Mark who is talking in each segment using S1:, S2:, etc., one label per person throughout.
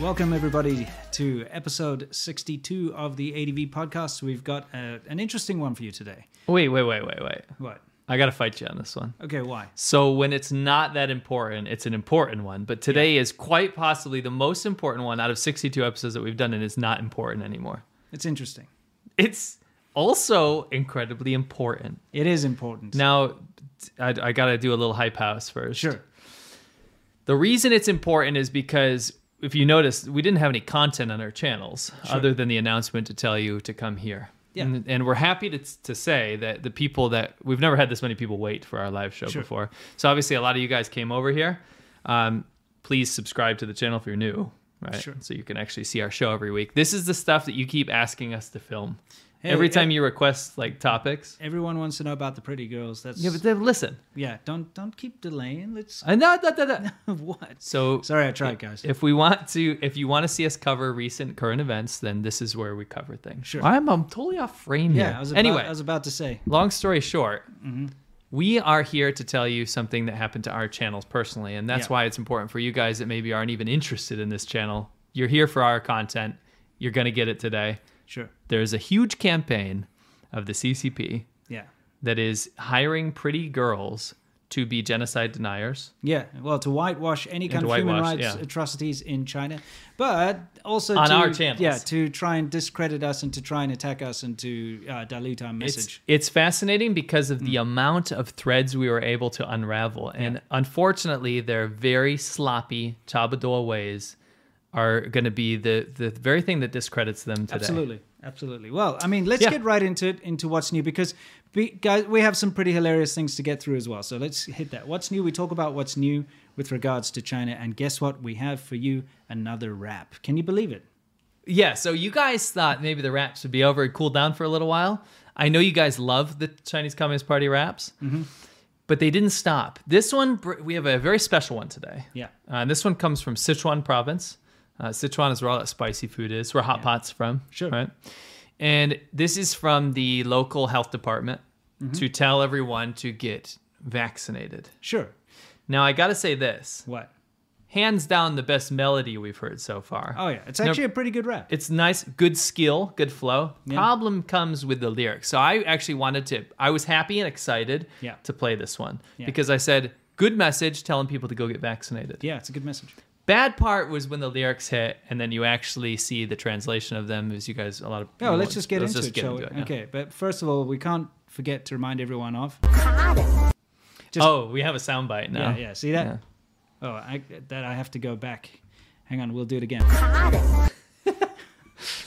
S1: Welcome, everybody, to episode 62 of the ADV podcast. We've got uh an interesting one for you today.
S2: Wait, wait, wait, wait, wait.
S1: What?
S2: I gotta fight you on this one.
S1: Okay, why?
S2: So when it's not that important, it's an important one. But today is quite possibly the most important one out of 62 episodes that we've done, and it's not important anymore.
S1: It's interesting.
S2: It's also incredibly important.
S1: It is important.
S2: Now, I, I gotta do a little hype house first.
S1: sure.
S2: The reason it's important is because if you notice, we didn't have any content on our channels other than the announcement to tell you to come here.
S1: Yeah.
S2: And, and we're happy to, to say that the people that we've never had this many people wait for our live show
S1: Sure.
S2: before. So obviously, a lot of you guys came over here. Um, please subscribe to the channel if you're new, right?
S1: Sure.
S2: So you can actually see our show every week. This is the stuff that you keep asking us to film.
S1: Hey,
S2: every
S1: ev-
S2: time you request like topics.
S1: Everyone wants to know about the pretty girls. That's
S2: Yeah, but then listen.
S1: yeah. Don't don't keep delaying. Let's
S2: I know that that- that-
S1: what?
S2: So
S1: Sorry, I tried, guys.
S2: If we want to, if you want to see us cover recent current events, then this is where we cover things.
S1: Sure.
S2: I'm, I'm totally off frame
S1: yeah,
S2: here.
S1: I was about,
S2: anyway,
S1: I was Mm-hmm. about to say.
S2: long story short, we are here to tell you something that happened to our channels personally, and that's
S1: Yeah.
S2: why it's important for you guys that maybe aren't even interested in this channel. You're here for our content. You're gonna get it today.
S1: Sure.
S2: There's a huge campaign of the CCP
S1: Yeah.
S2: that is hiring pretty girls to be genocide deniers.
S1: Yeah, well, to whitewash any kind
S2: to
S1: of human
S2: whitewash,
S1: rights
S2: yeah.
S1: atrocities in China, but also
S2: On
S1: to,
S2: our channels.
S1: yeah, to try and discredit us and to try and attack us and to uh, dilute our
S2: It's,
S1: message. Mm.
S2: it's fascinating because of the amount of threads we were able to unravel. And unfortunately, their very sloppy Chabadour ways are going to be the, the very thing that discredits them today.
S1: Absolutely, absolutely. Well, I mean, let's
S2: Yeah.
S1: get right into it, into what's new because be, guys, we have some pretty hilarious things to get through as well. So let's hit that. What's new? We talk about what's new with regards to China, and guess what? We have for you another wrap. Can you believe it?
S2: Yeah, so you guys thought maybe the raps would be over and cool down for a little while. I know you guys love the Chinese Communist Party raps,
S1: Mm-hmm.
S2: but they didn't stop. This one, br- we have a very special one today.
S1: Yeah.
S2: Uh, this one comes from Sichuan province. Uh, Sichuan is where all that spicy food is, where hot pot's from.
S1: Sure.
S2: Right? And this is from the local health department
S1: Mm-hmm.
S2: to tell everyone to get vaccinated.
S1: Sure.
S2: Now, I got to say this
S1: What?
S2: hands down, the best melody we've heard so far.
S1: Oh yeah, it's
S2: No,
S1: actually a pretty good wrap.
S2: it's nice, good skill, good flow. Problem comes with the lyrics. So I actually wanted to, I was happy and excited
S1: Yeah.
S2: to play this one
S1: Yeah.
S2: because I said, good message telling people to go get vaccinated.
S1: yeah, it's a good message.
S2: Bad part was when the lyrics hit and then you actually see the translation of them as you guys, a lot of
S1: Yeah, well, Oh, let's just get
S2: let's
S1: into
S2: just
S1: it, shall we?
S2: yeah.
S1: Okay, but first of all, we can't forget to remind everyone of. Just-
S2: oh, we have a soundbite now.
S1: Yeah, yeah. See that?
S2: Yeah.
S1: Oh, I, that I have to go back. Hang on, we'll do it again.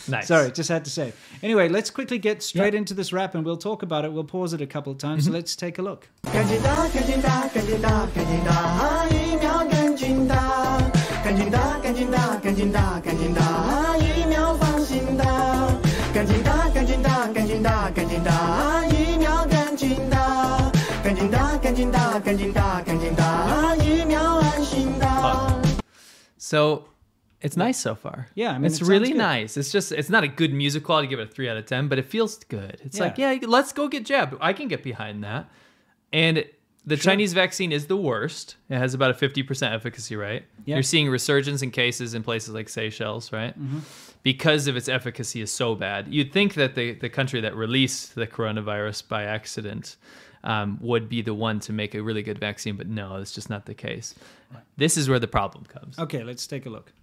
S2: Nice.
S1: Sorry, just had to say. Anyway, let's quickly get straight
S2: Yeah.
S1: into this rap, and we'll talk about it. We'll pause it a couple of times. So let's take a look.
S3: 赶紧打，赶紧打，赶紧打，赶紧打，啊疫苗赶紧打，赶紧打，赶紧打，赶紧打，赶紧打，啊疫苗放心打，赶紧打，赶紧打，赶紧打，赶紧打，啊疫苗赶紧打，赶紧打，赶紧打，赶紧打，赶紧打，啊疫苗安心打。
S2: So it's nice so far.
S1: Yeah, I mean, it
S2: it's
S1: sounds
S2: really
S1: good.
S2: nice. It's just it's not a good music quality. Give it a three out of ten, but it feels good. It's like
S1: Yeah.
S2: yeah, let's go get jabbed. I can get behind that. And the Chinese vaccine is the worst. It has about a fifty percent efficacy rate.
S1: Yeah.
S2: You're seeing resurgence in cases in places like Seychelles, right?
S1: Mm-hmm.
S2: Because of its efficacy is so bad. You'd think that the the country that released the coronavirus by accident. Um, would be the one to make a really good vaccine, but no, it's just not the case. This is where the problem comes.
S1: Okay, let's take a look.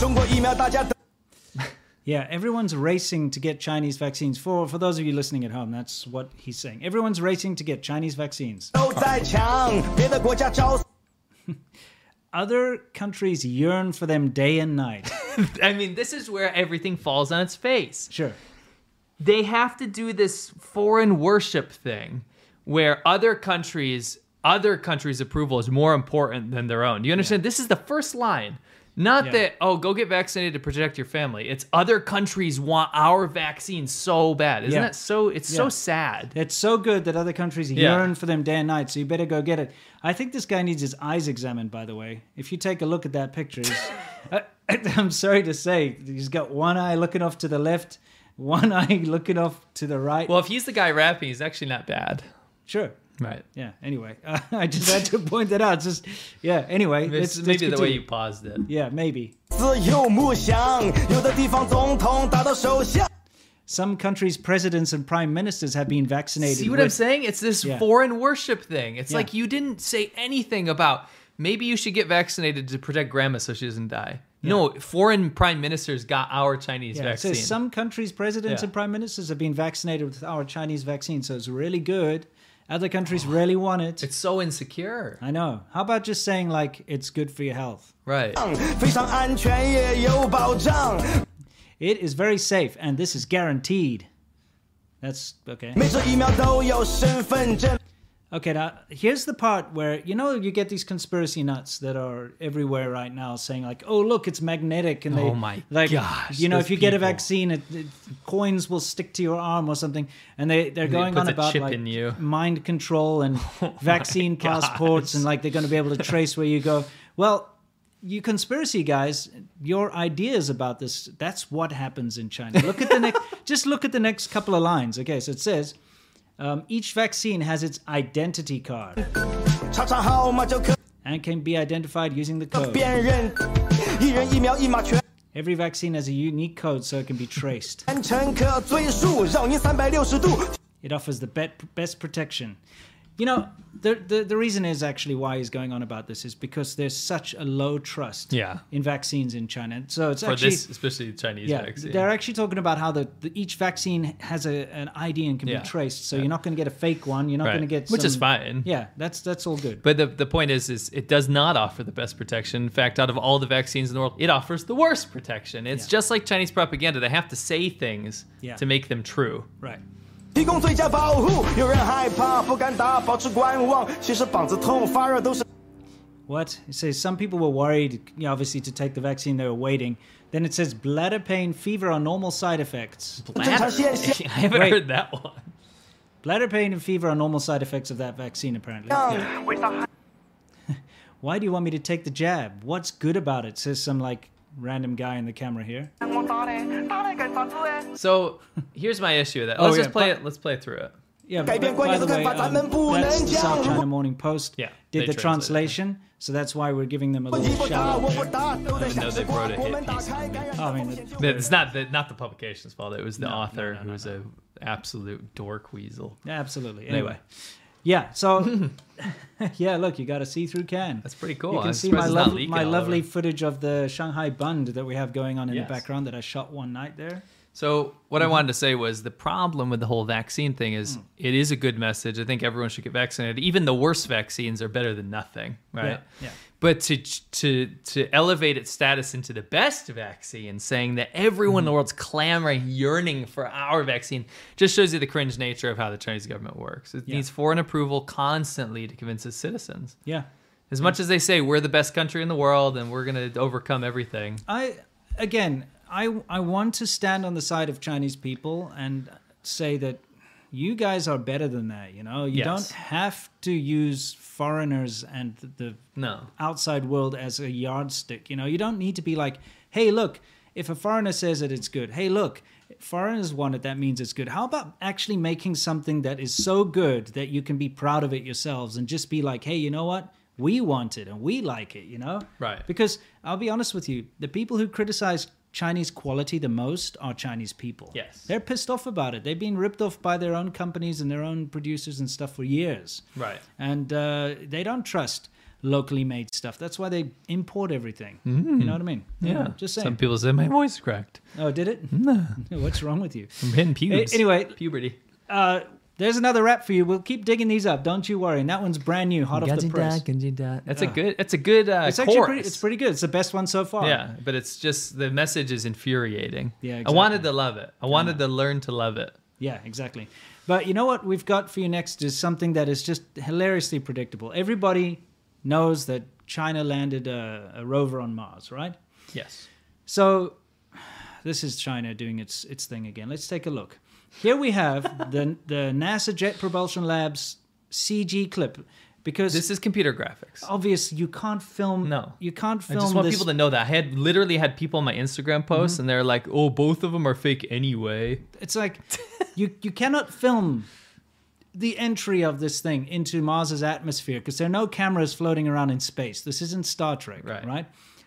S3: 中国疫苗大家
S1: Yeah, everyone's racing to get Chinese vaccines. For for those of you listening at home, that's what he's saying. Everyone's racing to get Chinese vaccines.
S3: 都在抢，别的国家招。
S1: Other countries yearn for them day and night.
S2: I mean, this is where everything falls on its face.
S1: Sure.
S2: They have to do this foreign worship thing where other countries other countries' approval is more important than their own. You understand? This is the first line. Not
S1: Yeah.
S2: that, oh, go get vaccinated to protect your family. It's other countries want our vaccine so bad. Isn't
S1: Yeah.
S2: that so it's
S1: Yeah.
S2: so sad.
S1: It's so good that other countries
S2: Yeah.
S1: yearn for them day and night, so you better go get it. I think this guy needs his eyes examined, by the way. If you take a look at that picture, he's, I, I'm sorry to say, he's got one eye looking off to the left, one eye looking off to the right.
S2: Well, if he's the guy rapping, he's actually not bad.
S1: sure.
S2: Right.
S1: Yeah, anyway, uh, I just had to point that out. It's just, yeah, anyway.
S2: It's
S1: let's- let's
S2: maybe the way
S1: continue.
S2: you paused it.
S1: Yeah, maybe.
S3: 子有木想，有的地方总统打到首相。
S1: Some countries' presidents and prime ministers have been vaccinated.
S2: See what
S1: with-
S2: I'm saying? It's this
S1: Yeah.
S2: foreign worship thing. It's
S1: Yeah.
S2: like you didn't say anything about maybe you should get vaccinated to protect grandma so she doesn't die. No, foreign prime ministers got our Chinese
S1: Yeah, it
S2: vaccine.
S1: says some countries' presidents
S2: Yeah.
S1: and prime ministers have been vaccinated with our Chinese vaccine, so it's really good. Other countries really want it.
S2: it's so insecure.
S1: I know. How about just saying like it's good for your health?
S2: Right.
S3: 非常安全也有保障，
S1: It is very safe, and this is guaranteed. That's okay.
S3: 每种疫苗都有身份证。
S1: Okay, now here's the part where you know you get these conspiracy nuts that are everywhere right now, saying like, "Oh, look, it's magnetic," and they
S2: Oh my
S1: like,
S2: gosh,
S1: you know,
S2: those
S1: if you get a
S2: people.
S1: vaccine, it, it, coins will stick to your arm or something, and they they're going
S2: puts
S1: on
S2: a
S1: about
S2: chip
S1: like
S2: in you.
S1: mind control and vaccine passports, and like they're going to be able to trace where you go. Well. You conspiracy guys, your ideas about this—that's what happens in China. Look at the next, just look at the next couple of lines. Okay, so it says, um, each vaccine has its identity card
S3: 查查号码就可
S1: and can be identified using the code.
S3: 辨认，一人一苗一码全
S1: Every vaccine has a unique code so it can be traced.
S3: 程可追溯，绕您三百六十度。
S1: It offers the bet- best protection. You know, the, the, the reason is actually why he's going on about this is because there's such a low trust
S2: Yeah.
S1: in vaccines in China. So it's
S2: For
S1: actually.
S2: this, especially the Chinese
S1: yeah,
S2: vaccine.
S1: they're actually talking about how the, the each vaccine has a, an ID and can
S2: Yeah.
S1: be traced. So you're not going to get a fake one. You're not
S2: Right.
S1: going to get
S2: Which is
S1: some-
S2: fine.
S1: Yeah, that's that's all good.
S2: But the, the point is, is it does not offer the best protection. In fact, out of all the vaccines in the world, it offers the worst protection. It's
S1: Yeah.
S2: just like Chinese propaganda. They have to say things
S1: Yeah.
S2: to make them true.
S1: right.
S3: 提供最佳保护。有人害怕，不敢打，保持观望。其实膀子痛、发热都是
S1: What? It says some people were worried, you know, obviously, to take the vaccine. They were waiting. Then it says bladder pain, fever are normal side effects.
S2: Bladder
S3: Sometimes, yes,
S2: ache. I haven't
S1: Wait.
S2: heard that one.
S1: Bladder pain and fever are normal side effects of that vaccine, apparently.
S3: 让
S1: Why do you want me to take the jab? What's good about it? Says some, like, random guy in the camera here.
S4: 我打你，打你近啥子诶？
S2: So here's my issue with that.
S1: Oh,
S2: Let's
S1: yeah.
S2: just play it. Let's play through it.
S1: Yeah,
S3: Guy
S1: but
S3: being
S1: by
S3: quite
S1: the
S3: good
S1: way,
S3: but I'm
S1: um,
S3: poor
S1: that's the
S3: ninja.
S1: South China Morning Post
S2: Yeah, they
S1: did the
S2: translated it.
S1: translation, so that's why we're giving them a
S3: 你
S1: little
S3: 不
S1: shout
S3: 打，我
S1: out.
S3: 不打，都在
S2: Even
S3: 想
S2: thow
S3: 时
S2: they
S3: 光
S2: wrote a。hit
S3: 国门打开，感染
S1: I
S3: 上
S1: mean,
S3: 风险就
S1: the-
S3: 会
S2: It's not the, not the publication's fault. It was the author
S1: no, no,
S2: who's a absolute dork weasel.
S1: Absolutely. Anyway.
S2: Anyway.
S1: Yeah, so yeah, look, you got a see-through can.
S2: That's pretty cool.
S1: You can
S2: I'm
S1: see
S2: surprised
S1: my,
S2: it's not
S1: lov-
S2: leaking
S1: my
S2: all
S1: lovely
S2: over.
S1: footage of the Shanghai Bund that we have going on in
S2: Yes.
S1: the background that I shot one night there.
S2: So what I
S1: Mm-hmm.
S2: wanted to say was the problem with the whole vaccine thing is
S1: Mm.
S2: it is a good message. I think everyone should get vaccinated. Even the worst vaccines are better than nothing, right?
S1: yeah.
S2: But to to to elevate its status into the best vaccine, saying that everyone
S1: Mm-hmm.
S2: in the world's clamoring, yearning for our vaccine, just shows you the cringe nature of how the Chinese government works. It
S1: Yeah.
S2: needs foreign approval constantly to convince its citizens.
S1: Yeah.
S2: As much as they say we're the best country in the world and we're going to overcome everything,
S1: I again, I I want to stand on the side of Chinese people and say that you guys are better than that, you know? You
S2: Yes.
S1: don't have to use foreigners and the
S2: no.
S1: outside world as a yardstick. You know, you don't need to be like, hey, look, if a foreigner says it, it's good. Hey, look, foreigners want it, that means it's good. How about actually making something that is so good that you can be proud of it yourselves and just be like, hey, you know what? We want it and we like it, you know?
S2: Right.
S1: Because I'll be honest with you, the people who criticize Chinese quality the most are Chinese people.
S2: Yes.
S1: They're pissed off about it. They've been ripped off by their own companies and their own producers and stuff for years
S2: Right.
S1: and uh, they don't trust locally made stuff. That's why they import everything. You know what I mean?
S2: Mm-hmm. Yeah.
S1: Just
S2: Some
S1: saying.
S2: people say my voice is cracked.
S1: oh, did it? What's wrong with you?
S2: I'm hitting
S1: pubes. anyway.
S2: puberty.
S1: Uh, there's another rap for you. We'll keep digging these up. Don't you worry. And that one's brand new, hot off the press.
S2: That's a good. That's a good uh,
S1: It's actually
S2: chorus.
S1: pretty, it's pretty good. It's the best one so far.
S2: Yeah, but it's just the message is infuriating.
S1: Yeah,
S2: I
S1: exactly.
S2: wanted to love it. I wanted to learn to love it.
S1: Yeah, exactly. But you know what we've got for you next is something that is just hilariously predictable. Everybody knows that China landed a, a rover on Mars, right?
S2: Yes.
S1: So this is China doing its its thing again. Let's take a look. Here we have the the NASA Jet Propulsion Labs CG clip because
S2: This is computer graphics.
S1: obvious you can't film
S2: No.
S1: you can't
S2: I
S1: film
S2: just want
S1: this- Mm-hmm.
S2: people to know that I had literally had people on my Instagram posts, and they're like, "Oh, both of them are fake anyway."
S1: it's like you you cannot film the entry of this thing into Mars's atmosphere because there are no cameras floating around in space. This isn't Star Trek,
S2: Right.
S1: right?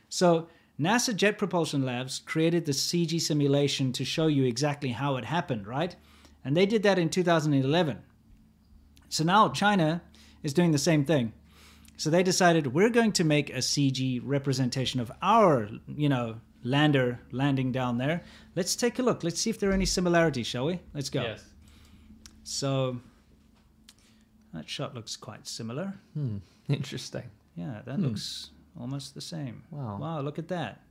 S1: So NASA Jet Propulsion Labs created the CG simulation to show you exactly how it happened, right? And they did that in 2011. So now China is doing the same thing. So they decided we're going to make a CG representation of our, you know, lander landing down there. Let's take a look. Let's see if there are any similarities, shall we? Let's go.
S2: Yes.
S1: So that shot looks quite similar.
S2: Interesting.
S1: Yeah, that looks almost the same.
S2: Hmm. Wow.
S1: Wow, look at that.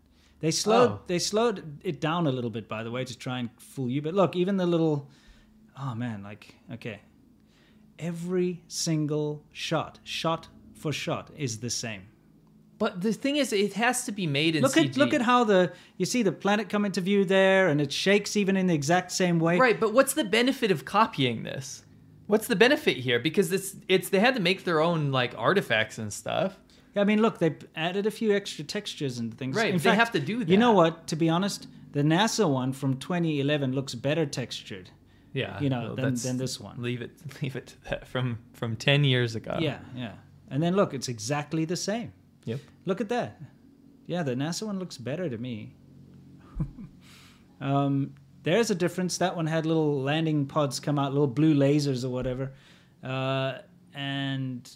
S1: They slowed
S2: Oh.
S1: they slowed it down a little bit by the way to try and fool you. But look, even the little oh man, like okay. Every single shot, shot for shot is the same.
S2: But the thing is, it has to be made in
S1: Look
S2: CG.
S1: at look at how the you see the planet come into view there and it shakes even in the exact same way.
S2: Right, but what's the benefit of copying this? What's the benefit here? Because it's it's they had to make their own like artifacts and stuff.
S1: I mean, look, they added a few extra textures and things.
S2: Right,
S1: In
S2: they
S1: fact,
S2: have to do
S1: You know
S2: that.
S1: what? To be honest, the NASA one from 2011 looks better textured.
S2: Yeah,
S1: You know, than-
S2: that's-
S1: than this one.
S2: Leave it, leave it to that from from ten years ago.
S1: Yeah, yeah. And then look, it's exactly the same.
S2: Yep.
S1: Look at that. Yeah, the NASA one looks better to me. um, there's a difference. That one had little landing pods come out, little blue lasers or whatever. Uh, and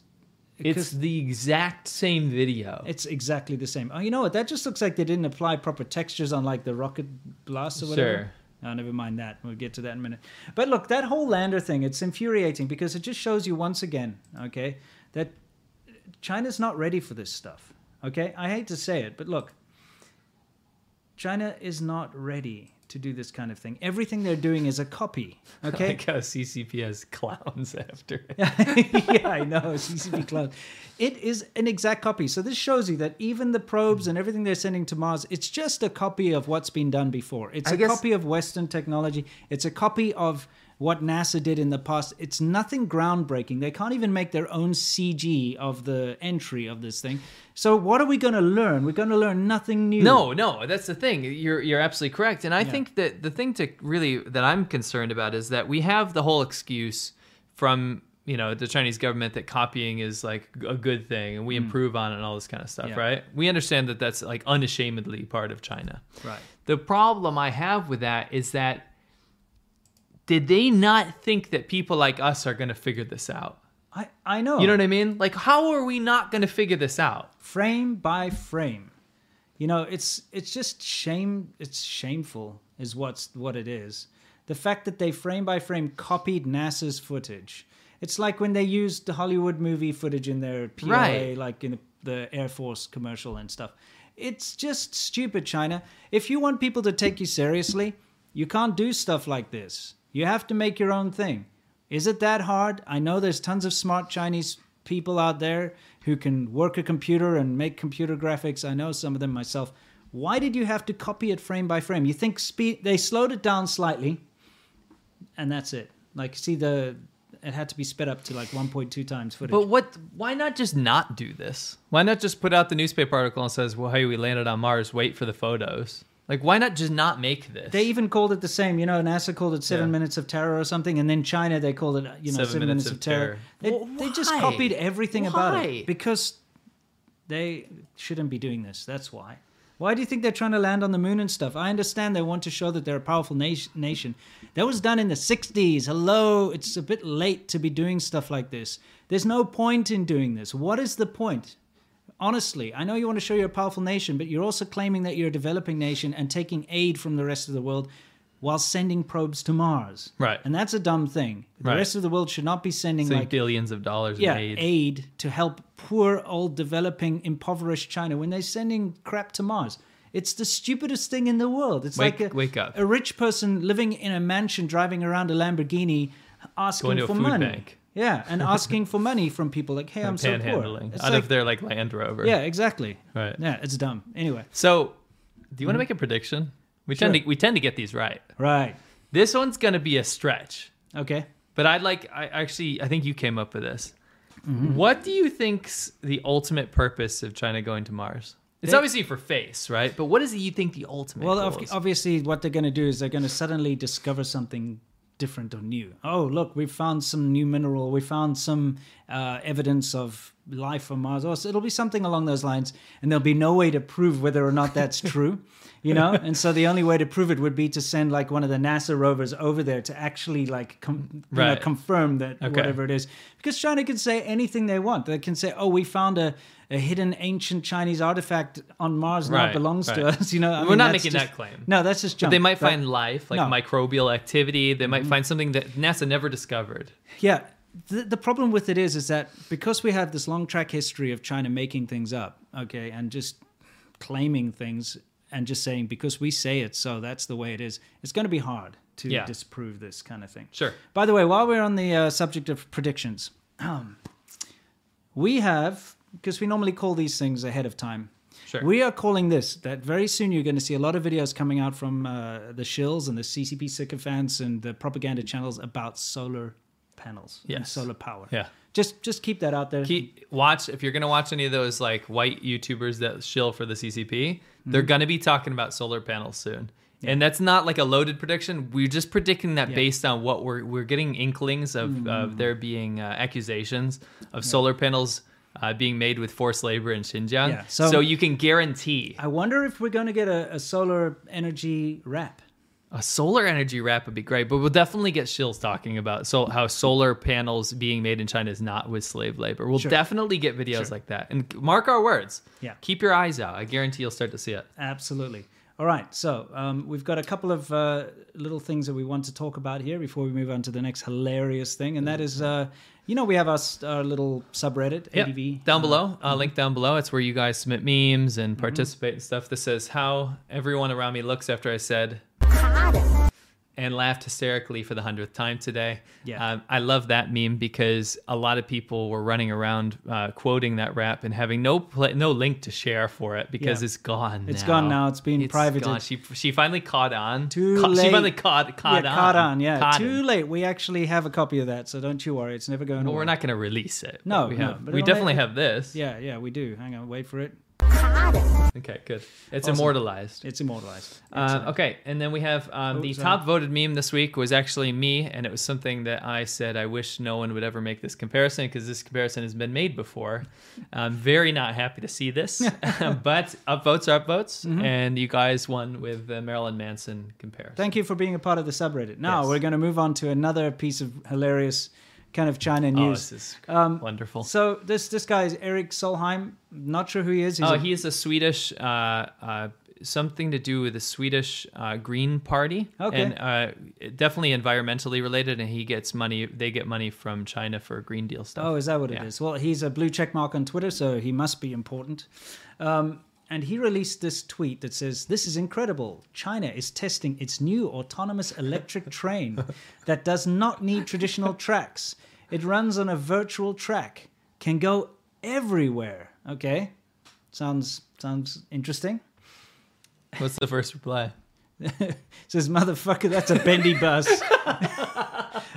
S2: It's
S1: 'cause
S2: the exact same video.
S1: it's exactly the same. Oh, you know what? That just looks like they didn't apply proper textures on like the rocket blasts or whatever.
S2: Sure.
S1: No, never mind that. We'll get to that in a minute. But look, that whole lander thing, it's infuriating because it just shows you once again, okay, that China's not ready for this stuff. Okay? I hate to say it, but look, China is not ready to do this kind of thing. Everything they're doing is a copy. Okay?
S2: like how CCP has clowns after it.
S1: yeah, I know. CCP clone. It is an exact copy. So this shows you that even the probes and everything they're sending to Mars, it's just a copy of what's been done before. It's
S2: I
S1: a
S2: guess-
S1: copy of Western technology. It's a copy of what NASA did in the past. It's nothing groundbreaking. They can't even make their own CG of the entry of this thing. So what are we going to learn? We're going to learn nothing new.
S2: No, no, that's the thing. You're you're absolutely correct. And I think that the thing to really that I'm concerned about is that we have the whole excuse from you know the Chinese government that copying is like a good thing and we improve on it and all this kind of stuff,
S1: Mm. Yeah.
S2: right? We understand that that's like unashamedly part of China.
S1: Right.
S2: The problem I have with that is that did they not think that people like us are going to figure this out?
S1: I, I know.
S2: You know what I mean? Like how are we not going to figure this out?
S1: frame by frame. You know, it's it's just shame. It's shameful, is what's what it is. The fact that they frame by frame copied NASA's footage. It's like when they used the Hollywood movie footage in their PLA,
S2: Right.
S1: like in the, the Air Force commercial and stuff. It's just stupid, China. If you want people to take you seriously, you can't do stuff like this. You have to make your own thing. Is it that hard? I know there's tons of smart Chinese people out there who can work a computer and make computer graphics. I know some of them myself. Why did you have to copy it frame by frame? You think speed they slowed it down slightly and that's it. Like see the it had to be sped up to like 1.2 times footage.
S2: But what? Why not just not do this? Why not just put out the newspaper article and says, "Well, hey, we landed on Mars. Wait for the photos." Like, why not just not make this?
S1: They even called it the same, you know. NASA called it Seven
S2: Yeah.
S1: Minutes of Terror or something, and then China they called it, you know, Seven, Minutes, of Terror.
S2: Well,
S1: They, they just
S2: why?
S1: copied everything about
S2: Why?
S1: it because they shouldn't be doing this. That's why. Why do you think they're trying to land on the moon and stuff? I understand they want to show that they're a powerful nation. nation. That was done in the 60s. Hello, it's a bit late to be doing stuff like this. There's no point in doing this. What is the point? honestly, I know you want to show you're a powerful nation, but you're also claiming that you're a developing nation and taking aid from the rest of the world while sending probes to Mars.
S2: Right.
S1: And that's a dumb thing. The
S2: Right.
S1: rest of the world should not be sending
S2: Sending
S1: like
S2: billions of dollars
S1: yeah,
S2: in aid.
S1: aid. to help poor old developing impoverished China when they're sending crap to Mars. It's the stupidest thing in the world. It's
S2: Wake-
S1: like a,
S2: wake up.
S1: a rich person living in a mansion driving around a Lamborghini asking
S2: Going to a
S1: for
S2: food
S1: money.
S2: bank.
S1: Yeah, and asking for money from people like, "Hey, I'm so poor."
S2: Panhandling
S1: It's
S2: out
S1: like-
S2: of their like Land Rover.
S1: yeah, exactly.
S2: Right.
S1: Yeah, it's dumb. Anyway,
S2: So, do you want to make a prediction? We tend
S1: Sure.
S2: to we tend to get these right.
S1: right.
S2: This one's gonna be a stretch,
S1: Okay.
S2: but I'd like. I actually, I think you came up with this.
S1: Mm-hmm.
S2: What do you think's the ultimate purpose of China going to Mars? It's
S1: They-
S2: obviously for face, right? But what does you think the ultimate?
S1: Well,
S2: goal
S1: ob-
S2: is?
S1: obviously, what they're going to do is they're going to suddenly discover something different or new. Oh, look, we found some new mineral. We found some uh, evidence of life from Mars, or so it'll be something along those lines, and there'll be no way to prove whether or not that's true, you know. And so the only way to prove it would be to send like one of the NASA rovers over there to actually like com- you know,
S2: Right.
S1: confirm that
S2: Okay.
S1: whatever it is, because China can say anything they want. They can say, "Oh, we found a." A hidden ancient Chinese artifact on Mars now
S2: Right,
S1: belongs to
S2: right.
S1: us. You know, I
S2: We're
S1: mean,
S2: not
S1: that's
S2: making
S1: just-
S2: that claim.
S1: No, that's just junk.
S2: They might
S1: But-
S2: find life, like
S1: No. Mm-hmm.
S2: microbial activity. They might find something that NASA never discovered.
S1: Yeah. The, the problem with it is, is that because we have this long track history of China making things up, okay, and just claiming things and just saying because we say it, so that's the way it is. It's going to be hard to
S2: Yeah.
S1: disprove this kind of thing.
S2: Sure.
S1: By the way, while we're on the uh, subject of predictions, um, we have because we normally call these things ahead of time.
S2: Sure.
S1: We are calling this that very soon you're going to see a lot of videos coming out from uh, the shills and the CCP sycophants and the propaganda channels about solar panels and
S2: Yes.
S1: solar power.
S2: Yeah.
S1: Just just keep that out there.
S2: Keep, watch if you're gonna watch any of those like white YouTubers that shill for the CCP. They're
S1: Mm-hmm.
S2: gonna be talking about solar panels soon, and that's not like a loaded prediction. We're just predicting that
S1: Yeah. Mm.
S2: based on what we're we're getting inklings of, of there being uh, accusations of solar panels uh, being made with forced labor in Xinjiang.
S1: Yeah, so-
S2: So, you can guarantee
S1: I wonder if we're going to get a, a solar energy wrap.
S2: a solar energy wrap would be great, but we'll definitely get shills talking about so how solar panels being made in China is not with slave labor. We'll
S1: Sure.
S2: definitely get videos like that, and mark our words.
S1: Yeah.
S2: keep your eyes out. I guarantee you'll start to see it.
S1: Absolutely. All right. So um, we've got a couple of uh, little things that we want to talk about here before we move on to the next hilarious thing, and that is, uh, you know, we have our, s- our little subreddit
S2: Mm. Yep.
S1: ADV
S2: down below,
S1: mm-hmm.
S2: uh, link down below. It's where you guys submit memes and participate in stuff. This says how everyone around me looks after I said and laughed hysterically for the hundredth time today.
S1: Yeah.
S2: Um, I love that meme because a lot of people were running around uh, quoting that rap and having no pla no link to share for it because
S1: Yeah.
S2: it's gone.
S1: It's
S2: now.
S1: gone now. It's been privated.
S2: gone. She she finally caught on.
S1: Too
S2: Ca- She
S1: late.
S2: finally caught caught
S1: yeah,
S2: on.
S1: caught on. Yeah,
S2: Caught
S1: too
S2: on.
S1: late. We actually have a copy of that, so don't you worry. It's never going
S2: Well,
S1: away.
S2: we're not going to release it. but
S1: No,
S2: we
S1: no,
S2: have.
S1: but
S2: we
S1: it'll
S2: definitely
S1: make-
S2: have this.
S1: Yeah, yeah, we do. Hang on, wait for it.
S2: Okay, good. It's
S1: Awesome.
S2: immortalized.
S1: It's immortalized.
S2: Uh, okay, and then we have um, the
S1: Oops, sorry.
S2: top voted meme this week was actually me, and it was something that I said I wish no one would ever make this comparison because this comparison has been made before. Uh, I'm very not happy to see this, but upvotes are upvotes, and you guys won with the Marilyn Manson comparison.
S1: Mm-hmm. Thank you for being a part of the subreddit. Now
S2: Yes.
S1: we're going to move on to another piece of hilarious kind of China
S2: oh,
S1: news.
S2: this is
S1: Um,
S2: wonderful.
S1: So this this guy is Eric Solheim. Not sure who he is. He's
S2: oh,
S1: a-
S2: he is a Swedish, uh, uh, something to do with the Swedish uh, Green Party,
S1: Okay.
S2: and uh, definitely environmentally related. And he gets money; they get money from China for Green Deal stuff.
S1: Oh, is that what it
S2: Yeah.
S1: is? Well, he's a blue check mark on Twitter, so he must be important. Um, and he released this tweet that says, This is incredible. China is testing its new autonomous electric train that does not need traditional tracks. It runs on a virtual track, can go everywhere. Okay. Sounds sounds interesting.
S2: What's the first reply?
S1: Says, motherfucker, that's a bendy bus.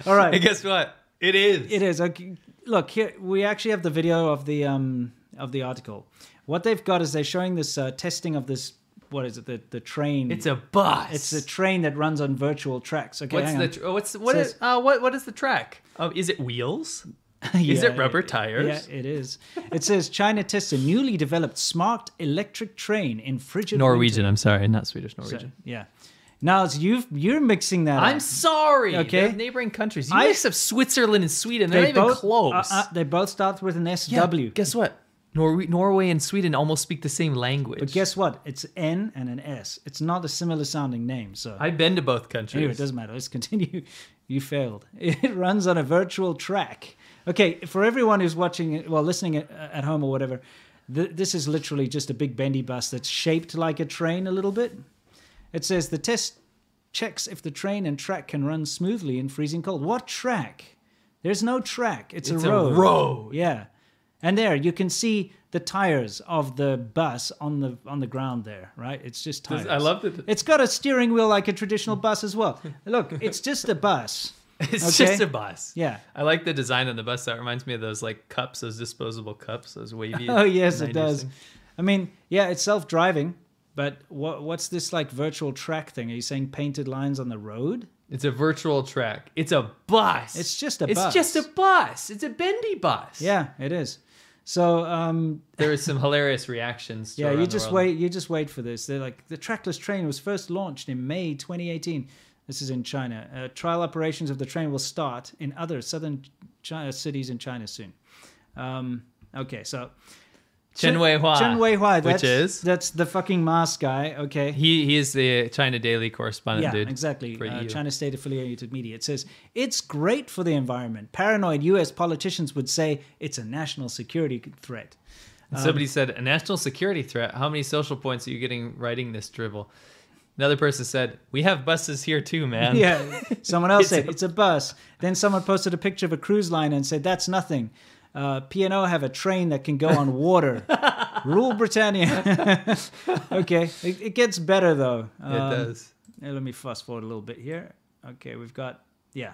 S1: All right.
S2: And guess what? It is.
S1: It is. Okay. Look, here we actually have the video of the um of the article. What they've got is they're showing this uh, testing of this. What is it? The the train.
S2: It's a bus.
S1: it's a train that runs on virtual tracks. Okay,
S2: What's
S1: hang
S2: the
S1: on.
S2: tr- what's what
S1: Says-
S2: is uh, what what is the track? Um, is it wheels? is
S1: Yeah,
S2: it rubber tires?
S1: Yeah, it is. It says China tests a newly developed smart electric train in frigid
S2: Norwegian. I'm sorry, not Swedish.
S1: winter.
S2: Norwegian.
S1: Yeah. Now it's you. You're mixing that.
S2: I'm
S1: up.
S2: sorry.
S1: Okay.
S2: They're neighboring countries. You
S1: I-
S2: mix up Switzerland and Sweden. They're not even close.
S1: uh, uh, they both start with an S W.
S2: Guess what? Norwe- Norway and Sweden almost speak the same language.
S1: But guess what? It's N and an S. It's not a similar sounding name. So
S2: I've been to both countries.
S1: Anyway, it doesn't matter. Let's continue. You failed. It runs on a virtual track. Okay, for everyone who's watching, it- well, listening at, at home or whatever, th- this is literally just a big bendy bus that's shaped like a train a little bit. It says the test checks if the train and track can run smoothly in freezing cold. What track? There's no track. It's,
S2: It's
S1: a
S2: a
S1: road.
S2: road.
S1: Yeah. And there you can see the tires of the bus on the on the ground there, right? It's just
S2: This-
S1: tires.
S2: I love that.
S1: It's got a steering wheel like a traditional bus as well. Look, it's just a bus.
S2: It's
S1: Okay.
S2: just a bus.
S1: Yeah.
S2: I like the design on the bus. That reminds me of those like cups, those disposable cups, those wavy.
S1: Oh yes, it
S2: 90s
S1: does.
S2: things.
S1: I mean, yeah, it's self-driving, but what what's this like virtual track thing? Are you saying painted lines on the road?
S2: It's a virtual track. It's a bus.
S1: It's just a
S2: It's
S1: bus.
S2: just a bus. It's a bendy bus.
S1: Yeah, it is. So um,
S2: There was some hilarious reactions. To
S1: yeah,
S2: Around
S1: you
S2: the
S1: just
S2: World.
S1: wait. You just wait for this. They're like the trackless train was first launched in May 2018. This is in China. Uh, trial operations of the train will start in other southern China cities in China soon. Um, okay, so
S2: Chen Weihua,
S1: Chen Weihua,
S2: which
S1: that's,
S2: is
S1: that's the fucking mask guy. Okay,
S2: he he is the China Daily correspondent,
S1: yeah,
S2: dude.
S1: exactly.
S2: for E
S1: Uh,
S2: EU.
S1: China State Affiliated Media. It says it's great for the environment. Paranoid U.S. politicians would say it's a national security threat. Um,
S2: And Somebody said a national security threat. How many social points are you getting writing this drivel? Another person said, "We have buses here too, man."
S1: Yeah. Someone else
S2: It's
S1: said
S2: a-
S1: it's a bus. Then someone posted a picture of a cruise line and said that's nothing. Uh, P&O have a train that can go on water. Rule Britannia. okay, it, it gets better though.
S2: it
S1: Um,
S2: does.
S1: now let me fast forward a little bit here. Okay, we've got yeah.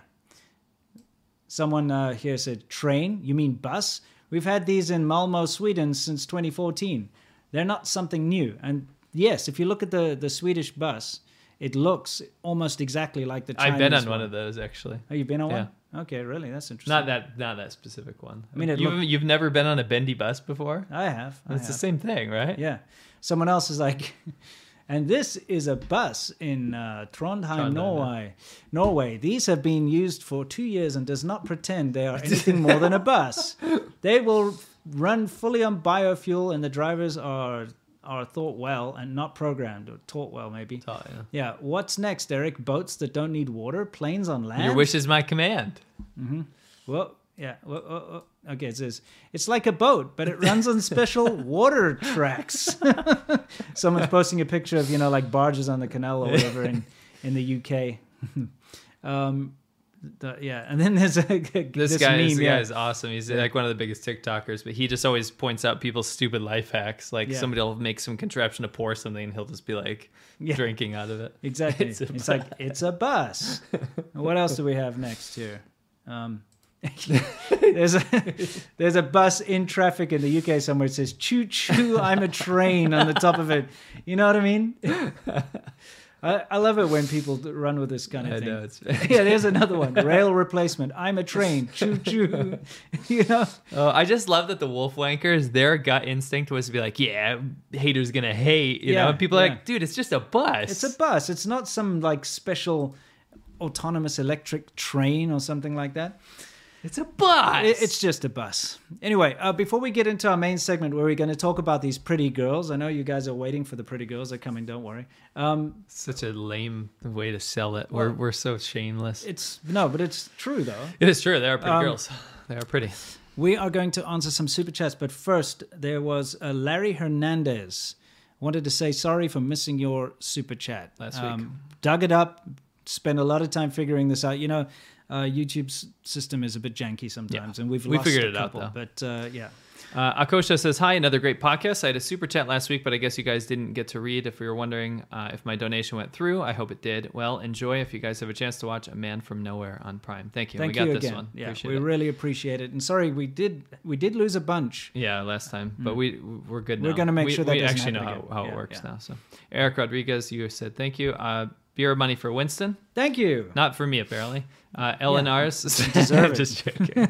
S1: Someone uh, here said train. You mean bus? We've had these in Malmo, Sweden, since 2014. They're not something new. And yes, if you look at the the Swedish bus, it looks almost exactly like the. Chinese
S2: I've been on one of those actually.
S1: Oh, you've been on
S2: Yeah.
S1: one? Okay, really? That's interesting.
S2: Not that, not that specific one. I
S1: mean, it
S2: you've,
S1: looked-
S2: you've never been on a bendy bus before.
S1: I have. I
S2: It's the
S1: have.
S2: same thing, right?
S1: Yeah. Someone else is like, and this is a bus in uh, Trondheim,
S2: Trondheim,
S1: Norway. Norway. These have been used for two years and does not pretend they are anything more than a bus. They will run fully on biofuel, and the drivers are are thought well and not programmed or taught well, maybe.
S2: Oh, yeah.
S1: Yeah. What's next, Eric? Boats that don't need water, planes on land.
S2: Your wish is my command.
S1: Well, yeah. Well, oh, oh. Okay, it says it's like a boat, but it runs on special water tracks. Someone's posting a picture of you know like barges on the canal or whatever in in the UK. um, the, yeah, and then there's a
S2: This,
S1: this,
S2: guy,
S1: meme,
S2: is, this
S1: yeah.
S2: guy is awesome. He's like one of the biggest TikTokers, but he just always points out people's stupid life hacks. Like
S1: Yeah.
S2: somebody will make some contraption to pour something, and he'll just be like
S1: Yeah.
S2: drinking out of it.
S1: Exactly. It's,
S2: It's a
S1: like it's a bus. what else do we have next here? Um, there's a there's a bus in traffic in the UK somewhere. It says "choo choo," I'm a train on the top of it. You know what I mean? I, I love it when people d- run with this kind of
S2: I
S1: thing.
S2: know it's
S1: yeah, there's another one. Rail replacement. I'm a train. Choo choo. you know.
S2: Oh, I just love that the wolf wankers, their gut instinct was to be like, yeah, haters gonna hate, you
S1: Yeah,
S2: know. And people are
S1: yeah.
S2: like, dude, it's just a bus.
S1: It's a bus. It's not some like special autonomous electric train or something like that.
S2: it's a bus.
S1: It- It's just a bus. Anyway, uh, before we get into our main segment where we're going to talk about these pretty girls, I know you guys are waiting for the pretty girls. They're coming, don't worry. Um,
S2: such a lame way to sell it. We're we're so shameless.
S1: it's no, but it's true though.
S2: It is true. They are pretty
S1: Um,
S2: girls. They are pretty.
S1: We are going to answer some super chats, but first there was uh, Larry Hernandez wanted to say sorry for missing your super chat Um,
S2: Last week.
S1: Dug it up, spent a lot of time figuring this out. You know, uh, YouTube's system is a bit janky sometimes, and we've
S2: We
S1: lost
S2: figured
S1: a
S2: it out,
S1: couple, But uh, yeah,
S2: Uh, Akosha says, Hi, another great podcast. I had a super chat last week, but I guess you guys didn't get to read. If you were wondering uh, if my donation went through, I hope it did. Well, enjoy if you guys have a chance to watch A Man from Nowhere on Prime. Thank you.
S1: thank
S2: we got
S1: you
S2: this
S1: again.
S2: one.
S1: Yeah,
S2: Appreciate
S1: we
S2: it.
S1: really appreciate it. And sorry, we did we did lose a bunch.
S2: Yeah, last time, but we we're good now.
S1: Mm. We're gonna make
S2: We-
S1: sure that
S2: we
S1: doesn't
S2: actually know
S1: happen again.
S2: how, how
S1: Yeah,
S2: it works
S1: yeah.
S2: now. So, Eric Rodriguez, you said thank you. Uh, beer money for Winston,
S1: Thank you.
S2: not for me apparently. Uh, LNR's
S1: deserve it.
S2: just joking.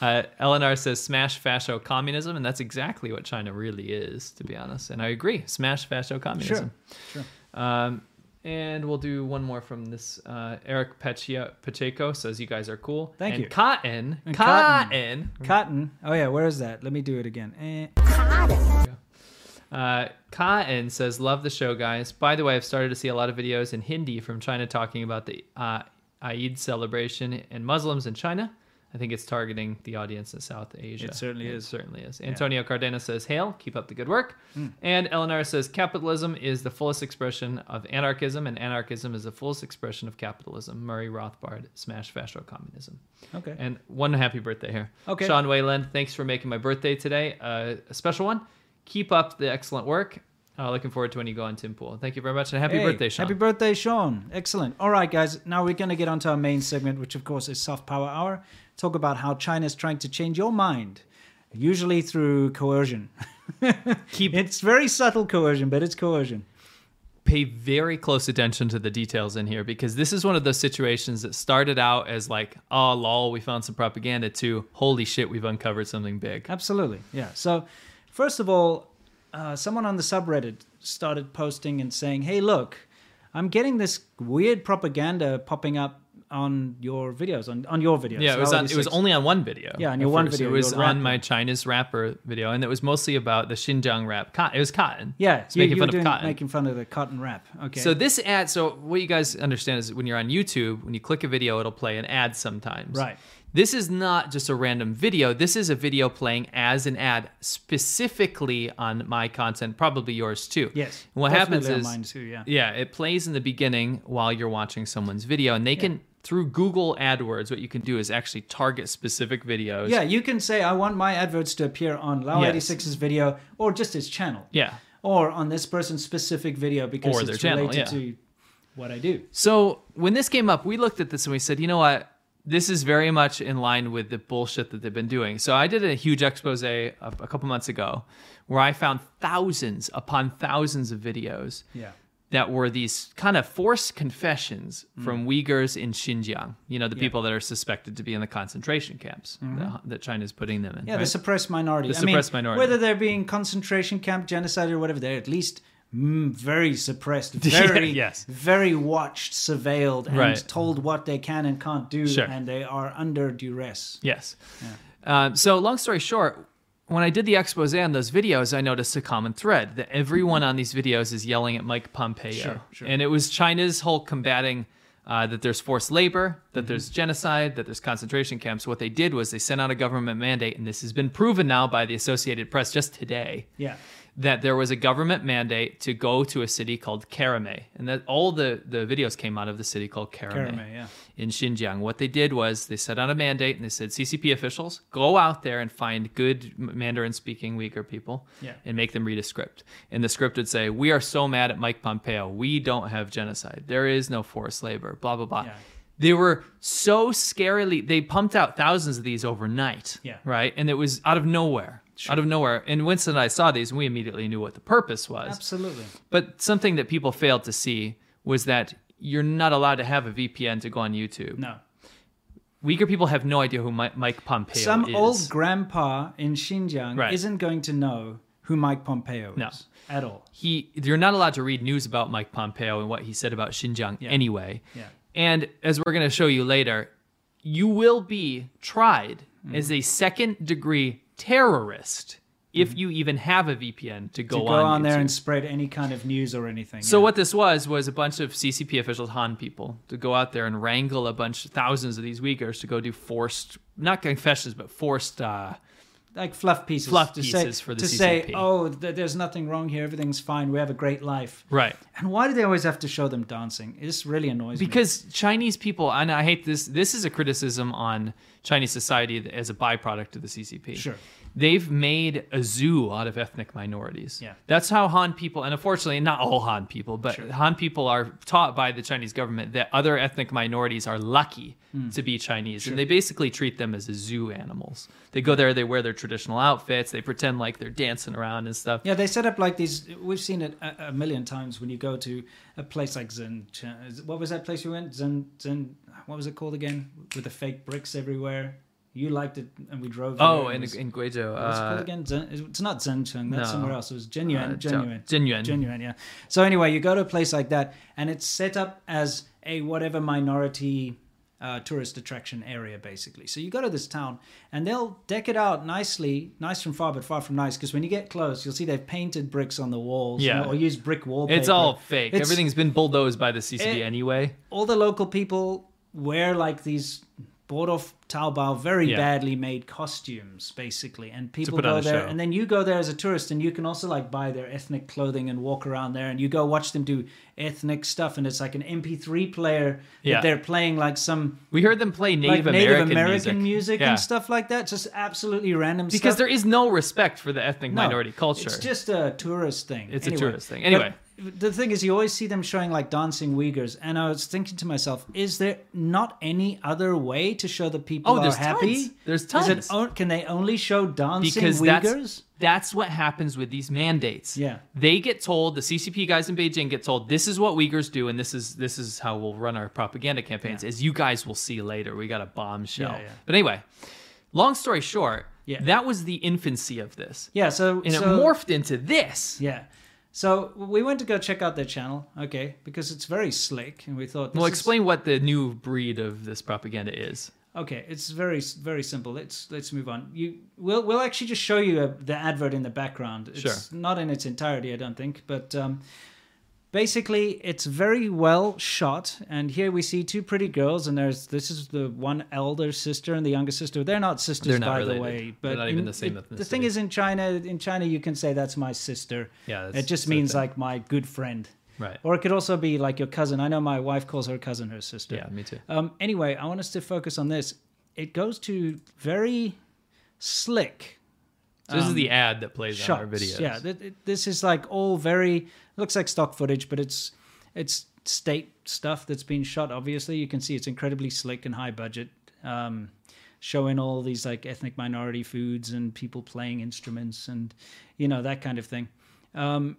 S2: uh, LNR says smash fascio communism, and that's exactly what China really is, to be honest. And I agree, smash fascio communism.
S1: Sure,
S2: Um, and we'll do one more from this. Uh, Eric Pache- Pacheco says you guys are cool.
S1: Thank
S2: And
S1: you.
S2: Cotton,
S1: And Cotton.
S2: Cotton,
S1: Cotton. Oh yeah, where is that? Let me do it again. Eh.
S2: Uh, Cotton says, "Love the show, guys. By the way, I've started to see a lot of videos in Hindi from China talking about the uh, Eid celebration and Muslims in China. I think it's targeting the audience in South Asia.
S1: It certainly is.
S2: Certainly is. Antonio Cardenas says, "Hail, keep up the good work."
S1: Mm.
S2: And Eleanor says, "Capitalism is the fullest expression of anarchism, and anarchism is the fullest expression of capitalism." Murray Rothbard, smash fascio communism.
S1: Okay.
S2: And one happy birthday here.
S1: Okay.
S2: Sean Wayland, thanks for making my birthday today. Uh, a special one. Keep up the excellent work. Uh, looking forward to when you go on Tim Pool. Thank you very much and happy
S1: Hey,
S2: birthday, Sean.
S1: Happy birthday, Sean. Excellent. All right, guys. Now we're going to get onto our main segment, which of course is Soft Power Hour. Talk about how China's trying to change your mind, usually through coercion.
S2: Keep-
S1: it's very subtle coercion, but it's coercion.
S2: pay very close attention to the details in here because this is one of those situations that started out as like, oh, lol, we found some propaganda to holy shit, we've uncovered something big.
S1: Absolutely. Yeah. So, first of all, uh, someone on the subreddit started posting and saying, hey, look, I'm getting this weird propaganda popping up on your videos, on, on your videos.
S2: Yeah, it was on,
S1: Reality
S2: it was
S1: Six.
S2: only on one video.
S1: Yeah, on
S2: at
S1: your one
S2: first.
S1: video,
S2: It was
S1: your
S2: on
S1: rapper.
S2: my China's rapper video, and it was mostly about the Xinjiang rap. Cotton. It was cotton.
S1: Yeah,
S2: it's
S1: you,
S2: making
S1: you
S2: fun
S1: were doing,
S2: of cotton.
S1: making fun of the cotton rap. Okay.
S2: So this ad, so what you guys understand is when you're on YouTube, when you click a video, it'll play an ad sometimes.
S1: Right.
S2: This is not just a random video. This is a video playing as an ad specifically on my content, probably yours too.
S1: Yes,
S2: And what happens
S1: definitely on
S2: is
S1: mine too, yeah.
S2: yeah, it plays in the beginning while you're watching someone's video, and they can through Google AdWords, what you can do is actually target specific videos.
S1: yeah, you can say, I want my adverts to appear on Lau86's video or just his channel.
S2: Yeah.
S1: Or on this person's specific video because
S2: Or
S1: it's
S2: their channel,
S1: related
S2: yeah.
S1: to what I do.
S2: So when this came up, we looked at this and we said, you know what? This is very much in line with the bullshit that they've been doing. So I did a huge expose a, a couple months ago where I found thousands upon thousands of videos
S1: Yeah.
S2: that were these kind of forced confessions
S1: Mm.
S2: from Uyghurs in Xinjiang, you know, the people that are suspected to be in the concentration camps that, that China's putting them in.
S1: Mm-hmm. Yeah,
S2: right?
S1: the suppressed minority.
S2: The
S1: I mean,
S2: suppressed minority.
S1: Whether they're being concentration camp, genocide, or whatever, they're at least mm, very suppressed, very,
S2: yes.
S1: very watched, surveilled, and
S2: Right.
S1: told what they can and can't do,
S2: Sure.
S1: and they are under duress.
S2: Yes. Um, so, long story short, when I did the expose on those videos, I noticed a common thread that everyone on these videos is yelling at Mike Pompeo.
S1: Sure, sure.
S2: And it was China's whole combating uh, that there's forced labor, that
S1: Mm-hmm.
S2: there's genocide, that there's concentration camps. What they did was they sent out a government mandate, and this has been proven now by the Associated Press just today
S1: Yeah.
S2: that there was a government mandate to go to a city called Karame, and that all the the videos came out of the city called Karame,
S1: Karame, yeah.
S2: in Xinjiang. What they did was they set out a mandate and they said, CCP officials, go out there and find good Mandarin speaking Uyghur people,
S1: Yeah.
S2: and make them read a script. And the script would say, "We are so mad at Mike Pompeo. We don't have genocide. There is no forced labor. Blah blah blah."
S1: Yeah.
S2: They were so scarily. They pumped out thousands of these overnight.
S1: Yeah.
S2: Right. And it was out of nowhere. Out of nowhere. And Winston and I saw these and we immediately knew what the purpose was.
S1: Absolutely.
S2: But something that people failed to see was that you're not allowed to have a VPN to go on YouTube.
S1: No.
S2: Uyghur people have no idea who Mi- Mike Pompeo
S1: Some
S2: is.
S1: old grandpa in Xinjiang
S2: Right.
S1: isn't going to know who Mike Pompeo is
S2: No.
S1: at all.
S2: he you're not allowed to read news about Mike Pompeo and what he said about Xinjiang anyway.
S1: Yeah.
S2: And as we're going to show you later, you will be tried
S1: Mm-hmm.
S2: as a second degree terrorist if you even have a VPN to go,
S1: Mm-hmm. to go
S2: on,
S1: on, there
S2: YouTube.
S1: and spread any kind of news or anything.
S2: So
S1: yeah.
S2: what this was was a bunch of CCP officials, Han people, to go out there and wrangle a bunch, thousands of these Uyghurs to go do forced, not confessions, but forced. Uh,
S1: like fluff pieces,
S2: Fluff
S1: to
S2: pieces
S1: say,
S2: for the
S1: to say,
S2: CCP.
S1: oh, th- there's nothing wrong here, everything's fine, we have a great life.
S2: right.
S1: And why do they always have to show them dancing? This really annoys me.
S2: because Chinese people, and I hate this. This is a criticism on Chinese society as a byproduct of the CCP.
S1: Sure.
S2: they've made a zoo out of ethnic minorities.
S1: Yeah.
S2: that's how Han people, and unfortunately, not all Han people, but Han people are taught by the Chinese government that other ethnic minorities are lucky
S1: Hmm.
S2: to be Chinese, and they basically treat them as zoo animals. They go there, they wear their traditional outfits, they pretend like they're dancing around and stuff.
S1: yeah, they set up like these. We've seen it a, a million times when you go to a place like Zen. What was that place we went? Zen Zen. What was it called again? With the fake bricks everywhere. You liked it, and we drove.
S2: Oh,
S1: there,
S2: in,
S1: it was-
S2: in Guizhou,
S1: What's it
S2: uh,
S1: called again? Zen, it's not Zencheng. That's
S2: no.
S1: somewhere else. It was Genuine.
S2: Uh, Zhao-
S1: genuine.
S2: Jinyuan.
S1: Genuine, yeah. So anyway, you go to a place like that, and it's set up as a whatever minority uh, tourist attraction area, basically. So you go to this town, and they'll deck it out nicely, nice from far, but far from nice. Because when you get close, you'll see they've painted bricks on the walls, you
S2: Yeah.
S1: know, or use brick wallpaper.
S2: it's all fake.
S1: It's-
S2: Everything's been bulldozed by the CCP
S1: It-
S2: anyway.
S1: all the local people wear like these bought off Taobao, very
S2: Yeah.
S1: badly made costumes, basically. And people
S2: put
S1: go
S2: on a
S1: there,
S2: show.
S1: and then you go there as a tourist, and you can also like buy their ethnic clothing and walk around there, and you go watch them do ethnic stuff, and it's like an MP3 player
S2: Yeah.
S1: that they're playing like some
S2: We heard them play Native,
S1: like Native
S2: American,
S1: American, music,
S2: music, Yeah.
S1: and stuff like that, just absolutely random
S2: Because
S1: stuff.
S2: there is no respect for the ethnic
S1: No,
S2: minority culture.
S1: It's just a tourist thing.
S2: It's a tourist thing.
S1: but
S2: Anyway.
S1: the thing is, you always see them showing like dancing Uyghurs, and I was thinking to myself, is there not any other way to show that people
S2: Oh,
S1: are
S2: there's
S1: happy?
S2: tons. There's
S1: Is
S2: tons.
S1: it, on- can they only show dancing
S2: because
S1: Uyghurs?
S2: that's that's what happens with these mandates.
S1: Yeah.
S2: They get told the CCP guys in Beijing get told this is what Uyghurs do and this is this is how we'll run our propaganda campaigns as you guys will see later. We got a bombshell.
S1: Yeah, yeah.
S2: But anyway, long story short,
S1: Yeah.
S2: that was the infancy of this.
S1: yeah, so
S2: And
S1: so,
S2: it morphed into this.
S1: Yeah. So we went to go check out their channel, okay, because it's very slick, and we thought. this
S2: Well,
S1: is-
S2: explain what the new breed of this propaganda is.
S1: Okay, it's very very simple. Let's let's move on. You we'll we'll actually just show you uh the advert in the background. It's
S2: Sure.
S1: Not in its entirety, I don't think, but um, basically it's very well shot. And here we see two pretty girls, and there's this is the one elder sister and the younger sister. They're not sisters,
S2: They're not
S1: by the
S2: related.
S1: way. But
S2: They're not even
S1: in-
S2: the same
S1: The thing
S2: ethnicity.
S1: is, in China, in China, you can say that's my sister.
S2: Yeah, that's-
S1: it
S2: that's
S1: just
S2: the
S1: means
S2: thing.
S1: like my good friend.
S2: Right.
S1: Or it could also be like your cousin. I know my wife calls her cousin her sister.
S2: Yeah, me too.
S1: Um, anyway, I want us to focus on this. It goes to very slick
S2: So this is the ad that plays on our
S1: shots.
S2: videos.
S1: um, Yeah, th- th- this is like all very looks like stock footage, but it's it's state stuff that's been shot. Obviously, you can see it's incredibly slick and high budget, um, showing all these like ethnic minority foods and people playing instruments and you know that kind of thing. Um,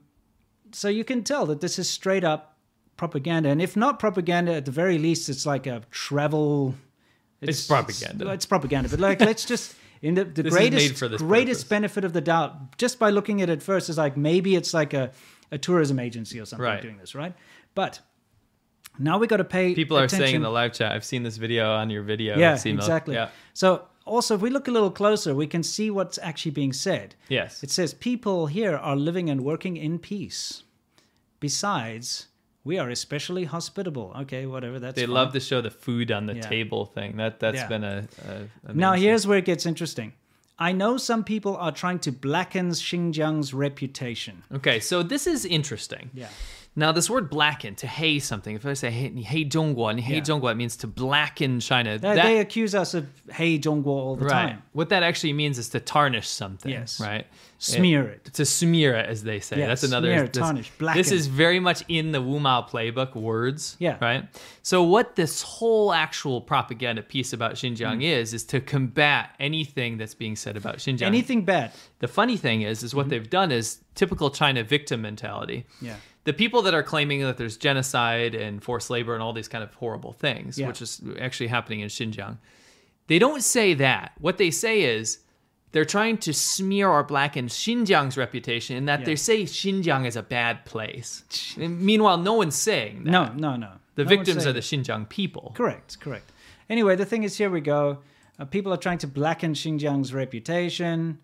S1: so you can tell that this is straight up propaganda, and if not propaganda, at the very least, it's like a travel.
S2: It's propaganda.
S1: It's propaganda, but like let's just. In the, the
S2: This is made
S1: greatest
S2: for this
S1: greatest
S2: purpose.
S1: benefit of the doubt just by looking at it first is like maybe it's like a, a tourism agency or something
S2: Right.
S1: doing this right but now we got to pay
S2: People are saying in
S1: attention-
S2: the live chat, I've seen this video on your video.
S1: yeah
S2: Simo."
S1: exactly
S2: Yeah.
S1: so also if we look a little closer we can see what's actually being said
S2: Yes.
S1: it says people here are living and working in peace besides we are especially hospitable okay whatever that's
S2: they
S1: fine.
S2: love to show the food on the
S1: Yeah.
S2: table thing. That that's
S1: Yeah.
S2: been a, a, a
S1: Now,
S2: mainstay.
S1: here's where it gets interesting. I know some people are trying to blacken Xinjiang's reputation.
S2: Okay, so this is interesting.
S1: Yeah.
S2: Now, this word blacken, to hey something, if I say hey, hey Zhongguo and hey
S1: Yeah.
S2: Zhongguo, it means to blacken China.
S1: They, they accuse us of hey Zhongguo all the
S2: right.
S1: time.
S2: What that actually means is to tarnish something.
S1: Yes.
S2: Right?
S1: Smear it.
S2: To smear it, as they say.
S1: Yeah,
S2: That's another.
S1: smear,
S2: this,
S1: tarnish,
S2: This
S1: blacken.
S2: is very much in the Wu Mao playbook words.
S1: Yeah.
S2: Right? So, what this whole actual propaganda piece about Xinjiang
S1: Mm.
S2: is, is to combat anything that's being said about Xinjiang.
S1: Anything bad.
S2: The funny thing is, is what they've done is typical China victim mentality.
S1: Mm-hmm. Yeah.
S2: The people that are claiming that there's genocide and forced labor and all these kind of horrible things,
S1: Yeah.
S2: which is actually happening in Xinjiang, they don't say that. What they say is they're trying to smear or blacken Xinjiang's reputation in that they say Xinjiang is a bad place. And meanwhile, no one's saying that.
S1: No, no, no. No
S2: The
S1: one's
S2: victims
S1: saying
S2: are the
S1: it.
S2: Xinjiang people.
S1: Correct, correct. Anyway, the thing is, here we go. Uh, people are trying to blacken Xinjiang's reputation.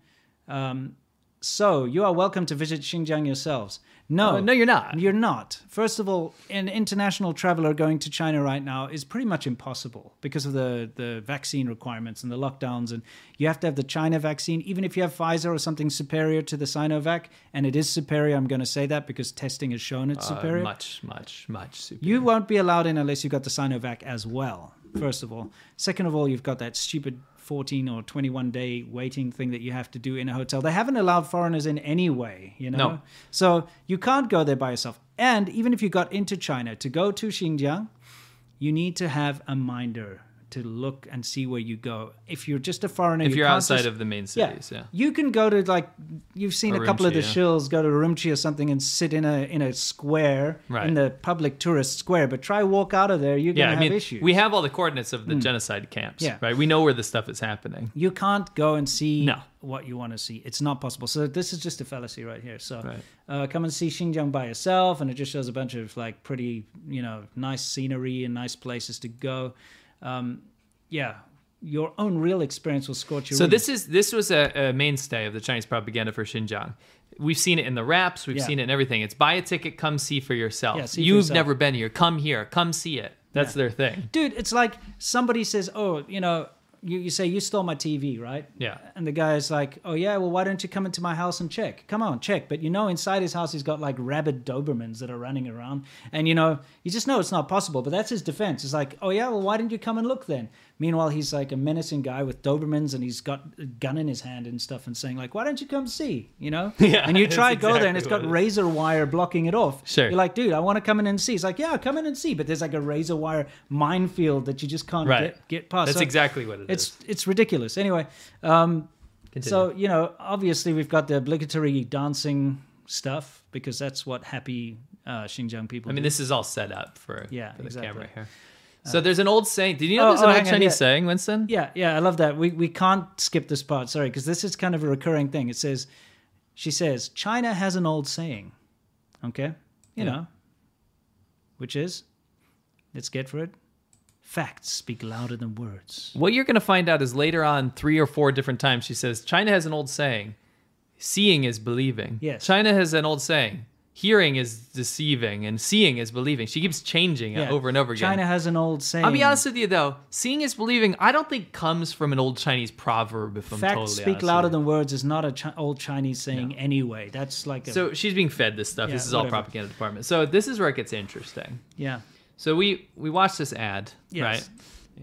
S1: Um, so you are welcome to visit Xinjiang yourselves. No,
S2: Uh, no, you're not.
S1: You're not. First of all, an international traveler going to China right now is pretty much impossible because of the, the vaccine requirements and the lockdowns. And you have to have the China vaccine, even if you have Pfizer or something superior to the Sinovac. And it is superior. I'm going to say that because testing has shown it's
S2: Uh,
S1: superior.
S2: much, much, much superior.
S1: You won't be allowed in unless you've got the Sinovac as well, first of all. Second of all, you've got that stupid 14 or 21 day waiting thing that you have to do in a hotel. They haven't allowed foreigners in anyway, you know?
S2: No.
S1: So you can't go there by yourself. And even if you got into China, to go to Xinjiang, you need to have a minder to look and see where you go. If you're just a foreigner,
S2: if
S1: you
S2: you're
S1: can't
S2: outside
S1: just-
S2: of the main
S1: yeah.
S2: cities, yeah.
S1: You can go to like you've seen a, couple of the
S2: Urumqi, yeah.
S1: shills go to Urumqi or something and sit in a in a square
S2: Right.
S1: in the public tourist square, but try walk out of there, you're
S2: Yeah,
S1: gonna
S2: I
S1: have
S2: mean,
S1: issues. Hmm.
S2: we have all the coordinates of the genocide camps,
S1: Yeah.
S2: right? We know where the stuff is happening.
S1: you can't go and see
S2: No.
S1: what you want to see. It's not possible. So this is just a fallacy right here. So
S2: Right.
S1: uh, come and see Xinjiang by yourself, and it just shows a bunch of like pretty, you know, nice scenery and nice places to go. Um, yeah, your own real experience will scorch your.
S2: So this is this was a, a mainstay of the Chinese propaganda for Xinjiang. We've seen it in the raps, we've
S1: Yeah.
S2: seen it in everything. It's buy a ticket, come see for yourself.
S1: Yeah, see for
S2: You've
S1: yourself.
S2: never been here, come here, come see it. That's their thing.
S1: dude it's like somebody says oh you know you, you say you stole my TV, right?
S2: Yeah.
S1: And the guy is like, oh yeah, well why don't you come into my house and check? Come on, check. But you know, inside his house, he's got like rabid Dobermans that are running around, and you know, you just know it's not possible. But that's his defense. It's like, oh yeah, well why didn't you come and look then? Meanwhile, he's like a menacing guy with Dobermans, and he's got a gun in his hand and stuff, and saying like, why don't you come see? You know?
S2: Yeah,
S1: And you
S2: that's
S1: try to go there, and
S2: exactly
S1: it's
S2: what
S1: got
S2: it is.
S1: razor wire blocking it off.
S2: Sure.
S1: You're like, dude, I want to come in and see. He's like, yeah, come in and see. But there's like a razor wire minefield that you just can't
S2: Right.
S1: get, get past.
S2: That's
S1: So
S2: exactly what it
S1: it's
S2: is.
S1: it's ridiculous. Anyway, um,
S2: Continue.
S1: so you know, obviously we've got the obligatory dancing stuff because that's what happy uh, Xinjiang people.
S2: I mean,
S1: do.
S2: this is all set up for,
S1: Yeah,
S2: for the
S1: exactly. Uh,
S2: camera here. So there's an old saying. Did you
S1: Oh,
S2: know there's
S1: oh,
S2: an
S1: hang
S2: old
S1: on,
S2: Chinese
S1: yeah.
S2: saying, Winston?
S1: Yeah, yeah, I love that. We we can't skip this part. Sorry, because this is kind of a recurring thing. It says, she says, China has an old saying, okay, you know, which is, let's get for it. Facts speak louder than words.
S2: What you're going to find out is later on, three or four different times, she says, China has an old saying, seeing is believing.
S1: Yes.
S2: China has an old saying, hearing is deceiving, and seeing is believing. She keeps changing it over and over again.
S1: China has an old saying.
S2: I'll be honest with you, though, seeing is believing, I don't think comes from an old Chinese proverb, if I'm
S1: Facts
S2: totally
S1: speak
S2: honest with
S1: louder
S2: you.
S1: than words is not a chi- old Chinese saying anyway. That's like a
S2: So she's being fed this stuff.
S1: Yeah,
S2: this is all
S1: whatever.
S2: propaganda department. So this is where it gets interesting.
S1: yeah.
S2: So we we watched this ad,
S1: Yes.
S2: right?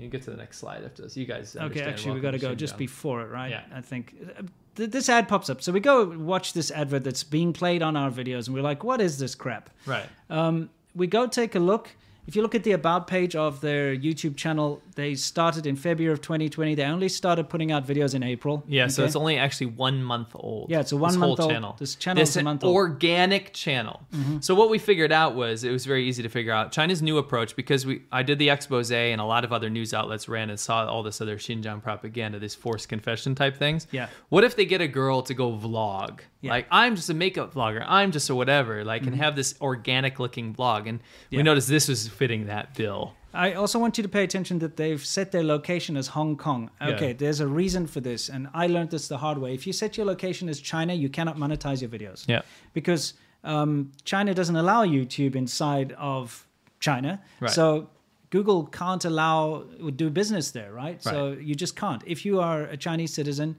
S2: You get to the next slide after this. You guys
S1: Okay,
S2: understand.
S1: actually, we got
S2: Welcome
S1: to go
S2: Xinjiang.
S1: just before it, right?
S2: Yeah.
S1: I think Uh, th- this ad pops up, so we go watch this advert that's being played on our videos, and we're like, "What is this crap?"
S2: right.
S1: Um, we go take a look. If you look at the about page of their YouTube channel, they started in February of 2020. They only started putting out videos in April.
S2: Yeah, so
S1: okay?
S2: it's only actually one month old.
S1: Yeah, it's a
S2: this
S1: one month
S2: whole
S1: old-
S2: Channel.
S1: this channel is a month old. Mm-hmm.
S2: Organic channel. So what we figured out was it was very easy to figure out China's new approach because we I did the expose and a lot of other news outlets ran and saw all this other Xinjiang propaganda, these forced confession type things.
S1: Yeah.
S2: What if they get a girl to go vlog?
S1: Yeah. Mm-hmm.
S2: Like I'm just a makeup vlogger. I'm just a whatever. Like and have this organic looking vlog. And
S1: Yeah.
S2: we noticed this was fitting that bill.
S1: I also want you to pay attention that they've set their location as Hong Kong. Okay,
S2: Yeah.
S1: there's a reason for this, and I learned this the hard way. If you set your location as China, you cannot monetize your videos.
S2: Yeah.
S1: Because um, China doesn't allow YouTube inside of China.
S2: Right.
S1: So Google can't allow do business there, right? So you just can't. If you are a Chinese citizen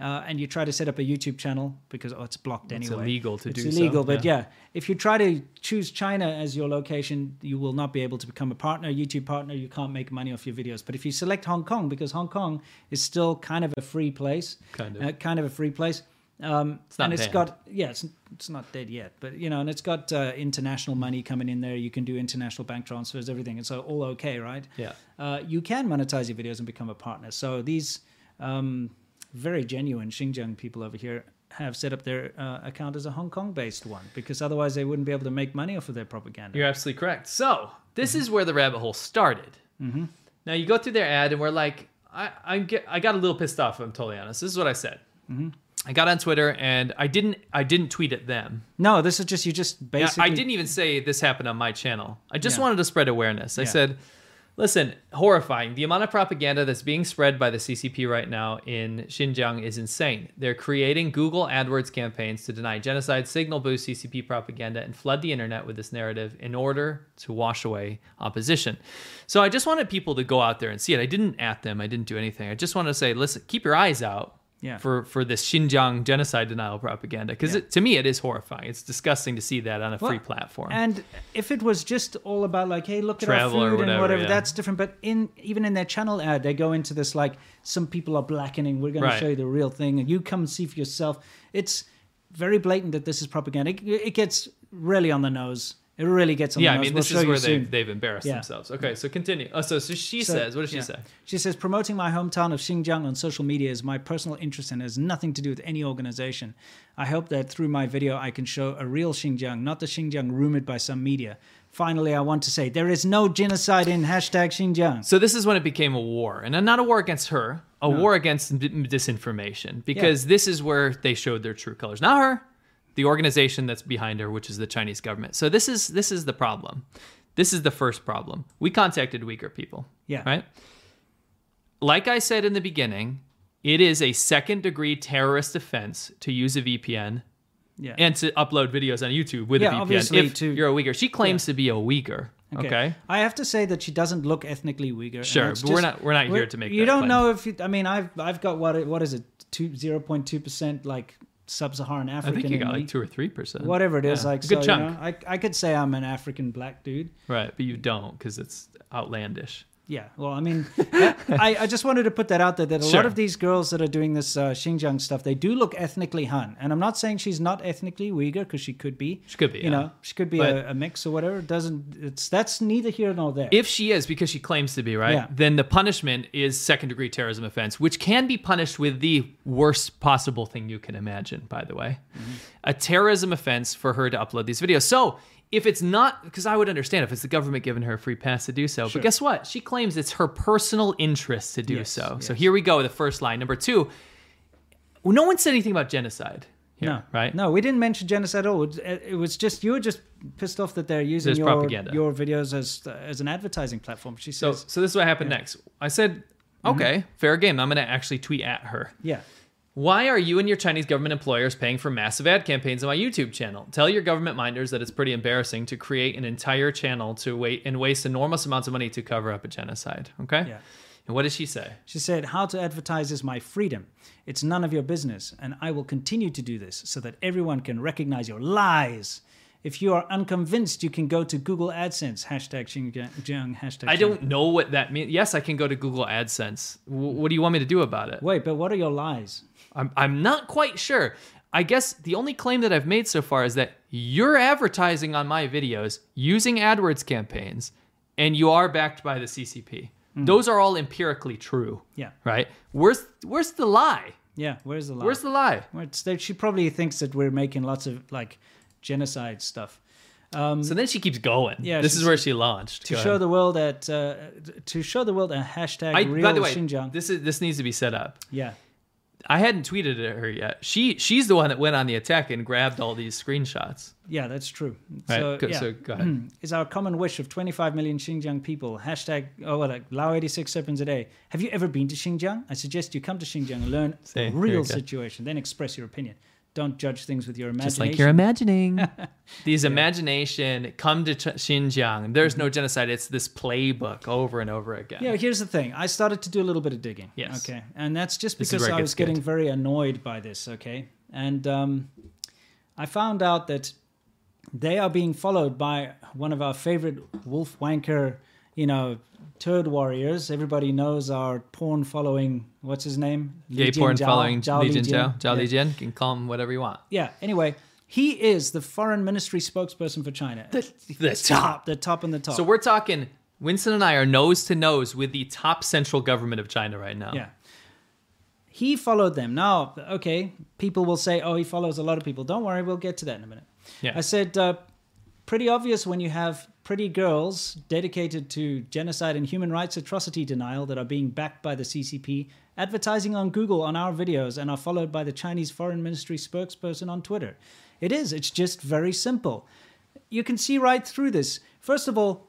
S1: uh, and you try to set up a YouTube channel because oh, it's blocked
S2: It's
S1: anyway.
S2: illegal to
S1: it's
S2: do so,
S1: illegal, but
S2: yeah.
S1: yeah, if you try to choose China as your location, you will not be able to become a partner, YouTube partner. You can't make money off your videos. But if you select Hong Kong, because Hong Kong is still kind of a free place,
S2: Kind of.
S1: uh, kind of a free place. Um,
S2: It's not
S1: and it's
S2: banned.
S1: got yeah, it's, it's not dead yet, but you know, and it's got uh, international money coming in there. You can do international bank transfers, everything. It's all okay, right?
S2: Yeah.
S1: Uh, you can monetize your videos and become a partner. So these um, very genuine Xinjiang people over here have set up their uh, account as a Hong Kong-based one because otherwise they wouldn't be able to make money off of their propaganda.
S2: You're absolutely correct. So this
S1: Mm-hmm.
S2: is where the rabbit hole started. Now you go through their ad, and we're like, I, I get, I got a little pissed off. If I'm totally honest. This is what I said.
S1: Mm-hmm.
S2: I got on Twitter, and I didn't, I didn't tweet at them.
S1: No, this is just you just
S2: Yeah,
S1: basically.
S2: I didn't even say this happened on my channel. I just
S1: Yeah.
S2: wanted to spread awareness. I
S1: Yeah.
S2: said, listen, horrifying. The amount of propaganda that's being spread by the CCP right now in Xinjiang is insane. They're creating Google AdWords campaigns to deny genocide, signal boost CCP propaganda, and flood the internet with this narrative in order to wash away opposition. So I just wanted people to go out there and see it. I didn't at them, I didn't do anything. I just wanted to say, listen, keep your eyes out
S1: Yeah.
S2: for for this Xinjiang genocide denial propaganda because to me it is horrifying. It's disgusting to see that on a
S1: Well,
S2: free platform.
S1: And if it was just all about like, hey, look at our
S2: Travel
S1: food
S2: or
S1: and
S2: whatever,
S1: whatever,
S2: yeah.
S1: that's different. But in even in their channel ad, they go into this like, some people are blackening. We're going
S2: Right.
S1: to show you the real thing, and you come see for yourself. It's very blatant that this is propaganda. It, it gets really on the nose. It really gets on
S2: yeah,
S1: the
S2: I
S1: nose.
S2: mean
S1: We'll
S2: this
S1: show
S2: is
S1: you
S2: where they've,
S1: soon.
S2: they've embarrassed
S1: Yeah.
S2: themselves. Okay, so continue. Oh, so so she
S1: So,
S2: says, what does she
S1: yeah.
S2: say?
S1: She says, promoting my hometown of Xinjiang on social media is my personal interest and has nothing to do with any organization. I hope that through my video I can show a real Xinjiang, not the Xinjiang rumored by some media. Finally, I want to say there is no genocide in hashtag Xinjiang.
S2: So this is when it became a war, and not a war against her, a war against d- disinformation, because this is where they showed their true colors. Not her, the organization that's behind her, which is the Chinese government. So this is this is the problem. This is the first problem. We contacted Uyghur people.
S1: Yeah.
S2: Right. Like I said in the beginning, it is a second degree terrorist offense to use a VPN
S1: Yeah.
S2: and to upload videos on YouTube with
S1: Yeah,
S2: a VPN.
S1: obviously
S2: if
S1: to-
S2: you're a Uyghur, she claims to be a Uyghur. Okay.
S1: I have to say that she doesn't look ethnically Uyghur. and
S2: Sure,
S1: it's
S2: but we're not- we're not here to make
S1: You
S2: that
S1: don't
S2: claim.
S1: know if you. I mean, I've I've got what what is it? Two zero point two percent like sub-Saharan
S2: I
S1: African.
S2: think you
S1: in
S2: got
S1: me.
S2: like two or three percent.
S1: Whatever it is,
S2: Yeah.
S1: like
S2: a good
S1: so,
S2: chunk,
S1: You know, I I could say I'm an African black dude.
S2: right? But you don't because it's outlandish.
S1: Yeah, well, I mean, I, I I just wanted to put that out there that a lot
S2: Sure.
S1: of these girls that are doing this uh, Xinjiang stuff, they do look ethnically Han. And I'm not saying she's not ethnically Uyghur because she could be.
S2: She could be,
S1: You
S2: yeah.
S1: know, she could be
S2: But-
S1: a, a mix or whatever. It doesn't, it's that's neither here nor there.
S2: If she is, because she claims to be, right?
S1: Yeah.
S2: Then the punishment is second degree terrorism offense, which can be punished with the worst possible thing you can imagine, by the way.
S1: Mm-hmm.
S2: A terrorism offense for her to upload these videos. So if it's not, because I would understand if it's the government giving her a free pass to do so, but guess what? She claims it's her personal interest to do
S1: Yes,
S2: so. So
S1: yes.
S2: here we go, the first line. Number two, no one said anything about genocide. Here,
S1: no,
S2: Right?
S1: No, we didn't mention genocide at all. It, it was just you were just pissed off that they're using
S2: There's
S1: your
S2: propaganda.
S1: your videos as as an advertising platform. She
S2: So,
S1: says,
S2: so this is what happened next. I said,
S1: Mm-hmm.
S2: okay, fair game. I'm going to actually tweet at her.
S1: yeah,
S2: Why are you and your Chinese government employers paying for massive ad campaigns on my YouTube channel? Tell your government minders that it's pretty embarrassing to create an entire channel to wait and waste enormous amounts of money to cover up a genocide. Okay?
S1: Yeah.
S2: And what does she say?
S1: She said, How to advertise is my freedom. It's none of your business, and I will continue to do this so that everyone can recognize your lies. If you are unconvinced, you can go to Google AdSense, hashtag Xinjiang, hashtag.
S2: I don't know what that means. Yes, I can go to Google AdSense. W- what do you want me to do about it?
S1: Wait, but what are your lies?
S2: I'm, I'm not quite sure. I guess the only claim that I've made so far is that you're advertising on my videos using AdWords campaigns and you are backed by the CCP. Those are all empirically true.
S1: Hmm. Yeah.
S2: Right? Where's where's the lie?
S1: Yeah, where's the lie?
S2: Where's the lie?
S1: Where it's- there- she probably thinks that we're making lots of like genocide stuff.
S2: Um, So then she keeps going.
S1: Yeah,
S2: This
S1: she-
S2: is where she launched.
S1: To
S2: Go
S1: show
S2: ahead.
S1: the world that, uh, to show the world a hashtag
S2: I,
S1: real
S2: by the way,
S1: Xinjiang.
S2: this is this needs to be set up.
S1: yeah.
S2: I hadn't tweeted at her yet. She she's the one that went on the attack and grabbed all these screenshots.
S1: Yeah, that's true.
S2: Right?
S1: So,
S2: Go-
S1: yeah.
S2: so go ahead.
S1: is our common wish of 25 million Xinjiang people. Hashtag, oh, well, like, Lao 86 opens a day. Have you ever been to Xinjiang? I suggest you come to Xinjiang and learn
S2: See,
S1: the
S2: here
S1: real
S2: we go.
S1: situation, then express your opinion. Don't judge things with your imagination.
S2: imagining. These imagination come to Ch- Xinjiang. There's no genocide. It's this playbook over and over again.
S1: Mm-hmm. yeah, here's the thing. I started to do a little bit of digging.
S2: Yes.
S1: Okay. And that's just
S2: This is
S1: because
S2: where it
S1: I
S2: gets
S1: was getting
S2: good.
S1: very annoyed by this. Okay. And um, I found out that they are being followed by one of our favorite wolf wanker, you know, turd warriors. Everybody knows our porn following. What's his name?
S2: Gay
S1: Li Jian
S2: porn
S1: Zhao-
S2: following
S1: Zhao
S2: Li
S1: Li
S2: Jian Zhao, Zhao Li
S1: Yeah.
S2: Jian. You can call him whatever you want.
S1: Yeah. Anyway, he is the foreign ministry spokesperson for China. The,
S2: The
S1: top, the top, and the top.
S2: So we're talking. Winston and I are nose to nose with the top central government of China right now.
S1: Yeah. He followed them. Now, okay, people will say, oh, he follows a lot of people. Don't worry, we'll get to that in a minute.
S2: Yeah.
S1: I said, uh, pretty obvious when you have pretty girls dedicated to genocide and human rights atrocity denial that are being backed by the CCP, advertising on Google on our videos, and are followed by the Chinese Foreign Ministry spokesperson on Twitter. It is, it's just very simple. You can see right through this. First of all,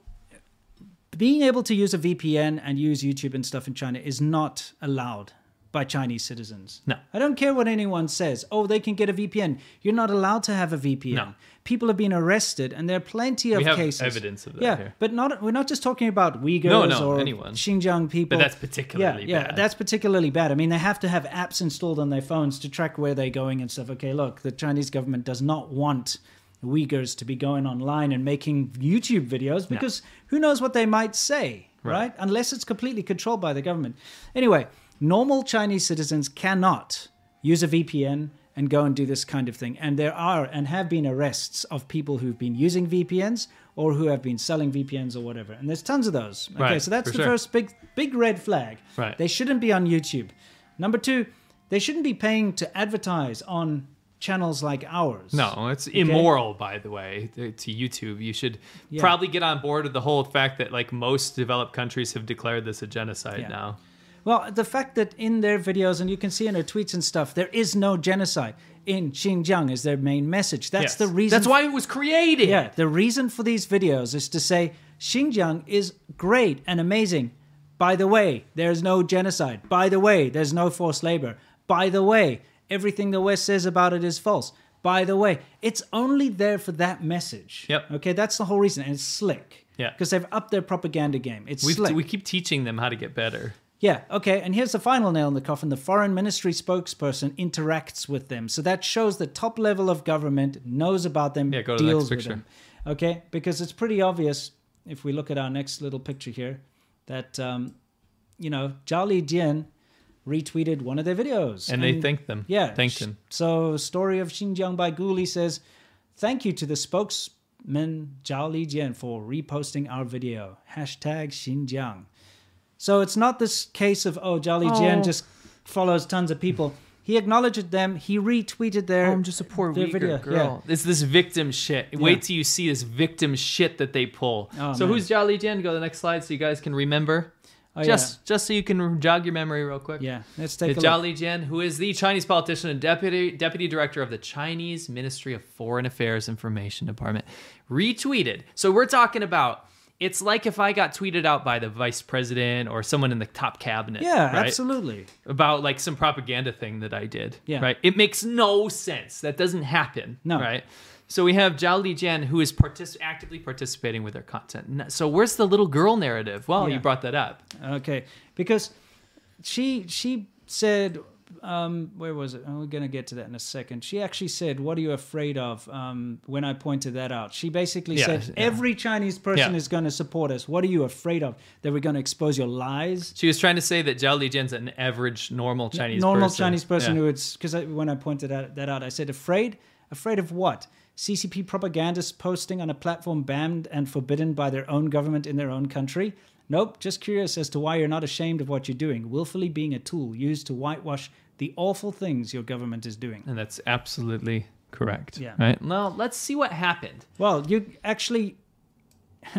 S1: being able to use a VPN and use YouTube and stuff in China is not allowed by Chinese citizens.
S2: No.
S1: I don't care what anyone says. Oh, they can get a VPN. You're not allowed to have a VPN.
S2: No.
S1: People have been arrested, and there are plenty of
S2: have
S1: cases.
S2: evidence of that
S1: Yeah,
S2: here.
S1: but not we're not just talking about Uyghurs
S2: No, no,
S1: or
S2: anyone.
S1: Xinjiang people.
S2: that's particularly
S1: yeah, yeah,
S2: bad.
S1: that's particularly bad. I mean, they have to have apps installed on their phones to track where they're going and stuff. Okay, look, the Chinese government does not want Uyghurs to be going online and making YouTube videos because who knows what they might say, right. Unless it's completely controlled by the government. Anyway, normal Chinese citizens cannot use a VPN and go and do this kind of thing. And there are and have been arrests of people who've been using VPNs or who have been selling VPNs or whatever. And there's tons of those. Okay,
S2: Right,
S1: so that's
S2: for
S1: the
S2: sure.
S1: first big big red flag.
S2: Right.
S1: They shouldn't be on YouTube. Number two, they shouldn't be paying to advertise on channels like ours.
S2: No, it's immoral, by the way, to to YouTube. You should
S1: Yeah.
S2: probably get on board with the whole fact that like most developed countries have declared this a genocide
S1: Yeah.
S2: now.
S1: Well, the fact that in their videos and you can see in their tweets and stuff, there is no genocide in Xinjiang is their main message. That's
S2: Yes.
S1: the reason.
S2: That's why it was created.
S1: Yeah, the reason for these videos is to say Xinjiang is great and amazing. By the way, there's no genocide. By the way, there's no forced labor. By the way, everything the West says about it is false. By the way, it's only there for that message.
S2: Yep.
S1: Okay, that's the whole reason. And it's slick.
S2: Yeah.
S1: Because they've upped their propaganda game. It's
S2: We
S1: slick.
S2: we keep teaching them how to get better.
S1: Yeah, okay, and here's the final nail in the coffin. The foreign ministry spokesperson interacts with them. So that shows the top level of government knows about them,
S2: Yeah, go to the
S1: deals
S2: next
S1: with them. Okay, because it's pretty obvious if we look at our next little picture here that, um, you know, Jali Jian retweeted one of their videos.
S2: And, they thanked them.
S1: Yeah.
S2: Thanked
S1: sh-
S2: him.
S1: So, Story of Xinjiang by Guli says, Thank you to the spokesman Zhao Lijian for reposting our video. Hashtag Xinjiang. So, it's not this case of, oh, Zhao Lijian
S2: Oh.
S1: just follows tons of people. He acknowledged them. He retweeted their.
S2: Oh, I'm just a poor
S1: their
S2: Uyghur
S1: video,
S2: girl. It's this victim shit. Wait till you see this victim shit that they pull.
S1: Oh,
S2: so
S1: man.
S2: who's Jolly Jan? Go to the next slide so you guys can remember.
S1: Oh,
S2: just just so you can jog your memory real quick.
S1: Yeah. yeah, let's
S2: Uh,
S1: take a
S2: Zhao
S1: look.
S2: Lijian, who is the Chinese politician and deputy deputy director of the Chinese Ministry of Foreign Affairs Information Department, retweeted. So we're talking about it's like if I got tweeted out by the vice president or someone in the top cabinet.
S1: Yeah,
S2: right?
S1: absolutely.
S2: About like some propaganda thing that I did.
S1: Yeah.
S2: Right. It makes no sense. That doesn't happen.
S1: No.
S2: Right. So we have Zhao Lijian, who is partic- actively participating with their content. N- So where's the little girl narrative? Well,
S1: Yeah.
S2: you brought that up.
S1: Okay, because she she said, um, where was it? Oh, we're gonna get to that in a second. She actually said, "What are you afraid of?" Um, when I pointed that out, she basically
S2: Yeah,
S1: said,
S2: yeah.
S1: "Every Chinese person
S2: Yeah.
S1: is going to support us. What are you afraid of? That we're going to expose your lies?"
S2: She was trying to say that Zhao Lijian's an average, normal Chinese
S1: normal
S2: person.
S1: Chinese person
S2: Yeah.
S1: who it's because I, when I pointed out, that out, I said afraid, afraid of what? CCP propagandists posting on a platform banned and forbidden by their own government in their own country. Nope, just curious as to why you're not ashamed of what you're doing, willfully being a tool used to whitewash the awful things your government is doing.
S2: And that's absolutely correct.
S1: Yeah.
S2: Right? Now, let's see what happened.
S1: Well, you actually,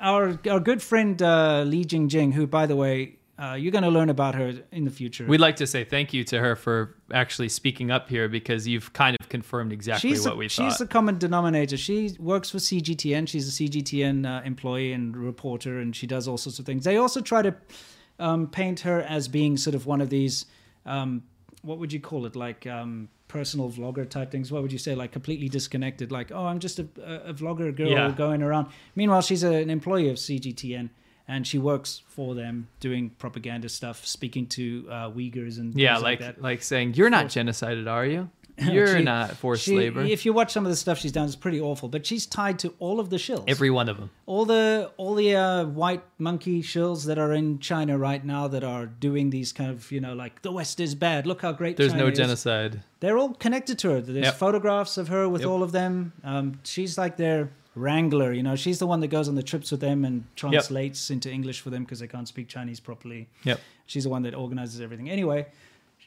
S1: our our good friend uh, Li Jingjing, who by the way, uh, you're going to learn about her in the future.
S2: We'd like to say thank you to her for actually speaking up here because you've kind of confirmed exactly
S1: she's
S2: what
S1: a,
S2: we
S1: she's
S2: thought.
S1: the common denominator. She works for CGTN. She's a CGTN uh, employee and reporter, and she does all sorts of things. They also try to um, paint her as being sort of one of these, um, what would you call it, like um, personal vlogger type things. What would you say, like completely disconnected, like oh, I'm just a, a a vlogger girl
S2: Yeah.
S1: going around. Meanwhile, she's a, an employee of CGTN. And she works for them, doing propaganda stuff, speaking to uh, Uyghurs and
S2: yeah,
S1: things
S2: like
S1: that.
S2: like, saying, you're not genocided, are you? You're
S1: She-
S2: not forced
S1: she-
S2: labor.
S1: If you watch some of the stuff she's done, it's pretty awful. But she's tied to all of the shills,
S2: Every one of them.
S1: all the all the uh, white monkey shills that are in China right now that are doing these kind of you know like the West is bad. Look how great
S2: There's
S1: China
S2: no
S1: is."
S2: genocide.
S1: They're all connected to her. There's
S2: Yep.
S1: photographs of her with
S2: Yep.
S1: all of them. Um, she's like their wrangler. You know, she's the one that goes on the trips with them and translates into English for them because they can't speak Chinese properly.
S2: Yep.
S1: She's the one that organizes everything. Anyway,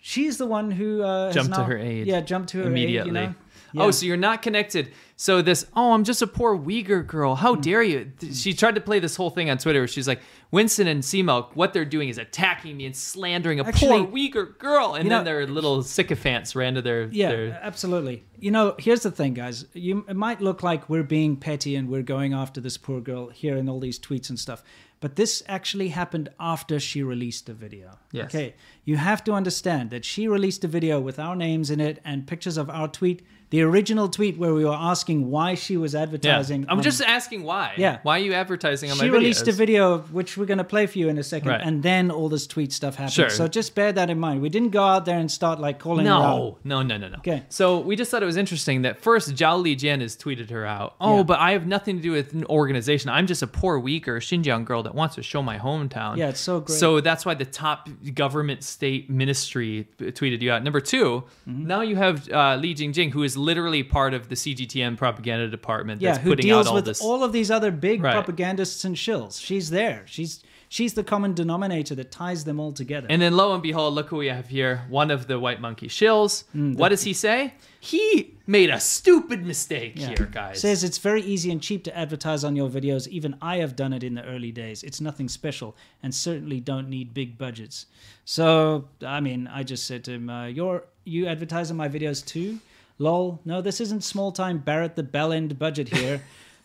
S1: she's the one who uh, has
S2: Jumped to
S1: now-
S2: her aid
S1: Yeah, jumped to her Aid,
S2: immediately.
S1: you know? Yeah.
S2: Oh, so you're not connected. So this, oh, I'm just a poor Uyghur girl. How
S1: Mm.
S2: dare you? Th- She tried to play this whole thing on Twitter. Where she's like, Winston and Seamilk, what they're doing is attacking me and slandering a
S1: Actually,
S2: poor Uyghur girl. And
S1: you
S2: then
S1: know-
S2: their little sycophants ran to their.
S1: Yeah,
S2: Their,
S1: absolutely. You know, here's the thing, guys. You it might look like we're being petty and we're going after this poor girl here in all these tweets and stuff, but this actually happened after she released the video.
S2: Yes.
S1: Okay, you have to understand that she released a video with our names in it and pictures of our tweet, the original tweet where we were asking why she was
S2: yeah.
S1: advertising.
S2: I'm
S1: on-
S2: just asking why.
S1: Yeah.
S2: Why are you advertising on
S1: She
S2: my
S1: released a
S2: videos?
S1: video which we're going to play for you in a second,
S2: Right.
S1: and then all this tweet stuff happened.
S2: Sure.
S1: So just bear that in mind. We didn't go out there and start like calling. her out.
S2: No, no, no, no, no.
S1: Okay.
S2: So we just thought it was interesting that first Zhao Lijian has tweeted her out. Oh,
S1: Yeah.
S2: but I have nothing to do with an organization. I'm just a poor Uyghur Xinjiang girl that wants to show my hometown.
S1: Yeah, it's so great.
S2: So that's why the top government state ministry tweeted you out. Number 2
S1: Mm-hmm.
S2: now you have uh, Li Jingjing, who is literally part of the CGTN propaganda department
S1: yeah,
S2: that's
S1: who
S2: putting
S1: deals
S2: out all
S1: with
S2: this.
S1: all of these other big
S2: Right.
S1: propagandists and shills. She's there. She's she's the common denominator that ties them all together.
S2: and then lo and behold, look who we have here. One of the white monkey shills.
S1: Mm,
S2: what does he say? He made a stupid mistake
S1: Yeah.
S2: here, guys.
S1: Says it's very easy and cheap to advertise on your videos. Even I have done it in the early days. It's nothing special, and certainly don't need big budgets. So I mean, I just said to him, uh, "You're you advertise on my videos too." Lol. No, this isn't small time Barrett the bell end budget here.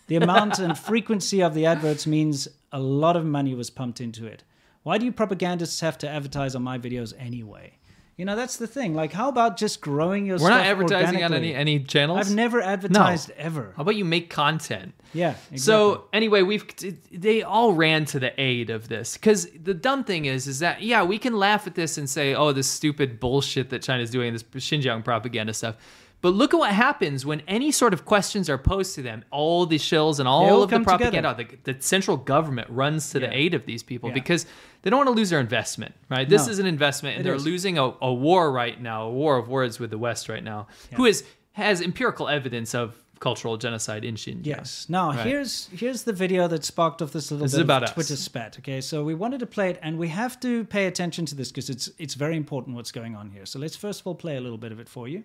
S1: the amount and frequency of the adverts means a lot of money was pumped into it. Why do you propagandists have to advertise on my videos anyway? You know, that's the thing. Like, how about just growing your
S2: We're
S1: stuff
S2: not advertising on
S1: organically?
S2: any any channels.
S1: I've never advertised ever.
S2: How about you make content?
S1: Yeah. Exactly.
S2: So anyway, we've they all ran to the aid of this because the dumb thing is, is that yeah, we can laugh at this and say, oh, this stupid bullshit that China's doing, this Xinjiang propaganda stuff. But look at what happens when any sort of questions are posed to them. All the shills and all,
S1: all
S2: of the
S1: come together.
S2: propaganda, the, the central government runs to the
S1: Yeah.
S2: aid of these people
S1: Yeah.
S2: because they don't want to lose their investment, right? This
S1: No.
S2: is an investment, and
S1: It
S2: they're
S1: is.
S2: losing a, a war right now, a war of words with the West right now, who is has empirical evidence of cultural genocide in Xinjiang.
S1: Yes. Now
S2: Right.
S1: here's here's the video that sparked off this little
S2: This
S1: bit
S2: is
S1: of
S2: about us.
S1: Twitter spat. Okay, so we wanted to play it, and we have to pay attention to this because it's it's very important what's going on here. So let's first of all play a little bit of it for you.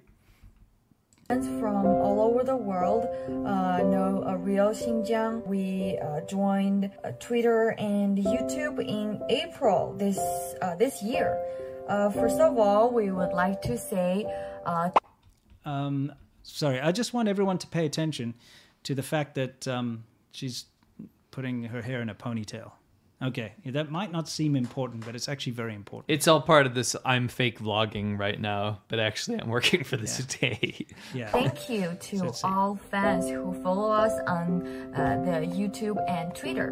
S5: Friends from all over the world uh, know uh, Real Xinjiang. We uh, joined uh, Twitter and YouTube in April this uh, this year. Uh, first of all, we would like to say uh,
S1: Um, sorry, I just want everyone to pay attention to the fact that um, she's putting her hair in a ponytail. Okay, that might not seem important, but it's actually very important.
S2: It's all part of this I'm fake vlogging right now, but actually I'm working for this day.
S1: Yeah.
S5: thank you to
S1: Let's see.
S5: all fans who follow us on uh, the YouTube and Twitter.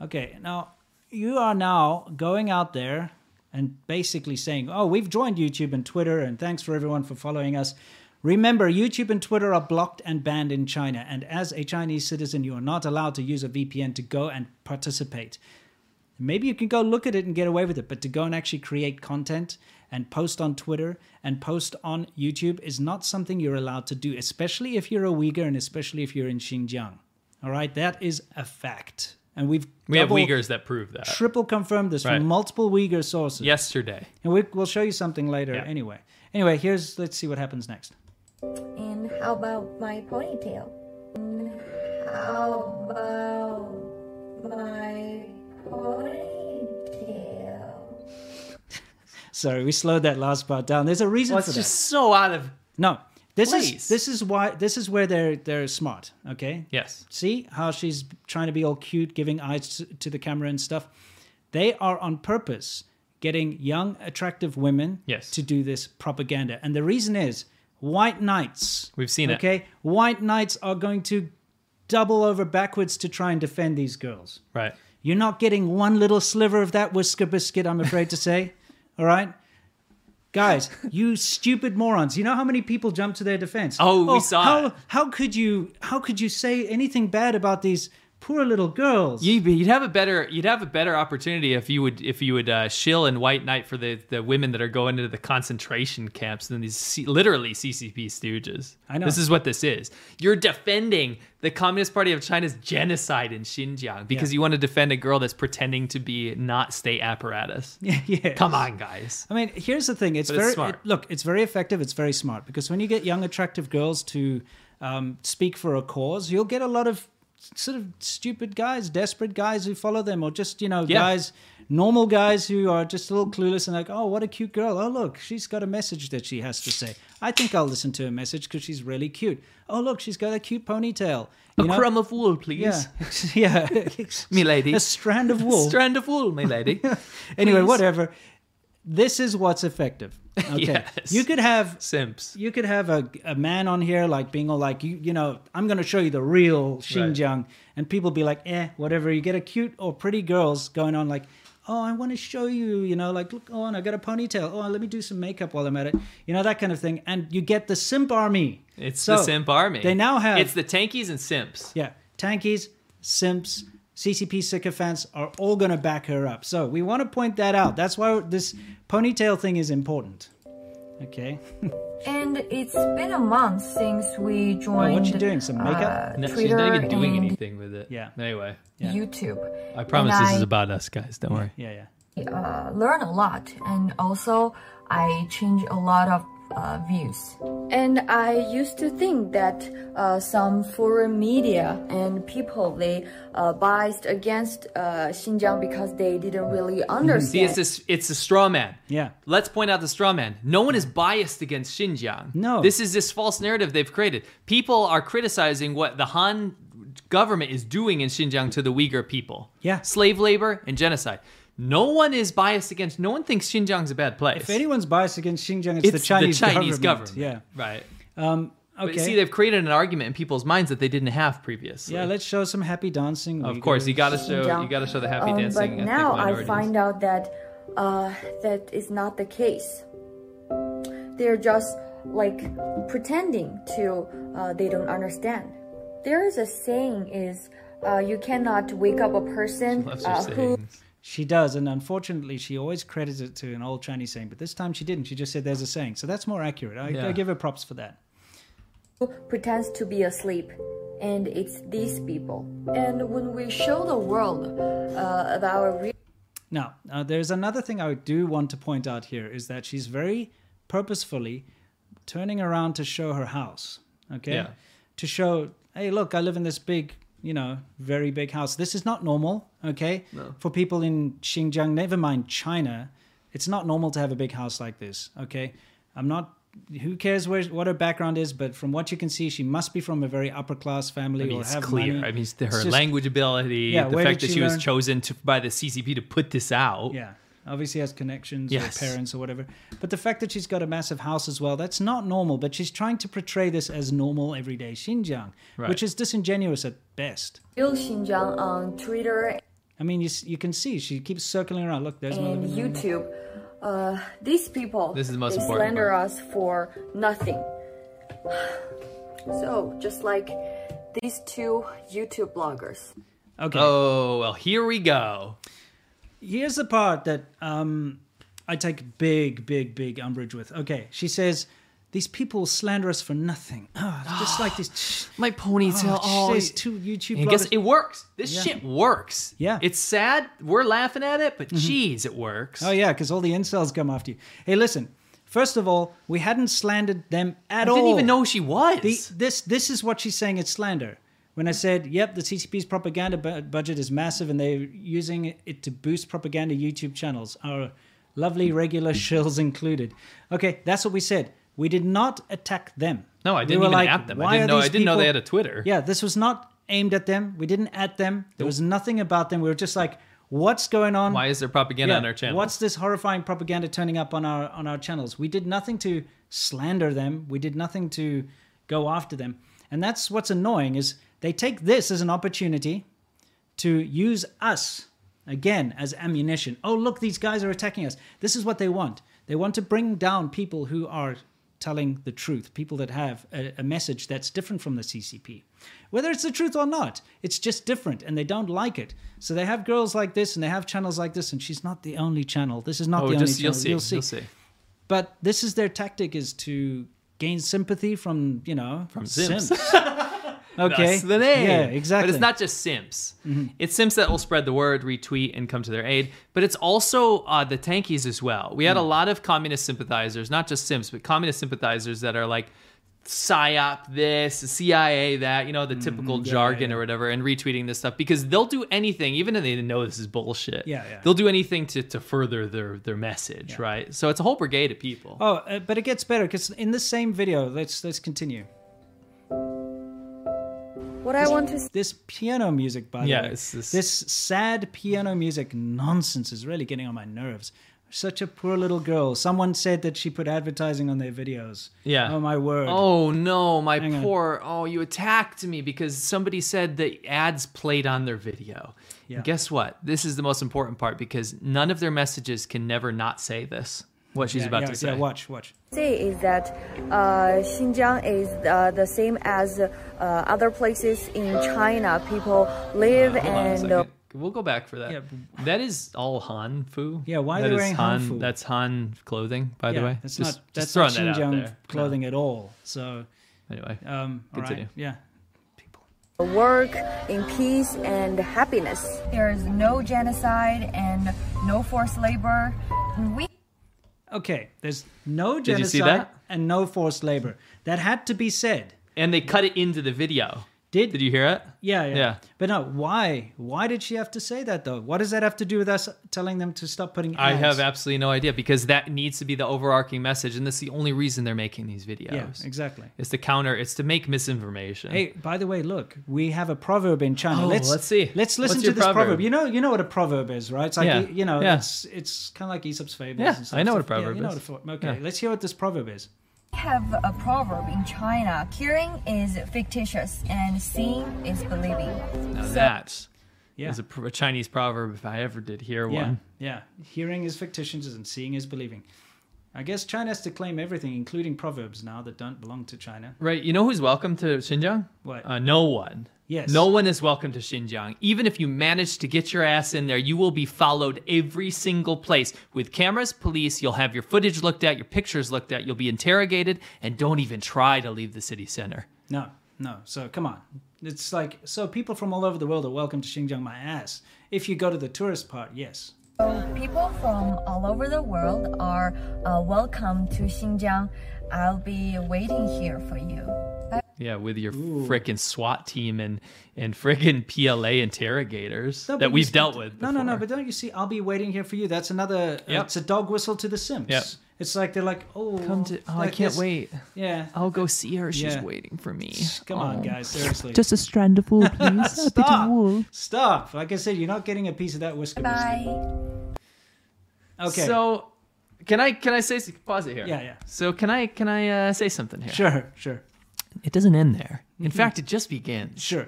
S1: Okay, now you are now going out there and basically saying, oh, we've joined YouTube and Twitter, and thanks for everyone for following us. Remember, YouTube and Twitter are blocked and banned in China, and as a Chinese citizen, you are not allowed to use a VPN to go and participate. Maybe you can go look at it and get away with it, but to go and actually create content and post on Twitter and post on YouTube is not something you're allowed to do, especially if you're a Uyghur and especially if you're in Xinjiang. All right, that is a fact. And we've
S2: We have
S1: double-
S2: Uyghurs that prove that.
S1: triple confirmed this
S2: Right.
S1: from multiple Uyghur sources.
S2: Yesterday.
S1: And we, we'll show you something later
S2: Yeah.
S1: anyway. Anyway, here's let's see what happens next.
S5: And how about my ponytail? And how about my ponytail?
S1: Sorry, we slowed that last part down. There's a reason
S2: Well,
S1: for
S2: it's
S1: this.
S2: just so out of
S1: No. This
S2: place.
S1: is this is why this is where they're they're smart, okay?
S2: Yes.
S1: See how she's trying to be all cute, giving eyes to, to the camera and stuff. They are on purpose getting young, attractive women
S2: Yes.
S1: to do this propaganda. And the reason is white knights.
S2: We've seen it.
S1: Okay. White knights are going to double over backwards to try and defend these girls.
S2: Right.
S1: You're not getting one little sliver of that whisker biscuit, I'm afraid to say. All right? Guys, you stupid morons. You know how many people jumped to their defense?
S2: Oh, we saw
S1: how,
S2: it.
S1: how could you how could you say anything bad about these poor little girls?
S2: You'd, be- you'd have a better you'd have a better opportunity if you would if you would uh, shill and white knight for the, the women that are going into the concentration camps than these C- literally CCP stooges.
S1: I know.
S2: this is what this is. You're defending the Communist Party of China's genocide in Xinjiang because
S1: Yeah.
S2: you want to defend a girl that's pretending to be not state apparatus.
S1: yeah.
S2: Come on, guys.
S1: I mean, here's the thing. It's
S2: But it's
S1: very
S2: smart.
S1: it- look. It's very effective. It's very smart because when you get young, attractive girls to um, speak for a cause, you'll get a lot of sort of stupid guys, desperate guys who follow them, or just you know
S2: Yeah.
S1: guys, normal guys who are just a little clueless and like, oh, what a cute girl. Oh, look, she's got a message that she has to say. I think I'll listen to her message because she's really cute. Oh, look, she's got a cute ponytail.
S2: A crumb of wool, please.
S1: yeah, yeah,
S2: Me lady.
S1: a strand of wool.
S2: Strand of wool, my lady.
S1: anyway,
S2: Please.
S1: whatever. This is what's effective. Okay,
S2: Yes.
S1: you could have
S2: Simps.
S1: you could have a, a man on here like being all like you you know I'm going to show you the real Xinjiang, and people be like eh whatever. You get a cute or pretty girls going on like oh I want to show you you know like look oh and I got a ponytail oh let me do some makeup while I'm at it you know that kind of thing, and you get the simp army.
S2: It's
S1: So,
S2: the simp army.
S1: They now have
S2: it's the tankies and simps.
S1: yeah, tankies, simps, CCP sycophants are all going to back her up. So we want to point that out. That's why this ponytail thing is important. Okay.
S5: And it's been a month since we joined.
S1: Oh, what you doing, some makeup?
S5: Uh,
S2: No, she's
S5: Twitter
S2: not even doing
S5: and
S2: anything with it.
S1: Yeah.
S2: Anyway,
S1: Yeah.
S5: YouTube.
S2: I promise
S5: And
S2: this
S5: I-
S2: is about us, guys. Don't worry.
S1: Yeah, yeah.
S5: uh, learn a lot and also I change a lot of uh, views. And I used to think that uh, some foreign media and people they uh, biased against uh, Xinjiang because they didn't really
S2: See, it's
S5: understand.
S2: this. It's a straw man.
S1: Yeah.
S2: Let's point out the straw man. No one is biased against Xinjiang.
S1: No.
S2: This is this false narrative they've created. People are criticizing what the Han government is doing in Xinjiang to the Uyghur people.
S1: Yeah.
S2: Slave labor and genocide. No one is biased against. No one thinks Xinjiang's a bad place.
S1: If anyone's biased against Xinjiang, it's,
S2: it's
S1: the Chinese,
S2: government.
S1: Yeah. Um,
S2: Right.
S1: Okay.
S2: But see, they've created an argument in people's minds that they didn't have previously.
S1: yeah, let's show some happy dancing.
S2: of course, you
S1: Uyghurs.
S2: got to show
S5: Xinjiang.
S2: you got to show the happy
S5: Um,
S2: dancing.
S5: But
S2: ethnic
S5: now I
S2: minorities.
S5: find out that uh, that is not the case. They're just like pretending to uh, they don't understand. There is a saying is uh, you cannot wake up a person
S2: Loves
S5: uh,
S2: your
S5: who
S2: sayings.
S1: She does, and unfortunately, she always credits it to an old Chinese saying, but this time she didn't. She just said there's a saying. So that's more accurate. I,
S2: Yeah.
S1: I give her props for that.
S5: pretends to be asleep. And it's these people. And when we show the world uh, of our real
S1: Now, uh, there's another thing I do want to point out here is that she's very purposefully turning around to show her house. Okay.
S2: Yeah.
S1: To show, hey, look, I live in this big, you know, very big house. This is not normal. Okay.
S2: No.
S1: For people in Xinjiang, never mind China, it's not normal to have a big house like this. Okay. I'm not. Who cares where what her background is? But from what you can see, she must be from a very upper class family
S2: I mean,
S1: or
S2: it's
S1: have
S2: clear.
S1: money.
S2: I mean, it's the- her
S1: It's just-
S2: language ability,
S1: Yeah,
S2: the
S1: where
S2: fact
S1: did
S2: that
S1: she
S2: she was
S1: learn-
S2: chosen to, by the CCP to put this out.
S1: Yeah. Obviously has connections
S2: Yes.
S1: or parents or whatever. But the fact that she's got a massive house as well, that's not normal, but she's trying to portray this as normal everyday Xinjiang,
S2: Right.
S1: which is disingenuous at best.
S5: real Xinjiang on Twitter
S1: I mean, you, s- you can see she keeps circling around. Look, there's my
S5: and
S1: living room.
S5: YouTube. Uh, these people
S2: This is the most
S5: they
S2: important
S5: slander
S2: part.
S5: us for nothing. So just like these two YouTube bloggers.
S1: Okay.
S2: Oh well, here we go.
S1: Here's the part that um, I take big, big, big umbrage with. Okay. She says, These people slander us for nothing. Oh, it's just like this.
S2: My ponytail.
S1: Oh,
S2: oh,
S1: there's two YouTube
S2: and guess
S1: bloggers.
S2: it works. This
S1: Yeah.
S2: shit works.
S1: Yeah. Mm-hmm.
S2: it's sad. We're laughing at it, but geez, it works.
S1: Oh yeah, because all the incels come after you. Hey, listen. First of all, we hadn't slandered them at
S2: I
S1: all.
S2: didn't even know she was.
S1: The, this this is what she's saying. It's slander. When I said, "Yep, the CCP's propaganda bu- budget is massive, and they're using it to boost propaganda YouTube channels, our lovely regular shills included." Okay, that's what we said. We did not attack them.
S2: no, I
S1: We
S2: didn't
S1: were
S2: even
S1: like,
S2: at them.
S1: "Why
S2: I didn't
S1: are
S2: know. I
S1: these
S2: didn't know they
S1: people-
S2: had a Twitter.
S1: yeah, this was not aimed at them. We didn't at them. There was nothing about them. We were just like, "What's going on?
S2: Why is there propaganda
S1: Yeah,
S2: on our channel?
S1: What's this horrifying propaganda turning up on our on our channels? We did nothing to slander them. We did nothing to go after them. And that's what's annoying is they take this as an opportunity to use us again as ammunition. Oh, look, these guys are attacking us. This is what they want. They want to bring down people who are telling the truth, people that have a, a message that's different from the CCP. Whether it's the truth or not, it's just different and they don't like it. So they have girls like this and they have channels like this, and she's not the only channel. This is not
S2: Oh,
S1: the only
S2: just you'll
S1: channel.
S2: see. You'll see.
S1: But this is their tactic is to gain sympathy from, you know, from
S2: Sims.
S1: okay.
S2: That's the name.
S1: Yeah, exactly.
S2: But it's not just Sims. It's Sims that will spread the word, retweet, and come to their aid. But it's also uh, the tankies as well. We had a lot of communist sympathizers, not just Sims, but communist sympathizers that are like psyop this, CIA that, you know, the typical jargon or whatever, and retweeting this stuff because they'll do anything, even if they know this is bullshit.
S1: Yeah, yeah.
S2: They'll do anything to, to further their their message, right? So it's a whole brigade of people.
S1: Oh, uh, but it gets better because in the same video, let's let's continue.
S5: What I want to say
S1: This piano music, by the
S2: Yeah,
S1: way,
S2: it's
S1: this...
S2: this-
S1: sad piano music nonsense is really getting on my nerves. Such a poor little girl. Someone said that she put advertising on their videos.
S2: Yeah.
S1: Oh my word.
S2: Oh no, my
S1: Hang on.
S2: poor. Oh, you attacked me because somebody said that ads played on their video.
S1: Yeah.
S2: And guess what? This is the most important part because none of their messages can never not say this. What she's
S1: yeah,
S2: about
S1: yeah,
S2: to say.
S1: Yeah, watch, watch.
S5: say is that uh, Xinjiang is uh, the same as uh, other places in China. People live
S2: Hold on a
S5: and uh,
S2: second. We'll go back for that.
S1: Yeah.
S2: That is all Han Fu.
S1: Yeah, why are
S2: That
S1: they
S2: is
S1: wearing Han
S2: Han
S1: Fu?
S2: That's Han clothing, by
S1: yeah,
S2: the way.
S1: that's
S2: Just-
S1: not
S2: just
S1: that's not
S2: throwing that out
S1: Xinjiang
S2: there.
S1: clothing at all. So,
S2: No. Anyway,
S1: um, all right,
S2: Continue.
S1: yeah.
S5: work in peace and happiness. There is no genocide and no forced labor. We
S1: Okay, there's no genocide
S2: you see that?
S1: and no forced labor. That had to be said.
S2: and they cut it into the video.
S1: Did,
S2: Did you hear it?
S1: Yeah, yeah,
S2: Yeah.
S1: But no, why? Why did she have to say that though? What does that have to do with us telling them to stop putting?
S2: I
S1: ads?
S2: have absolutely no idea because that needs to be the overarching message, and that's the only reason they're making these videos.
S1: Yeah, exactly.
S2: It's to counter. It's to make misinformation.
S1: Hey, by the way, look, we have a proverb in China.
S2: Oh,
S1: let's
S2: let's see.
S1: Let's listen
S2: What's
S1: to
S2: your
S1: this proverb?
S2: proverb?
S1: You know, you know what a proverb is, right? It's like
S2: Yeah.
S1: you know,
S2: Yeah.
S1: it's it's kind of like Aesop's fables.
S2: Yeah,
S1: and stuff.
S2: I know what a
S1: Yeah,
S2: proverb
S1: you know
S2: is.
S1: what a fo- okay,
S2: Yeah.
S1: let's hear what this proverb is.
S5: We have a proverb in China hearing is fictitious and seeing is believing.
S2: now that is
S1: Yeah,
S2: a, pr- a Chinese proverb. If I ever did hear
S1: yeah,
S2: one,
S1: yeah. Hearing is fictitious and seeing is believing. I guess China has to claim everything, including proverbs now that don't belong to China.
S2: right? You know who's welcome to Xinjiang?
S1: What?
S2: Uh, no one.
S1: Yes.
S2: No one is welcome to Xinjiang. Even if you manage to get your ass in there, you will be followed every single place with cameras, police. You'll have your footage looked at, your pictures looked at. You'll be interrogated, and don't even try to leave the city center.
S1: No, no. So come on. It's like so people from all over the world are welcome to Xinjiang my ass. If you go to the tourist part, yes.
S5: People from all over the world are uh, welcome to Xinjiang. I'll be waiting here for you.
S2: Yeah, with your frickin' SWAT team and and frickin' PLA interrogators
S1: No, but
S2: that
S1: you
S2: we've
S1: see-
S2: dealt with.
S1: No, no, no.
S2: before.
S1: But don't you see? I'll be waiting here for you. That's another. uh,
S2: Yep.
S1: It's a dog whistle to the Sims.
S2: Yep.
S1: It's like they're like, oh,
S2: come to. Oh, I
S1: like
S2: can't
S1: this-
S2: wait.
S1: Yeah.
S2: I'll go see her. She's
S1: Yeah.
S2: waiting for me. Oh.
S1: Come on, guys. Seriously.
S6: Just a strand of wool, please. a bit of wool.
S1: stop. Stop. Like I said, you're not getting a piece of that whisker. business.
S5: Bye.
S1: Okay.
S2: So, can I can I say s- pause it here?
S1: Yeah, yeah.
S2: So can I can I uh, say something here?
S1: sure, sure,
S2: It doesn't end there. In fact, it just begins.
S1: sure.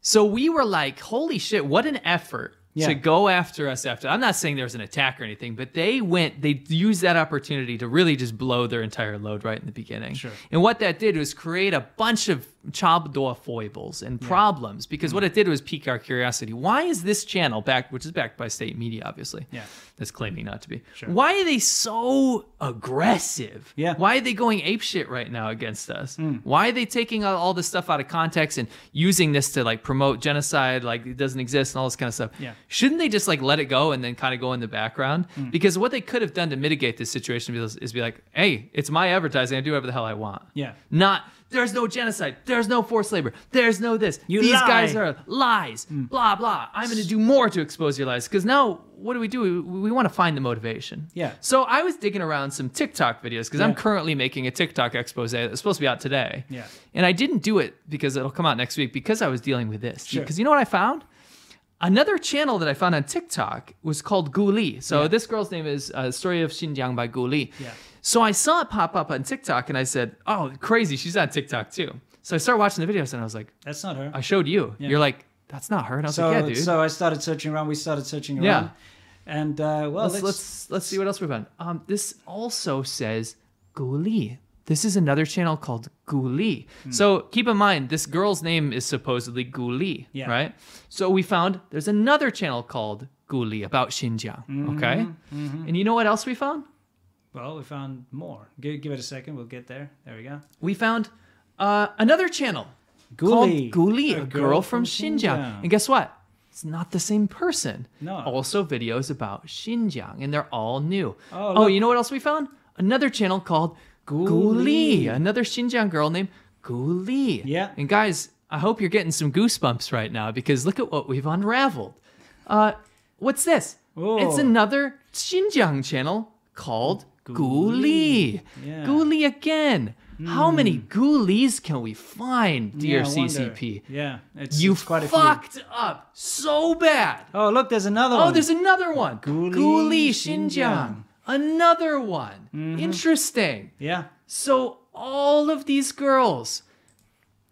S2: So we were like, holy shit, what an effort
S1: Yeah.
S2: to go after us after. I'm not saying there was an attack or anything, but they went, they used that opportunity to really just blow their entire load right in the beginning.
S1: Sure.
S2: And what that did was create a bunch of Chabador foibles and problems because
S1: Mm.
S2: what it did was pique our curiosity. Why is this channel backed, which is backed by state media, obviously?
S1: Yeah.
S2: That's claiming not to be. Why are they so aggressive?
S1: Yeah.
S2: Why are they going apeshit right now against us?
S1: Hmm.
S2: Why are they taking all- all this stuff out of context and using this to like promote genocide, like it doesn't exist and all this kind of stuff?
S1: Yeah. Hmm.
S2: Shouldn't they just like let it go and then kind of go in the background? Because what they could have done to mitigate this situation is, is be like, hey, it's my advertising. I do whatever the hell I want.
S1: Yeah.
S2: Not there's no genocide. There's no forced labor. There's no this.
S1: You
S2: These
S1: lie.
S2: guys are lies.
S1: Hmm.
S2: Blah blah. I'm going to do more to expose your lies because now what do we do? We, we want to find the motivation.
S1: Yeah.
S2: So I was digging around some TikTok videos because I'm
S1: Yeah.
S2: currently making a TikTok expose that's supposed to be out today.
S1: Yeah.
S2: And I didn't do it because it'll come out next week because I was dealing with this.
S1: Sure.
S2: Because you know what I found? Another channel that I found on TikTok was called Guli. So this girl's name is uh, Story of Xinjiang by Guli.
S1: Yeah.
S2: So I saw it pop up on TikTok and I said, "Oh, crazy! She's on TikTok too." So I started watching the videos and I was like,
S1: That's not her.
S2: "I showed you." You're like, "That's not her." And I was
S1: so,
S2: like, "Yeah, dude."
S1: so I started searching around. We started searching around.
S2: Yeah.
S1: And uh, well,
S2: let's, let's let's see what else we found. Um, this also says Guli. This is another channel called Guli.
S1: Hmm.
S2: So keep in mind, this girl's name is supposedly Guli,
S1: Yeah.
S2: right? So we found there's another channel called Guli about Xinjiang. Okay,
S1: Mm-hmm.
S2: and you know what else we found?
S1: well, we found more. Give, give it a second. We'll get there. There we go.
S2: We found uh, another channel
S1: Guli.
S2: called Guli, a, girl, from Xinjiang. And guess what? It's not the same person.
S1: No.
S2: Also, videos about Xinjiang, and they're all new.
S1: Oh,
S2: oh
S1: look.
S2: you know what else we found? Another channel called
S1: Guli.
S2: Guli, another Xinjiang girl named Guli.
S1: Yeah.
S2: And guys, I hope you're getting some goosebumps right now because look at what we've unraveled. Uh, what's this?
S1: Oh.
S2: It's another Xinjiang channel called Guli.
S1: Yeah. Hmm.
S2: Guli again. How many Gulis can we find,
S1: Yeah,
S2: dear
S1: I wonder.
S2: CCP?
S1: Yeah, it's,
S2: You
S1: it's quite a few.
S2: fucked up so bad.
S1: Oh, look, there's another one.
S2: Oh, there's another one.
S1: Guli,
S2: Guli
S1: Xinjiang.
S2: Xinjiang. Mm-hmm. Another one. Interesting.
S1: yeah.
S2: So all of these girls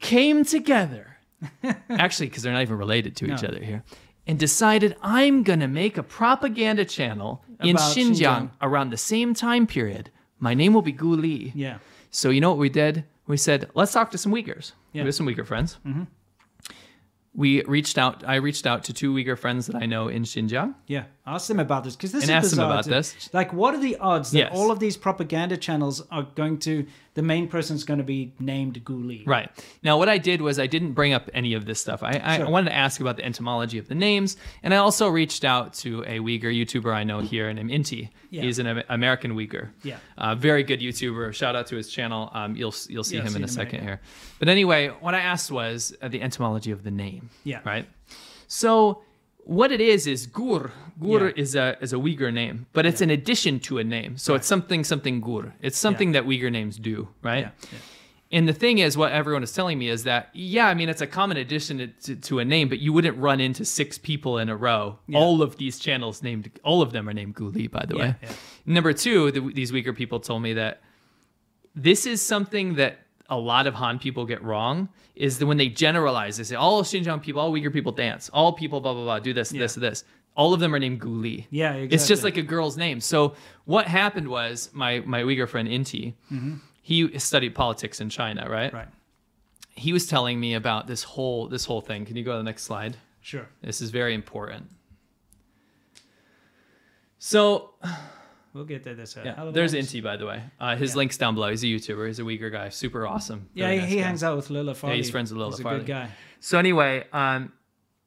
S2: came together, actually, because they're not even related to each
S1: No.
S2: other here, and decided I'm going to make a propaganda channel in
S1: About
S2: Xinjiang,
S1: Xinjiang.
S2: around the same time period. My name will be Guli.
S1: Yeah.
S2: So you know what we did? We said, let's talk to some Uyghurs. We have some Uyghur friends. we reached out. I reached out to two Uyghur friends that I know in Xinjiang.
S1: Yeah, ask them about this because this
S2: And
S1: is
S2: ask them
S1: bizarre
S2: about
S1: to-
S2: this.
S1: Like, what are the odds that
S2: Yes.
S1: all of these propaganda channels are going to the main person's going to be named Guli?
S2: Right. Now, what I did was I didn't bring up any of this stuff. I, I
S1: Sure.
S2: wanted to ask about the entomology of the names, and I also reached out to a Uyghur YouTuber I know here, and Inti.
S1: Yeah.
S2: He's an Am- American Uyghur.
S1: Yeah.
S2: Uh, very good YouTuber. Shout out to his channel. Um, you'll s- you'll see
S1: Yeah, I've
S2: him in
S1: seen him
S2: a
S1: in it,
S2: second
S1: yeah.
S2: here. But anyway, what I asked was uh, the entomology of the name.
S1: Yeah.
S2: Right. So. What it is is Gur. Gur
S1: Yeah.
S2: is a is a Uyghur name, but it's an addition to a name. So it's something something Gur. It's something that Uyghur names do, right? And the thing is, what everyone is telling me is that, yeah, I mean, it's a common addition to, to, to a name, but you wouldn't run into six people in a row. All of these channels named, all of them are named Guli, by the way.
S1: yeah.
S2: Number two, the, these Uyghur people told me that this is something that a lot of Han people get wrong is that when they generalize, they say all Xinjiang people, all Uyghur people dance, all people, blah, blah, blah, do this, this, this. All of them are named Guli.
S1: Yeah,
S2: It's just
S1: exactly.
S2: like a girl's name. So what happened was my, my Uyghur friend Inti, he studied politics in China, right?
S1: Right.
S2: He was telling me about this whole this whole thing. Can you go to the next slide?
S1: Sure.
S2: This is very important. So
S1: We'll get there this
S2: yeah, there's Inti, by the way. Uh, his link's down below. He's a YouTuber. He's a Uyghur guy. Super awesome.
S1: Yeah,
S2: Really
S1: he,
S2: nice
S1: he
S2: guy.
S1: hangs out with Lila Farley.
S2: friends with Lila
S1: He's a
S2: Farley.
S1: good guy.
S2: So anyway, um,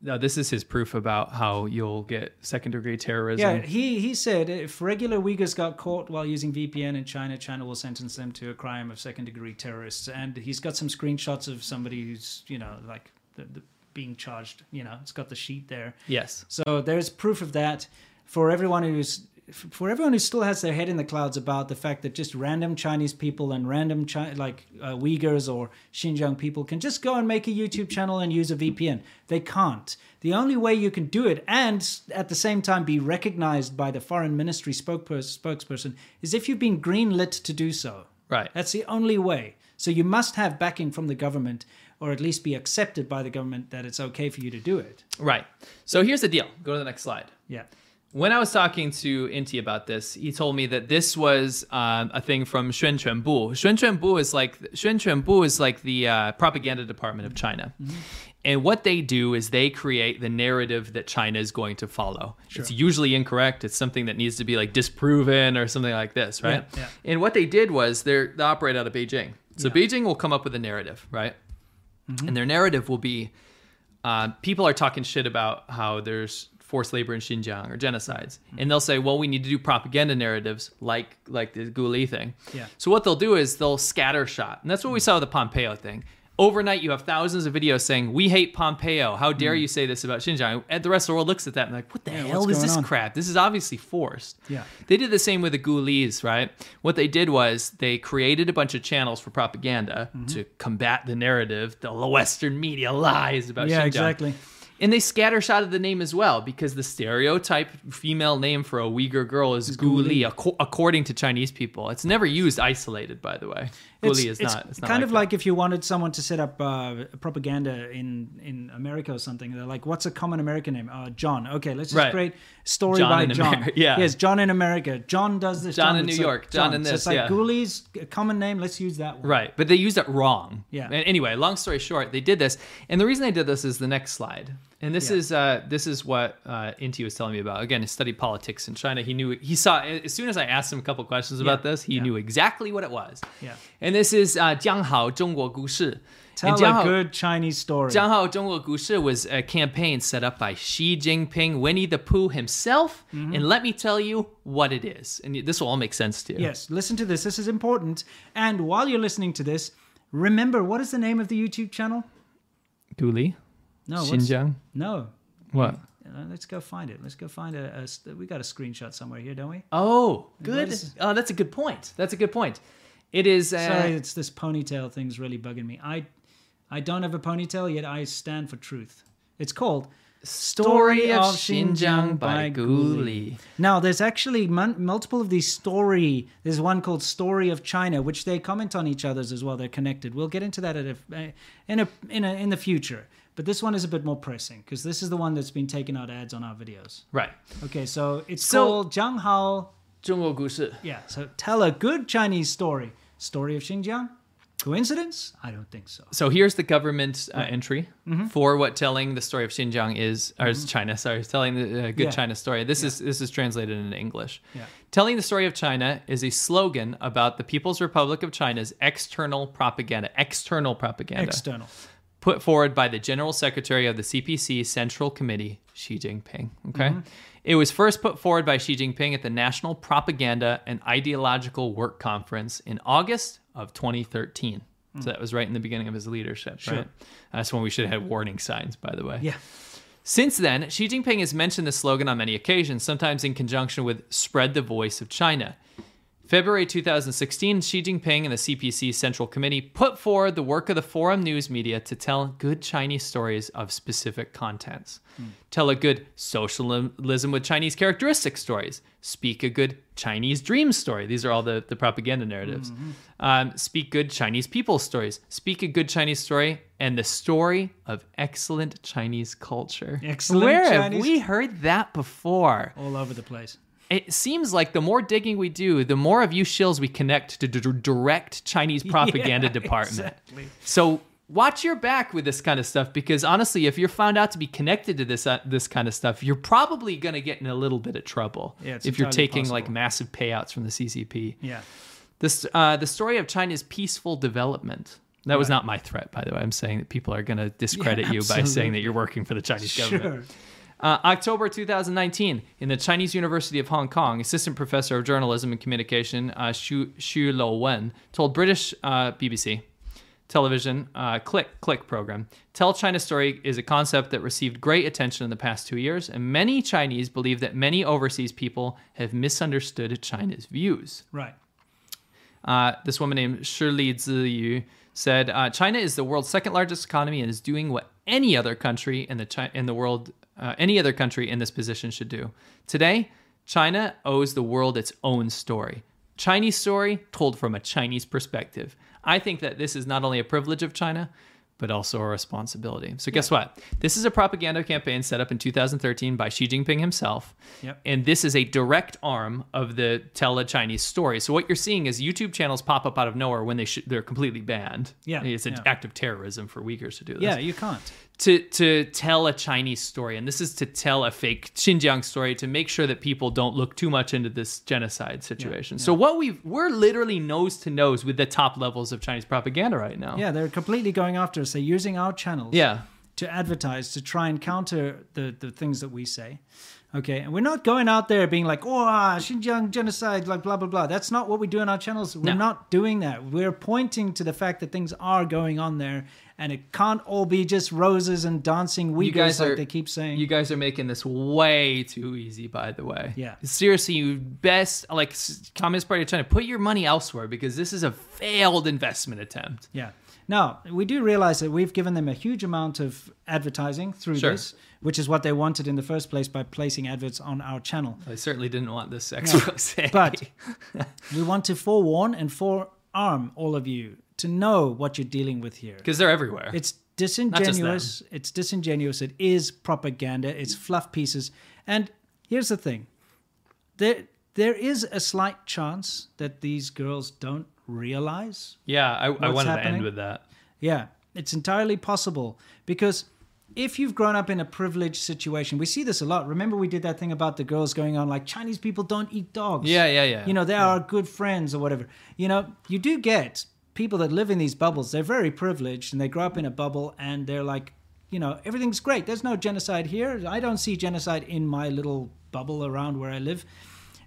S2: no, this is his proof about how you'll get second degree terrorism.
S1: Yeah, he, he said if regular Uyghurs got caught while using VPN in China, China will sentence them to a crime of second degree terrorists. And he's got some screenshots of somebody who's, you know, like the, the, being charged. You know, it's got the sheet there.
S2: Yes.
S1: So there's proof of that for everyone who's for everyone who still has their head in the clouds about the fact that just random Chinese people and random Chi- like uh, Uyghurs or Xinjiang people can just go and make a YouTube channel and use a VPN. They can't. The only way you can do it and s- at the same time be recognized by the foreign ministry spokesperson, spokesperson is if you've been greenlit to do so.
S2: Right.
S1: That's the only way. So you must have backing from the government or at least be accepted by the government that it's okay for you to do it.
S2: Right. So here's the deal. Go to the next slide.
S1: Yeah.
S2: When I was talking to Inti about this, he told me that this was um, a thing from Xuan Chuanbu. Xuan Chuanbu is like Xuan Chuanbu is like the uh, propaganda department of China,
S1: Mm-hmm.
S2: and what they do is they create the narrative that China is going to follow. It's usually incorrect. It's something that needs to be like disproven or something like this, right?
S1: yeah.
S2: And what they did was they're, they operate out of Beijing. So Beijing will come up with a narrative, right? And their narrative will be uh, people are talking shit about how there's forced labor in Xinjiang or genocides,
S1: Mm-hmm.
S2: and they'll say, "Well, we need to do propaganda narratives like like the Guli thing."
S1: Yeah. Mm.
S2: So what they'll do is they'll scatter shot, and that's what we saw with the Pompeo thing. Overnight, you have thousands of videos saying, "We hate Pompeo. How dare you say this about Xinjiang?" And the rest of the world looks at that and like, "What the
S1: Mm. what's
S2: hell is
S1: going
S2: this
S1: on?"
S2: crap? This is obviously forced."
S1: Yeah.
S2: They did the same with the Gulis, right? What they did was they created a bunch of channels for propaganda
S1: Mm-hmm.
S2: to combat the narrative, the Western media lies about
S1: Yeah,
S2: Xinjiang.
S1: exactly.
S2: And they scattershotted the name as well because the stereotype female name for a Uyghur girl is Guli, ac- according to Chinese people. It's never used isolated, by the way. Guli is not. It's not
S1: kind of
S2: that.
S1: like if you wanted someone to set up uh, propaganda in in America or something. They're like, "What's a common American name? Uh, John. Okay, let's just
S2: Right.
S1: create story
S2: John
S1: by
S2: in
S1: John.
S2: Ameri- yeah.
S1: yes, John in America. John does this.
S2: John in
S1: does
S2: New
S1: that.
S2: York. John in
S1: So
S2: this,
S1: it's like
S2: yeah.
S1: Ghoulies, a common name. Let's use that one.
S2: Right, but they used it wrong.
S1: Yeah.
S2: And anyway, long story short, they did this, and the reason they did this is the next slide. And this
S1: Yeah.
S2: is uh, this is what uh, Inti was telling me about. Again, he studied politics in China. He knew he saw as soon as I asked him a couple questions about
S1: Yeah.
S2: this, he
S1: Yeah.
S2: knew exactly what it was.
S1: Yeah.
S2: And this is uh, 江好,中国故事.
S1: Tell
S2: And 江好
S1: a good Chinese story.
S2: 江浩中国故事 was a campaign set up by Xi Jinping, Winnie the Pooh himself,
S1: Mm-hmm.
S2: and let me tell you what it is. And this will all make sense to you.
S1: Yes, listen to this. This is important. And while you're listening to this, remember what is the name of the YouTube channel?
S2: Guli,
S1: No, Oh, what's-
S2: Xinjiang.
S1: No.
S2: What?
S1: Uh, let's go find it. Let's go find a. a st- we got a screenshot somewhere here, don't we?
S2: Oh, good.
S1: is-
S2: Oh, that's a good point. That's a good point. It is. Uh,
S1: Sorry, it's this ponytail thing's really bugging me. I, I don't have a ponytail yet. I stand for truth. It's called
S2: Story of Xinjiang by Guli.
S1: Now, there's actually mon- multiple of these story. There's one called Story of China, which they comment on each other's as well. They're connected. We'll get into that at a, uh, in a in a in the future. But this one is a bit more pressing because this is the one that's been taking out ads on our videos.
S2: right.
S1: Okay, so it's
S2: So-
S1: called Zhang Hao.
S2: 中国故事.
S1: Yeah, so tell a good Chinese story. Story of Xinjiang. Coincidence? I don't think so.
S2: So here's the government uh, entry
S1: Mm-hmm.
S2: for what telling the story of Xinjiang is, or it's China. Sorry, it's telling the uh, good
S1: Yeah.
S2: China story. This is this is translated into English.
S1: Yeah.
S2: Telling the story of China is a slogan about the People's Republic of China's external propaganda. External propaganda
S1: External.
S2: put forward by the General Secretary of the CPC Central Committee, Xi Jinping. Okay. It was first put forward by Xi Jinping at the National Propaganda and Ideological Work Conference in August of 2013. So that was right in the beginning of his leadership, right? That's when we should have had warning signs, by the way.
S1: Yeah.
S2: Since then, Xi Jinping has mentioned the slogan on many occasions, sometimes in conjunction with Spread the Voice of China. February 2016, Xi Jinping and the CPC Central Committee put forward the work of the Forum News Media to tell good Chinese stories of specific contents.
S1: Hmm.
S2: Tell a good socialism with Chinese characteristic stories. Speak a good Chinese dream story. These are all the, the propaganda narratives.
S1: Mm-hmm.
S2: Um, speak good Chinese people stories. Speak a good Chinese story and the story of excellent Chinese culture.
S1: Excellent
S2: Where have
S1: Chinese-
S2: we heard that before?
S1: All over the place.
S2: it seems like the more digging we do, the more of you shills we connect to d- d- direct Chinese propaganda department. So watch your back with this kind of stuff because honestly, if you're found out to be connected to this uh, this kind of stuff, you're probably going to get in a little bit of trouble
S1: Yeah, it's
S2: if you're
S1: entirely
S2: taking like
S1: possible.
S2: massive payouts from the CCP.
S1: Yeah.
S2: This uh, the story of China's peaceful development. That was not my threat, by the way. I'm saying that people are going to discredit you by saying that
S1: absolutely.
S2: you're working for the Chinese government.
S1: Sure.
S2: Uh, October 2019, in the Chinese University of Hong Kong, assistant professor of journalism and communication uh, Xu, Xu Lo Wen told British uh, BBC television uh, Click Click program, "Tell China story is a concept that received great attention in the past two years, and many Chinese believe that many overseas people have misunderstood China's views."
S1: Right.
S2: Uh, this woman named Shirley Ziyu said, uh, "China is the world's second largest economy and is doing what any other country in the Chi- in the world, uh, any other country in this position should do. Today, China owes the world its own story, Chinese story told from a Chinese perspective. I think that this is not only a privilege of China." But also a responsibility. So, guess what? This is a propaganda campaign set up in 2013 by Xi Jinping himself
S1: Yep.
S2: and this is a direct arm of the tell a Chinese story. So what you're seeing is YouTube channels pop up out of nowhere when they sh- they're completely banned.
S1: Yeah,
S2: it's an
S1: yeah.
S2: act of terrorism for Uyghurs to do this.
S1: Yeah, you can't.
S2: to to tell a Chinese story, and this is to tell a fake Xinjiang story to make sure that people don't look too much into this genocide situation. So what we we're literally nose to nose with the top levels of Chinese propaganda right now.
S1: Yeah, they're completely going after us. They're using our channels
S2: yeah.
S1: to advertise, to try and counter the, the things that we say. Okay. And we're not going out there being like, oh, ah, Xinjiang genocide, like blah, blah, blah. That's not what we do on our channels. We're
S2: No.
S1: not doing that. We're pointing to the fact that things are going on there and it can't all be just roses and dancing Uyghurs like they keep saying.
S2: You guys are making this way too easy, by the way.
S1: Yeah.
S2: Seriously, you best like s- Communist Party of China, put your money elsewhere because this is a failed investment attempt.
S1: Yeah. Now, we do realize that we've given them a huge amount of advertising through
S2: Sure.
S1: this, which is what they wanted in the first place by placing adverts on our channel.
S2: I certainly didn't want this expose.
S1: But we want to forewarn and forearm all of you to know what you're dealing with here.
S2: because they're everywhere.
S1: It's disingenuous. It's disingenuous. It is propaganda. It's fluff pieces. And here's the thing there, there is a slight chance that these girls don't realize
S2: yeah, I, I wanted to
S1: happening?
S2: end with that.
S1: yeah, it's entirely possible because if you've grown up in a privileged situation, we see this a lot. Remember, we did that thing about the girls going on like Chinese people don't eat dogs.
S2: Yeah, yeah, yeah.
S1: You know, they are good friends or whatever. You know, you do get people that live in these bubbles. They're very privileged and they grow up in a bubble and they're like, you know, everything's great. There's no genocide here. I don't see genocide in my little bubble around where I live.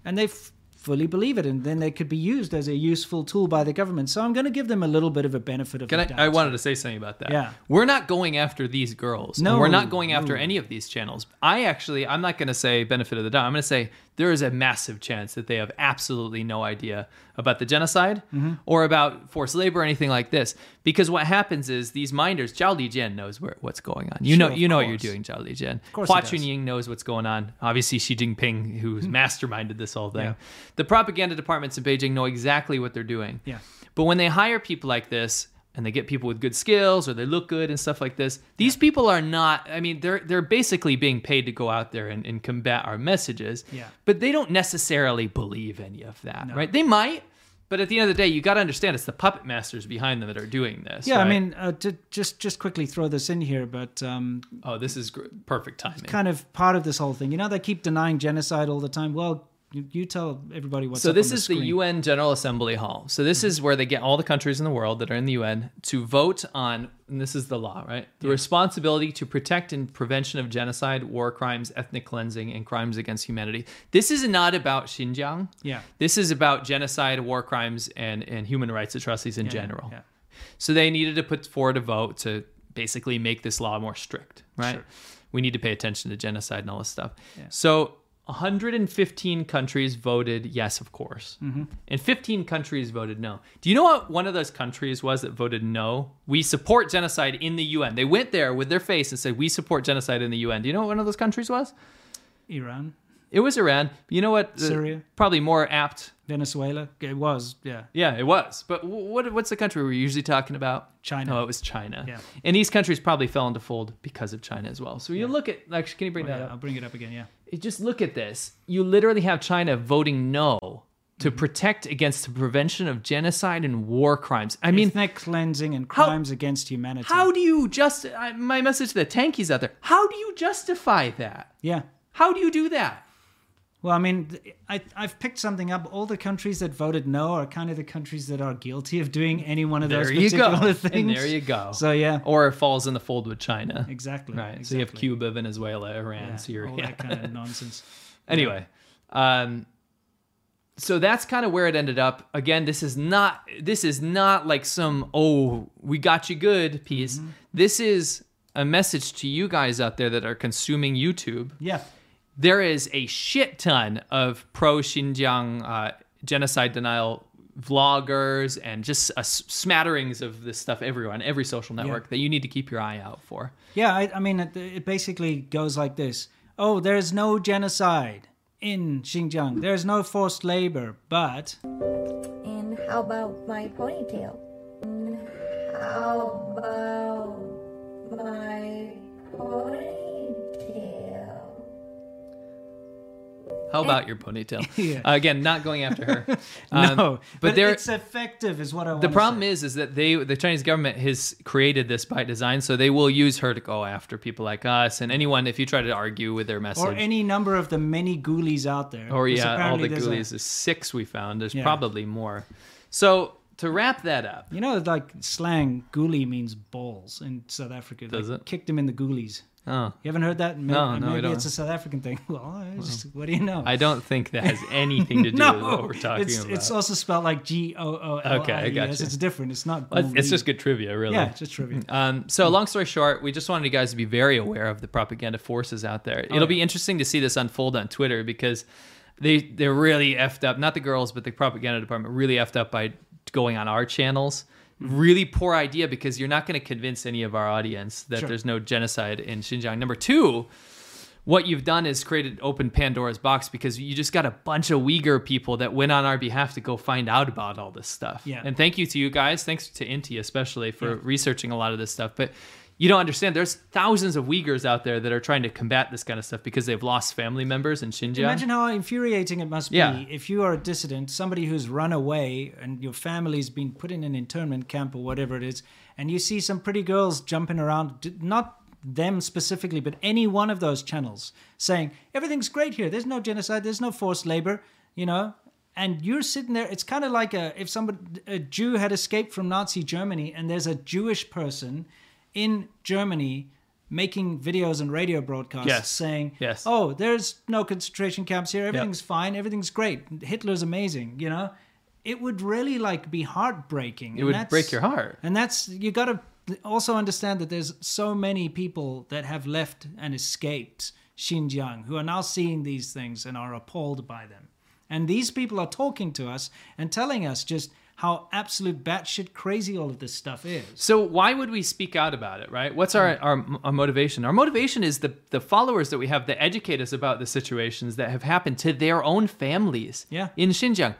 S1: And they f- fully believe it. And then they could be used as a useful tool by the government. So I'm going to give them a little bit of a benefit of
S2: Can
S1: the
S2: I,
S1: doubt.
S2: I wanted to say something about that.
S1: Yeah.
S2: We're not going after these girls. No.
S1: No,
S2: we're not going after
S1: no.
S2: any of these channels. I actually, I'm not going to say benefit of the doubt. I'm going to say there is a massive chance that they have absolutely no idea about the genocide
S1: Mm-hmm.
S2: or about forced labor or anything like this. Because what happens is these minders, Zhao Lijian knows where, what's going on. You
S1: Sure,
S2: know,
S1: of
S2: you know what you're
S1: course.
S2: doing, Zhao Lijian. Of
S1: course
S2: Hua
S1: he does. Hmm.
S2: Chunying knows what's going on. Obviously, Xi Jinping, who's masterminded this whole thing. The propaganda departments in Beijing know exactly what they're doing.
S1: Yeah.
S2: But when they hire people like this and they get people with good skills or they look good and stuff like this, these people are not I mean, they're they're basically being paid to go out there and, and combat our messages.
S1: Yeah.
S2: But they don't necessarily believe any of that, right? They might, But at the end of the day, you got to understand it's the puppet masters behind them that are doing this.
S1: Yeah,
S2: right?
S1: I mean, uh, to just just quickly throw this in here, but um,
S2: oh, this is gr- perfect timing.
S1: kind of part of this whole thing. You know, they keep denying genocide all the time. Well, you, you tell everybody what's
S2: so
S1: up
S2: this
S1: on the
S2: is the
S1: screen.
S2: UN General Assembly Hall. So this is where they get all the countries in the world that are in the UN to vote on and this is the law, right? The responsibility to protect and prevention of genocide, war crimes, ethnic cleansing and crimes against humanity. This is not about Xinjiang.
S1: Yeah.
S2: This is about genocide, war crimes and and human rights atrocities in general.
S1: yeah.
S2: So they needed to put forward a vote to basically make this law more strict, right? We need to pay attention to genocide and all this stuff. So 115 countries voted yes, of course, and 15 countries voted no. Do you know what one of those countries was that voted no? We support genocide in the UN. They went there with their face and said, "We support genocide in the UN." Do you know what one of those countries was?
S1: Iran,
S2: It was Iran. You know what? The-
S1: Syria.
S2: Probably more apt.
S1: Venezuela. It was, yeah.
S2: Yeah, it was. But wh- what what's the country we're usually talking about?
S1: China.
S2: No, it was China.
S1: Yeah.
S2: And these countries probably fell into fold because of China as well. So you look at actually, can you bring that
S1: Oh, yeah.
S2: up?
S1: I'll bring it up again. Yeah.
S2: You just look at this. You literally have China voting no to
S1: Mm-hmm.
S2: protect against the prevention of genocide and war crimes. I mean,
S1: ethnic cleansing and
S2: How-
S1: crimes against humanity.
S2: how do you just? I, my message to the tankies out there: How do you justify that?
S1: Yeah.
S2: How do you do that?
S1: Well, I mean, th- I, I've picked something up. All the countries that voted no are kind of the countries that are guilty of doing any one of
S2: There
S1: those
S2: you go.
S1: particular things.
S2: And there you go.
S1: So yeah,
S2: Or it falls in the fold with China.
S1: exactly.
S2: Right. So you have
S1: exactly.
S2: Cuba, Venezuela, Iran,
S1: Yeah,
S2: Syria.
S1: all that kind of nonsense.
S2: Anyway, um, so that's kind of where it ended up. Again, this is not this is not like some oh we got you good piece.
S1: Mm-hmm.
S2: This is a message to you guys out there that are consuming YouTube.
S1: Yeah.
S2: There is a shit ton of pro Xinjiang uh, genocide denial vloggers and just a s- smatterings of this stuff everywhere on every social network that you need to keep your eye out for.
S1: Yeah, I, I mean, it, it basically goes like this Oh, there's no genocide in Xinjiang, there's no forced labor, but.
S5: And how about my ponytail? And how about my ponytail?
S2: How about your ponytail?
S1: Yeah.
S2: Uh, again, not going after her.
S1: no,
S2: Um,
S1: but,
S2: but there
S1: it's effective, is what I want
S2: the problem is is that they the Chinese government has created this by design, so they will use her to go after people like us and anyone if you try to argue with their message.
S1: Or any number of the many ghoulies out there.
S2: Or,
S1: 'Cause
S2: yeah, all
S1: apparently
S2: the
S1: there's a-
S2: ghoulies. There's six we found. There's
S1: Yeah.
S2: probably more. So to wrap that up,
S1: You know, like slang, ghoulie means balls in South Africa. They
S2: Does it?
S1: Kicked them in the ghoulies.
S2: oh,
S1: You haven't heard that? Maybe,
S2: No, no, I
S1: Maybe
S2: don't.
S1: it's a South African thing. Well, it's just, what do you know?
S2: I don't think that has anything to do
S1: no,
S2: with what we're talking
S1: it's,
S2: about.
S1: it's also spelled like G O O L
S2: Okay,
S1: I
S2: I
S1: E S.
S2: gotcha.
S1: It's different. It's not.
S2: Well, it's
S1: ghoulie.
S2: just good trivia, really.
S1: Yeah, it's just trivia.
S2: Um, so, long story short, we just wanted you guys to be very aware of the propaganda forces out there. It'll be interesting to see this unfold on Twitter because they they're really effed up. Not the girls, but the propaganda department really effed up by going on our channels. Really poor idea because you're not going to convince any of our audience that there's no genocide in Xinjiang. Number two, what you've done is created open Pandora's box because you just got a bunch of Uyghur people that went on our behalf to go find out about all this stuff.
S1: Yeah.
S2: And thank you to you guys. Thanks to Inti especially for researching a lot of this stuff. But you don't understand. There's thousands of Uyghurs out there that are trying to combat this kind of stuff because they've lost family members in Xinjiang.
S1: Imagine how infuriating it must
S2: Yeah.
S1: be if you are a dissident, somebody who's run away and your family's been put in an internment camp or whatever it is, and you see some pretty girls jumping around, d- not them specifically, but any one of those channels saying, everything's great here. There's no genocide, there's no forced labor, you know? And you're sitting there, it's kind of like a, if somebody, a Jew had escaped from Nazi Germany and there's a Jewish person in Germany making videos and radio broadcasts
S2: Yes.
S1: saying,
S2: Yes.
S1: oh, oh, there's no concentration camps here. Everything's fine. Everything's great. Hitler's amazing. You know, it would really like be heartbreaking. It
S2: would break your heart.
S1: And that's you got to also understand that there's so many people that have left and escaped Xinjiang who are now seeing these things and are appalled by them. And these people are talking to us and telling us just how absolute batshit crazy all of this stuff is.
S2: So why would we speak out about it, right? What's our, our, our motivation? Our motivation is the, the followers that we have that educate us about the situations that have happened to their own families
S1: Yeah.
S2: in Xinjiang.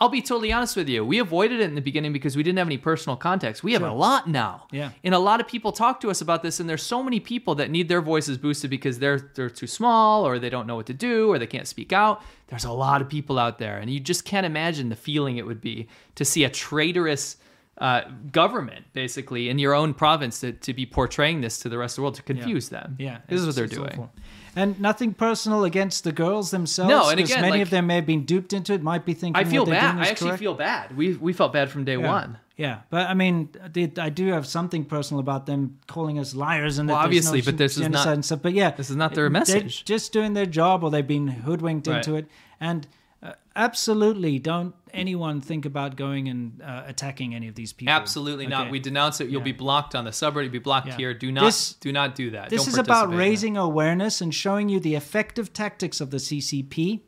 S2: I'll be totally honest with you. We avoided it in the beginning because we didn't have any personal context. We have a lot now.
S1: Yeah.
S2: And a lot of people talk to us about this, and there's so many people that need their voices boosted because they're they're too small or they don't know what to do or they can't speak out. There's a lot of people out there, and you just can't imagine the feeling it would be to see a traitorous uh, government basically in your own province to, to be portraying this to the rest of the world to confuse them.
S1: Yeah,
S2: This is
S1: it's-
S2: what they're
S1: it's
S2: doing.
S1: awful. And nothing personal against the girls themselves.
S2: No, and
S1: 'cause
S2: again,
S1: many
S2: like-
S1: of them may have been duped into it. Might be thinking
S2: I
S1: what
S2: feel
S1: they're
S2: bad.
S1: doing
S2: I
S1: is
S2: actually
S1: correct.
S2: feel bad. We we felt bad from day
S1: Yeah.
S2: one.
S1: Yeah, but I mean, the- I do have something personal about them calling us liars and
S2: Well,
S1: that there's
S2: obviously,
S1: no
S2: but this is not-
S1: genocide and stuff. But yeah,
S2: this is not their
S1: they're
S2: message.
S1: just doing their job, or they've been hoodwinked
S2: Right.
S1: into it. And uh, absolutely, don't anyone think about going and uh, attacking any of these people.
S2: Absolutely not.
S1: Okay.
S2: We denounce it. You'll be blocked on the subreddit. You'll be blocked
S1: Yeah.
S2: here. Do not
S1: This-
S2: do not do that.
S1: This
S2: Don't
S1: is about
S2: participate in that.
S1: raising awareness and showing you the effective tactics of the CCP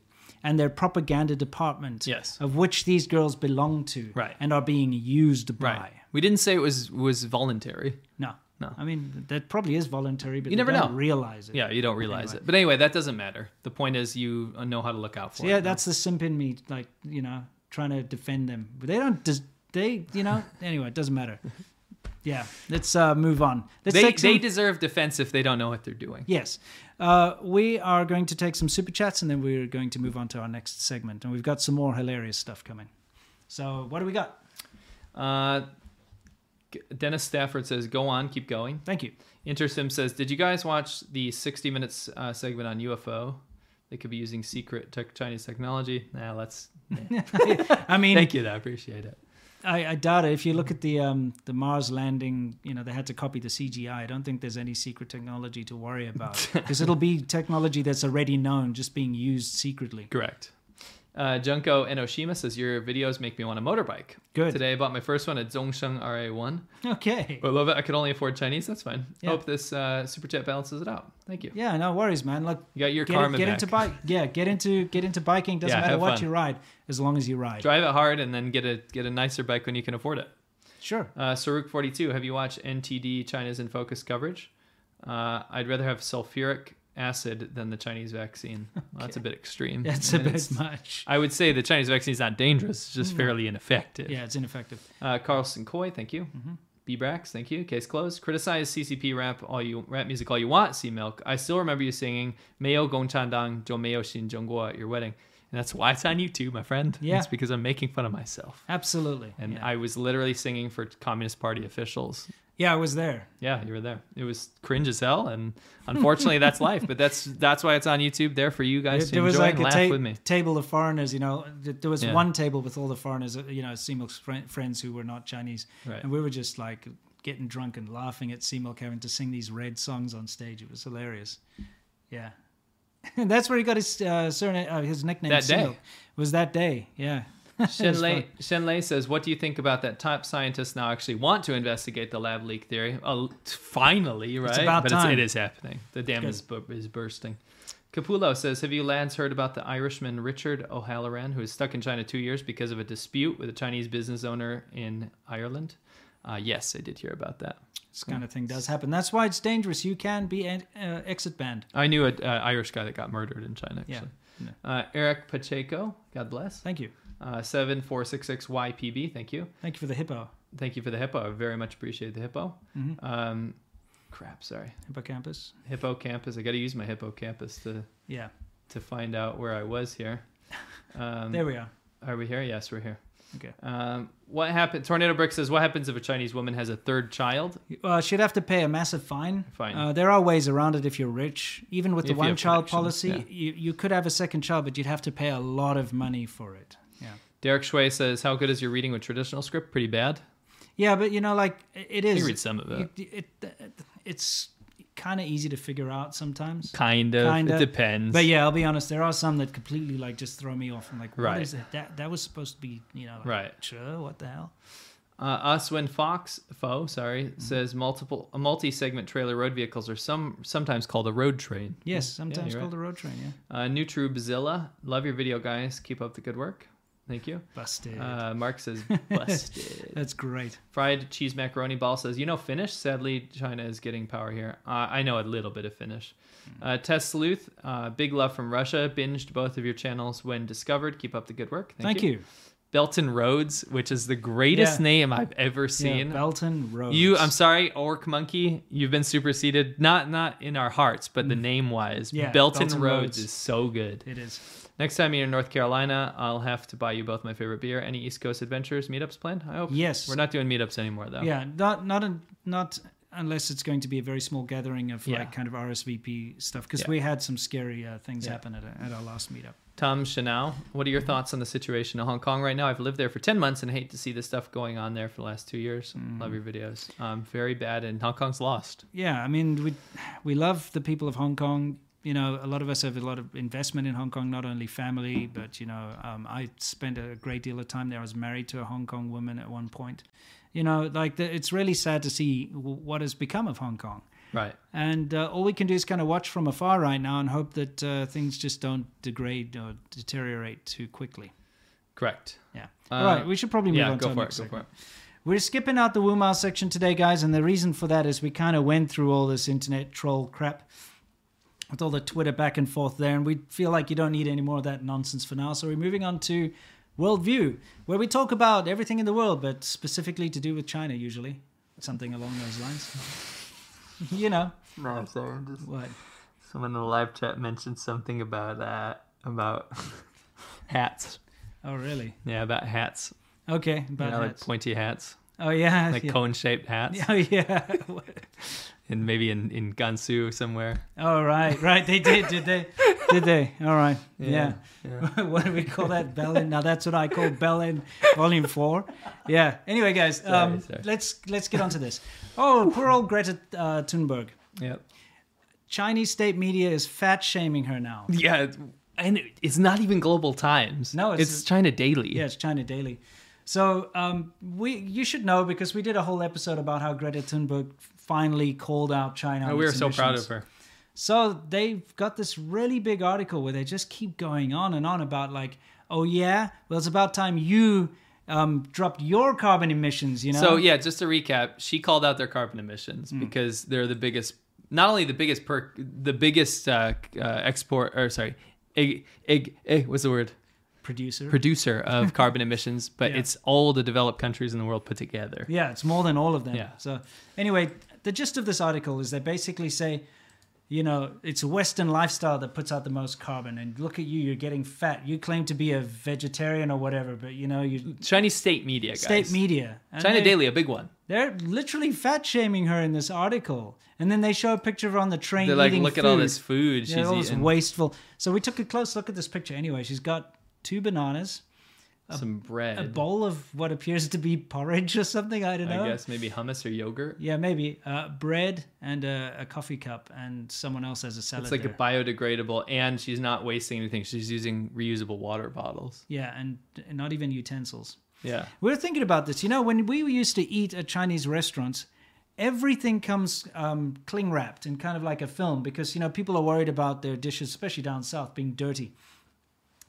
S1: and their propaganda department,
S2: Yes.
S1: of which these girls belong to,
S2: Right.
S1: and are being used by.
S2: right. We didn't say it was was voluntary.
S1: No,
S2: No.
S1: I mean, that probably is voluntary, but
S2: You
S1: they
S2: never
S1: don't
S2: know.
S1: realize it.
S2: Yeah, you don't realize it. But anyway, that doesn't matter. The point is, you know how to look out for.
S1: yeah,
S2: it.
S1: that's the simp in me, like you know, trying to defend them, but they don't. Des- they, you know, anyway, it doesn't matter. Yeah, let's uh, move on. Let's
S2: They
S1: take some-
S2: they deserve defense if they don't know what they're doing.
S1: Yes. Uh, we are going to take some super chats and then we're going to move on to our next segment. And we've got some more hilarious stuff coming. So, what do we got?
S2: Uh, G- Dennis Stafford says, "Go on, keep going."
S1: Thank you.
S2: Intersim says, "Did you guys watch the 60 minutes uh, segment on UFO? They could be using secret tech Chinese technology." Nah, let's.
S1: I mean,
S2: Thank you. though. I appreciate it.
S1: I, I doubt it. If you look at the um, the Mars landing, you know they had to copy the CGI. I don't think there's any secret technology to worry about because it'll be technology that's already known, just being used secretly.
S2: Correct. Uh, Junko Enoshima says your videos make me want a motorbike.
S1: Good.
S2: Today I bought my first one, a Zongsheng RA1.
S1: Okay.
S2: I love it. I could only afford Chinese. That's fine.
S1: Yeah.
S2: Hope this uh, super chat balances it out. Thank you.
S1: Yeah, no worries, man. Like
S2: You got your
S1: get,
S2: karma
S1: get
S2: back.
S1: into bike. Yeah, get into get into biking. Doesn't
S2: Yeah,
S1: matter
S2: have
S1: what
S2: fun.
S1: you ride, as long as you ride.
S2: Drive it hard and then get a get a nicer bike when you can afford it.
S1: Sure.
S2: Uh, Saruk42, have you watched NTD China's in focus coverage? Uh, I'd rather have sulfuric acid than the Chinese vaccine. Well, that's a bit extreme.
S1: That's
S2: I
S1: a
S2: mean,
S1: bit
S2: it's-
S1: much. Mm.
S2: I would say the Chinese vaccine is not dangerous. It's just fairly ineffective.
S1: Yeah, it's ineffective.
S2: Uh, Carlson Coy, thank you.
S1: Mm-hmm.
S2: B-Brax, thank you. Case closed. Criticize CCP rap all you rap music all you want. C Milk. I still remember you singing Mayo Gonchandang Jo Mayo Shin Jongguo at your wedding, and that's why it's on YouTube, my friend.
S1: Yeah.
S2: it's because I'm making fun of myself,
S1: Absolutely.
S2: and
S1: yeah.
S2: I was literally singing for Communist Party officials.
S1: yeah, I was there.
S2: Yeah, you were there. It was cringe as hell, and unfortunately, that's life. But that's that's why it's on YouTube. There for you guys
S1: There,
S2: to
S1: there was
S2: enjoy
S1: like
S2: and
S1: a
S2: laugh
S1: ta-
S2: with me.
S1: table of foreigners, you know. th- There was
S2: Yeah.
S1: one table with all the foreigners, uh, you know, Seamilk's fri- friends who were not Chinese.
S2: Right.
S1: And we were just like getting drunk and laughing at Seamilk having to sing these red songs on stage. It was hilarious. Yeah. And that's where he got his uh, surname, uh, his nickname.
S2: That day.
S1: Seamilk. was that day. Yeah. was
S2: Shenlei,
S1: fun.
S2: Shenlei says, "What do you think about that? Top scientists now actually want to investigate the lab leak theory. Oh, t- finally, right?
S1: about
S2: but
S1: time.
S2: It's, it is happening. The dam is, bu- is bursting." Capullo says, "Have you lads heard about the Irishman Richard O'Halloran, who is stuck in China two years because of a dispute with a Chinese business owner in Ireland?" Uh, yes, I did hear about that.
S1: This kind of thing does happen. That's why it's dangerous. You can be an, uh, exit banned.
S2: I knew an uh, Irish guy that got murdered in China.
S1: Yeah.
S2: Actually, uh, Eric Pacheco, God bless,
S1: Thank you.
S2: uh, seven four six six YPB. Thank you.
S1: Thank you for the hippo,
S2: Thank you for the hippo. I very much appreciate the hippo. Um, crap, sorry.
S1: hippocampus.
S2: Hippocampus. I got to use my hippocampus to
S1: Yeah.
S2: to find out where I was here. Um,
S1: There we are.
S2: Are we here? Yes, we're here.
S1: Okay.
S2: Um, what happened? Tornado Brick says, "What happens if a Chinese woman has a third child?"
S1: Uh, she'd have to pay a massive fine.
S2: Fine.
S1: Uh, there are ways around it if you're rich. Even with the
S2: If you have
S1: one child
S2: connections,
S1: policy,
S2: yeah.
S1: you, you could have a second child, but you'd have to pay a lot of money for it. Yeah.
S2: Derek Shui says, "How good is your reading with traditional script? Pretty bad.
S1: Yeah, but you know, like, i- it
S2: I
S1: is.
S2: can read some of it.
S1: it, it, it's kind of easy to figure out sometimes.
S2: Kind of.
S1: Kind of.
S2: It depends.
S1: But yeah, I'll be honest. There are some that completely like just throw me off. I'm like, what
S2: Right.
S1: is that? That that was supposed to be, you know, like,
S2: Right.
S1: Sure, what the hell?
S2: Uh, Oswin Fox, foe, sorry, says multiple a multi-segment trailer road vehicles are some sometimes called a road train.
S1: Yes, sometimes
S2: you're
S1: called a road train. Yeah,
S2: Uh, Nutrubzilla, love your video, guys. Keep up the good work. Thank you.
S1: busted.
S2: Uh, Mark says busted.
S1: That's great.
S2: Fried cheese macaroni ball says, you know Finnish. Sadly, China is getting power here. Uh, I know a little bit of Finnish.
S1: Mm.
S2: Uh, Tess Sleuth, uh, big love from Russia. Binged both of your channels when discovered. Keep up the good work. Thank,
S1: Thank you.
S2: Belton Rhodes, which is the greatest
S1: Yeah.
S2: name I've ever
S1: Yeah,
S2: seen.
S1: Belton Rhodes.
S2: you, I'm sorry, Orc Monkey, you've been superseded. Not not in our hearts, but the name wise,
S1: Mm. Yeah,
S2: Belton,
S1: Belton
S2: Rhodes
S1: Rhodes.
S2: is so good.
S1: It is.
S2: Next time you're in North Carolina, I'll have to buy you both my favorite beer. Any East Coast adventures meetups planned? I hope.
S1: Yes.
S2: We're not doing meetups anymore though.
S1: Yeah, not not un- not unless it's going to be a very small gathering of
S2: Yeah.
S1: like kind of RSVP stuff because
S2: Yeah.
S1: we had some scary uh, things
S2: Yeah.
S1: happen at, a, at our last meetup.
S2: Tom Chanel, what are your thoughts on the situation in Hong Kong right now? I've lived there for 10 months and hate to see this stuff going on there for the last two years.
S1: Mm.
S2: Love your videos. Um, very bad, and Hong Kong's lost.
S1: Yeah, I mean we we love the people of Hong Kong. You know, a lot of us have a lot of investment in Hong Kong, not only family, but you know, um, I spent a great deal of time there. I was married to a Hong Kong woman at one point. You know, like the, it's really sad to see w- what has become of Hong Kong.
S2: Right.
S1: And uh, all we can do is kind of watch from afar right now and hope that uh, things just don't degrade or deteriorate too quickly.
S2: Correct.
S1: Yeah.
S2: Uh,
S1: all right, we should probably move
S2: yeah,
S1: on
S2: go
S1: to
S2: for
S1: our
S2: it.
S1: next
S2: Go for
S1: segment.
S2: it.
S1: We're skipping out the Wumao section today, guys, and the reason for that is we kind of went through all this internet troll crap with all the Twitter back and forth there, and we feel like you don't need any more of that nonsense for now. So we're moving on to Worldview, where we talk about everything in the world, but specifically to do with China, usually. Something along those lines. you know.
S2: No, I'm sorry. I'm just,
S1: What?
S2: someone in the live chat mentioned something about uh, about hats.
S1: Oh, really?
S2: Yeah, about hats.
S1: Okay. About
S2: You know, like
S1: hats.
S2: pointy hats,
S1: oh, yeah.
S2: like
S1: yeah.
S2: cone shaped hats.
S1: Oh, yeah.
S2: And maybe in, in Gansu somewhere.
S1: All right, right. They did, did they? Did they? All right. Yeah. what do we call that? Bellin. Now that's what I call Bellin Volume Four. Yeah. Anyway, guys, um,
S2: sorry.
S1: let's let's get on to this. Oh, poor old Greta uh, Thunberg.
S2: Yep.
S1: Chinese state media is fat shaming her now.
S2: Yeah. it- And it- it's not even Global Times.
S1: No, it's-
S2: it's, China Daily.
S1: Yeah, it's China Daily. So um, we you should know because we did a whole episode about how Greta Thunberg finally called out China.
S2: Oh,
S1: on
S2: we were
S1: its
S2: so proud
S1: emissions.
S2: of her.
S1: So they've got this really big article where they just keep going on and on about like, oh yeah, well it's about time you um, dropped your carbon emissions, you know?
S2: So yeah, just to recap, she called out their carbon emissions because they're the biggest, not only the biggest per, the biggest uh, uh, export or sorry, egg, egg, egg, what's the word?
S1: producer.
S2: Producer of carbon emissions, but
S1: Yeah.
S2: it's all the developed countries in the world put together.
S1: yeah, it's more than all of them.
S2: Yeah.
S1: So anyway, the gist of this article is they basically say, you know, it's a Western lifestyle that puts out the most carbon, and look at you, you're getting fat. You claim to be a vegetarian or whatever, but you know, you
S2: Chinese state media, guys.
S1: state media, And
S2: China
S1: they-
S2: Daily, a big one.
S1: They're literally fat shaming her in this article, and then they show a picture of her on the train.
S2: They're like,
S1: eating
S2: look
S1: food.
S2: at all this food she's
S1: Yeah, all this
S2: eating,
S1: wasteful. So we took a close look at this picture. Anyway, she's got two bananas,
S2: some bread,
S1: a bowl of what appears to be porridge or something. I don't
S2: I
S1: know.
S2: guess maybe hummus or yogurt.
S1: Yeah, maybe uh, bread and a, a coffee cup, and someone else has a salad.
S2: It's like a
S1: there.
S2: biodegradable, and she's not wasting anything. She's using reusable water bottles.
S1: yeah, and and not even utensils.
S2: Yeah.
S1: We were thinking about this. You know, when we used to eat at Chinese restaurants, everything comes um, cling wrapped and kind of like a film because, you know, people are worried about their dishes, especially down south, being dirty.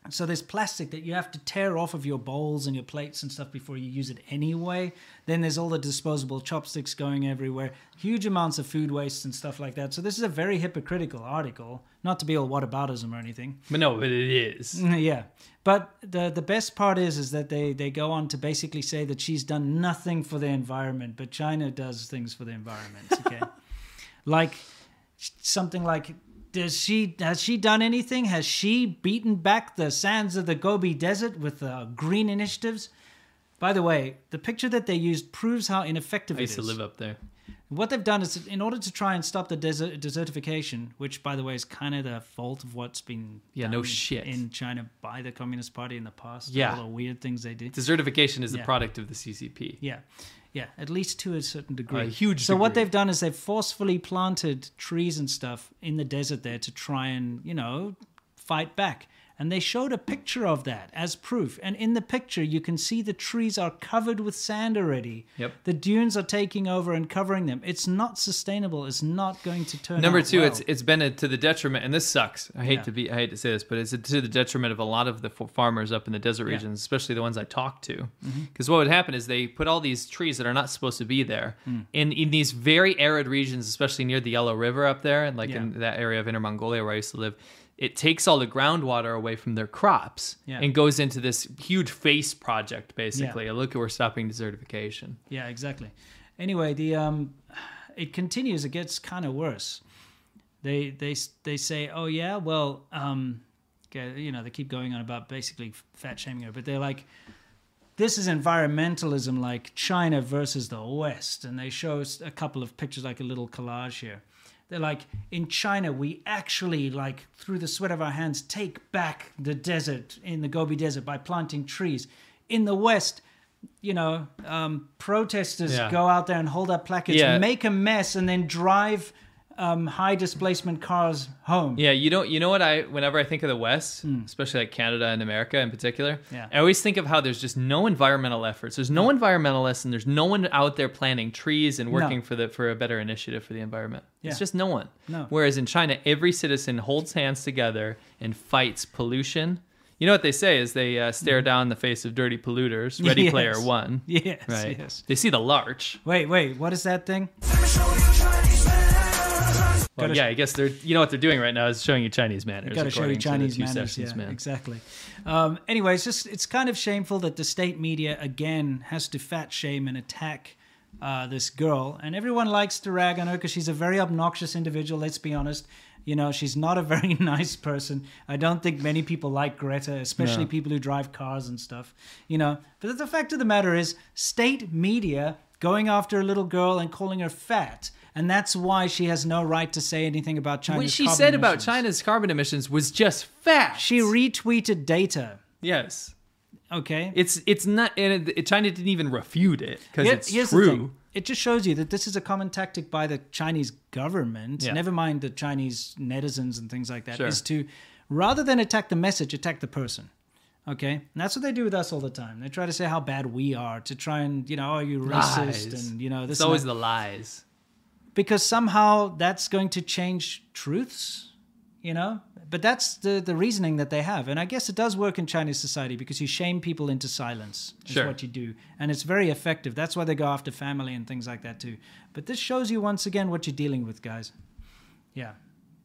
S1: And So there's plastic that you have to tear off of your bowls and your plates and stuff before you use it anyway. Then there's all the disposable chopsticks going everywhere, huge amounts of food waste and stuff like that. So this is a very hypocritical article, not to be all whataboutism or anything.
S2: But no, but it is.
S1: Yeah, but the the best part is is that they they go on to basically say that she's done nothing for the environment, but China does things for the environment. Okay, like something like does she has she done anything? Has she beaten back the sands of the Gobi Desert with uh, green initiatives? By the way, the picture that they used proves how ineffective
S2: I
S1: it
S2: used to
S1: is.
S2: live up there.
S1: What they've done is, that in order to try and stop the desert, desertification, which, by the way, is kind of the fault of what's been
S2: Yeah,
S1: done
S2: no shit.
S1: in China by the Communist Party in the past.
S2: Yeah.
S1: all the weird things they did.
S2: Desertification is the
S1: Yeah.
S2: product of the CCP.
S1: Yeah, yeah, at least to a certain degree.
S2: A huge
S1: So what
S2: degree.
S1: they've done is they've forcefully planted trees and stuff in the desert there to try and you know fight back. And they showed a picture of that as proof. And in the picture, you can see the trees are covered with sand already.
S2: Yep.
S1: The dunes are taking over and covering them. It's not sustainable. It's not going to turn.
S2: Number
S1: out
S2: two,
S1: well.
S2: it's it's been a, to the detriment, and this sucks. I hate
S1: Yeah.
S2: to be, I hate to say this, but it's to the detriment of a lot of the f- farmers up in the desert regions, especially the ones I talked to.
S1: Mm-hmm.
S2: Because what would happen is they put all these trees that are not supposed to be there
S1: Mm.
S2: in in these very arid regions, especially near the Yellow River up there, and like in that area of Inner Mongolia where I used to live. it takes all the groundwater away from their crops
S1: Yeah.
S2: and goes into this huge face project, basically. Look, we're stopping desertification.
S1: Yeah, exactly. Anyway, the um, it continues. It gets kind of worse. They they they say, oh yeah, well, um, okay, you know, they keep going on about basically fat shaming her, but they're like, this is environmentalism, like China versus the West, and they show us a couple of pictures, like a little collage here. They're like, in China, we actually, like, through the sweat of our hands, take back the desert in the Gobi Desert by planting trees. In the West, you know, um, protesters
S2: Yeah.
S1: go out there and hold up placards,
S2: Yeah.
S1: make a mess, and then drive um, high displacement cars home.
S2: Yeah, you don't. You know what I? Whenever I think of the West, especially like Canada and America in particular,
S1: Hmm. Yeah.
S2: I always think of how there's just no environmental efforts. There's no environmentalists, and there's no one out there planting trees and working for the for a better initiative for the environment.
S1: Yeah.
S2: It's just no one.
S1: No.
S2: Whereas in China, every citizen holds hands together and fights pollution. You know what they say is they uh, stare down the face of dirty polluters.
S1: Mm-hmm. Yes.
S2: Ready Player One.
S1: Yes,
S2: Right.
S1: yes.
S2: They see the larch.
S1: Wait, wait, what is that thing?
S2: Well,
S1: Gotta-
S2: yeah, I guess they're. You know what they're doing right now is showing you Chinese manners.
S1: Got to show you
S2: according to the
S1: Chinese
S2: two
S1: manners,
S2: sessions,
S1: yeah,
S2: man.
S1: exactly. Um, anyway, it's just it's kind of shameful that the state media again has to fat shame and attack uh, this girl, and everyone likes to rag on her because she's a very obnoxious individual. Let's be honest. You know, she's not a very nice person. I don't think many people like Greta, especially people who drive cars and stuff. You know, but the fact of the matter is, state media going after a little girl and calling her fat. And that's why she has no right to say anything about China's
S2: what she
S1: carbon
S2: said about
S1: emissions.
S2: China's carbon emissions was just fat.
S1: She retweeted data.
S2: yes,
S1: Okay.
S2: it's it's not, and it, China didn't even refute it because
S1: Here-
S2: it's
S1: here's the
S2: true.
S1: thing. It just shows you that this is a common tactic by the Chinese government,
S2: Yeah.
S1: never mind the Chinese netizens and things like that, is
S2: Sure.
S1: to rather than attack the message, attack the person. Okay? And that's what they do with us all the time. They try to say how bad we are, to try and, you know, oh, you're racist
S2: Lies.
S1: and, you know, this
S2: It's
S1: and
S2: always
S1: that.
S2: the lies.
S1: because somehow that's going to change truths, you know? But that's the, the reasoning that they have. And I guess it does work in Chinese society because you shame people into silence, is
S2: Sure.
S1: what you do. And it's very effective. That's why they go after family and things like that too. But this shows you once again what you're dealing with, guys. Yeah,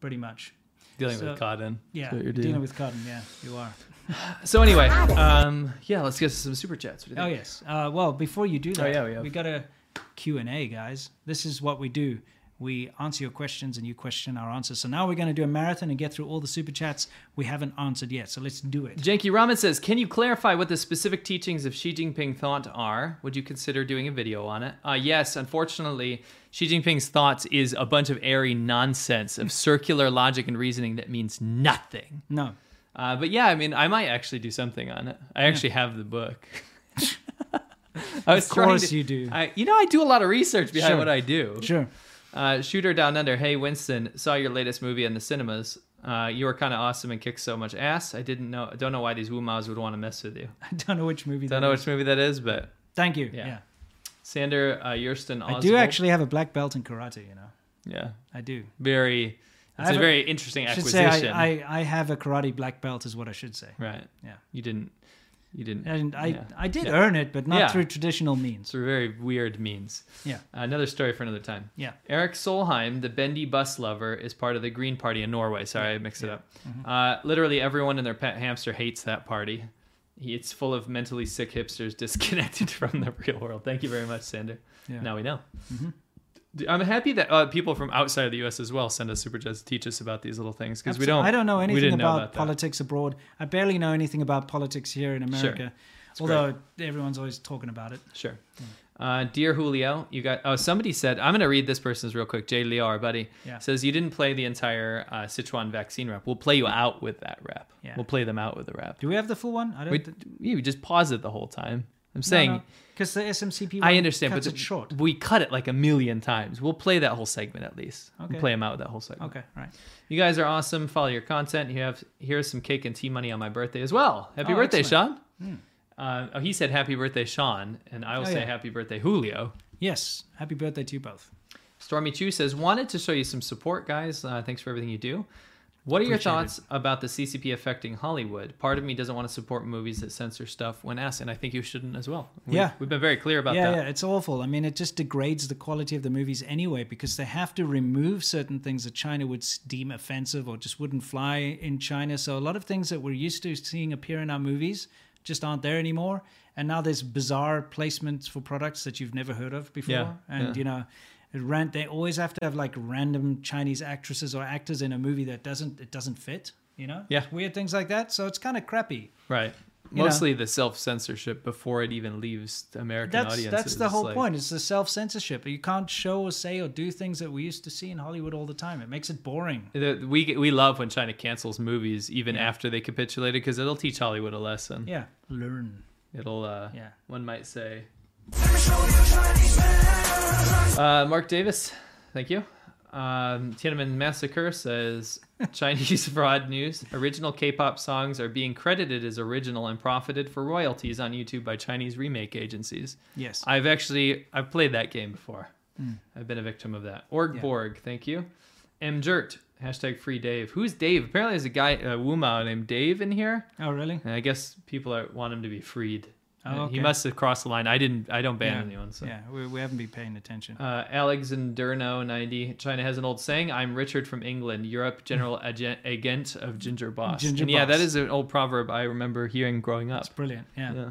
S1: pretty much.
S2: Dealing
S1: So-
S2: with cotton.
S1: Yeah,
S2: That's what you're
S1: dealing.
S2: doing.
S1: with cotton. Yeah, you are.
S2: So anyway, um, yeah, let's get to some super chats. What do you
S1: Oh
S2: think?
S1: yes. Uh, well, before you do that,
S2: Oh, yeah, we have-
S1: we got a Q and A, guys. This is what we do. We answer your questions and you question our answers. So now we're going to do a marathon and get through all the super chats we haven't answered yet. So let's do it.
S2: Janky Ramen says, "Can you clarify what the specific teachings of Xi Jinping thought are? Would you consider doing a video on it?" Uh, yes, unfortunately, Xi Jinping's thoughts is a bunch of airy nonsense of circular logic and reasoning that means nothing.
S1: No,
S2: Uh, but yeah, I mean, I might actually do something on it. I actually have the book. I was
S1: Of
S2: trying
S1: course
S2: to-
S1: you do.
S2: I, you know, I do a lot of research behind
S1: Sure.
S2: what I do.
S1: sure.
S2: Uh, Shooter Down Under. Hey, Winston, saw your latest movie in the cinemas. Uh, you were kind of awesome and kicked so much ass. I didn't know. Don't know why these Wumaos would want to mess with you.
S1: I don't know which movie.
S2: Don't
S1: that
S2: know
S1: is.
S2: which movie that is, but
S1: Thank you. Yeah,
S2: Yeah. Sander uh, Yersten.
S1: I do actually have a black belt in karate. You know,
S2: Yeah,
S1: I do.
S2: very. It's
S1: have
S2: a
S1: a-
S2: very interesting
S1: I should
S2: acquisition.
S1: say I, I, I have a karate black belt is what I should say.
S2: right.
S1: Yeah.
S2: You didn't. You didn't.
S1: And I,
S2: yeah.
S1: I did
S2: Yeah.
S1: earn it, but not
S2: Yeah.
S1: through traditional means.
S2: Through very weird means.
S1: Yeah.
S2: Uh, Another story for another time.
S1: Yeah.
S2: Eric Solheim, the bendy bus lover, is part of the Green Party in Norway. Sorry, I mixed it up.
S1: Mm-hmm.
S2: Uh, literally everyone and their pet hamster hates that party. He, it's full of mentally sick hipsters disconnected from the real world. Thank you very much, Sander.
S1: Yeah. Mm-hmm.
S2: Now we know. D- I'm happy that uh, people from outside of the U.S. as well send us super chats to teach us about these little things because we
S1: Absolutely.
S2: don't.
S1: I don't know
S2: we
S1: anything
S2: didn't
S1: about,
S2: that.
S1: politics abroad. I barely know anything about politics here in America. Although everyone's always talking about it.
S2: Sure.
S1: Hmm.
S2: Uh, dear Julio, you got. Oh, somebody said I'm going to read this person's real quick. Jay Leo, our buddy,
S1: Yeah.
S2: says you didn't play the entire uh, Sichuan vaccine rap. We'll play you out with that rap.
S1: Yeah.
S2: We'll play them out with the rap.
S1: Do we have the full one? I don't.
S2: We,
S1: thi-
S2: you just pause it the whole time. I'm saying
S1: because the SMCP.
S2: I
S1: one
S2: understand,
S1: cuts
S2: but
S1: it
S2: the-
S1: short.
S2: we cut it like a million times. We'll play that whole segment at least.
S1: Okay.
S2: We'll play them out with that whole segment.
S1: Okay, right.
S2: You guys are awesome. Follow your content. You have here's some cake and tea money on my birthday as well. Happy
S1: Oh,
S2: birthday,
S1: excellent.
S2: Sean. Uh, oh, he said happy birthday, Sean, and I will
S1: Oh,
S2: say
S1: yeah.
S2: happy birthday, Julio.
S1: Yes, happy birthday to you both.
S2: Stormy Chu says, wanted to show you some support, guys. Uh, thanks for everything you do. What are your
S1: Appreciate
S2: thoughts about the CCP affecting Hollywood? Part of me doesn't want to support movies that censor stuff when asked, and I think you shouldn't as well. We,
S1: Yeah.
S2: we've been very clear about
S1: yeah,
S2: that.
S1: yeah, it's awful. I mean, it just degrades the quality of the movies anyway because they have to remove certain things that China would s- deem offensive or just wouldn't fly in China. So a lot of things that we're used to seeing appear in our movies just aren't there anymore. And now there's bizarre placements for products that you've never heard of before.
S2: Yeah,
S1: and
S2: yeah.
S1: you know, rant they always have to have like random Chinese actresses or actors in a movie that doesn't it doesn't fit. You know,
S2: Yeah.
S1: weird things like that. So it's kind of crappy.
S2: Right.
S1: know.
S2: Mostly the self censorship before it even leaves the American
S1: that's
S2: audiences.
S1: that's the
S2: It's
S1: whole
S2: like-
S1: point. It's the self censorship. You can't show or say or do things that we used to see in Hollywood all the time. It makes it boring.
S2: The- We we love when China cancels movies even after they capitulated because it'll teach Hollywood a lesson.
S1: Yeah, learn.
S2: It'll, uh,
S1: Yeah.
S2: one might say. Uh, Mark Davis, thank you. Um, Tiananmen Massacre says Chinese fraud news. Original K pop songs are being credited as original and profited for royalties on YouTube by Chinese remake agencies.
S1: Yes. Hmm.
S2: I've actually I've played that game before. I've been a victim of that. Org Borg, thank you. Mjert, hashtag free Dave. Who's Dave? Apparently there's a guy, a Wumao named Dave in here.
S1: oh really?
S2: And I guess people are, want him to be freed.
S1: Oh,
S2: Uh, He
S1: okay.
S2: must have crossed the line. I didn't. I don't ban
S1: Yeah.
S2: anyone. So.
S1: Yeah, we, we haven't been paying attention.
S2: Uh, Alex and Durno, 90. China has an old saying, I'm Richard from England, Europe general agent, agent of Ginger Boss.
S1: Ginger
S2: and yeah,
S1: Boss.
S2: that is an old proverb I remember hearing growing up.
S1: It's brilliant. Yeah.
S2: Yeah.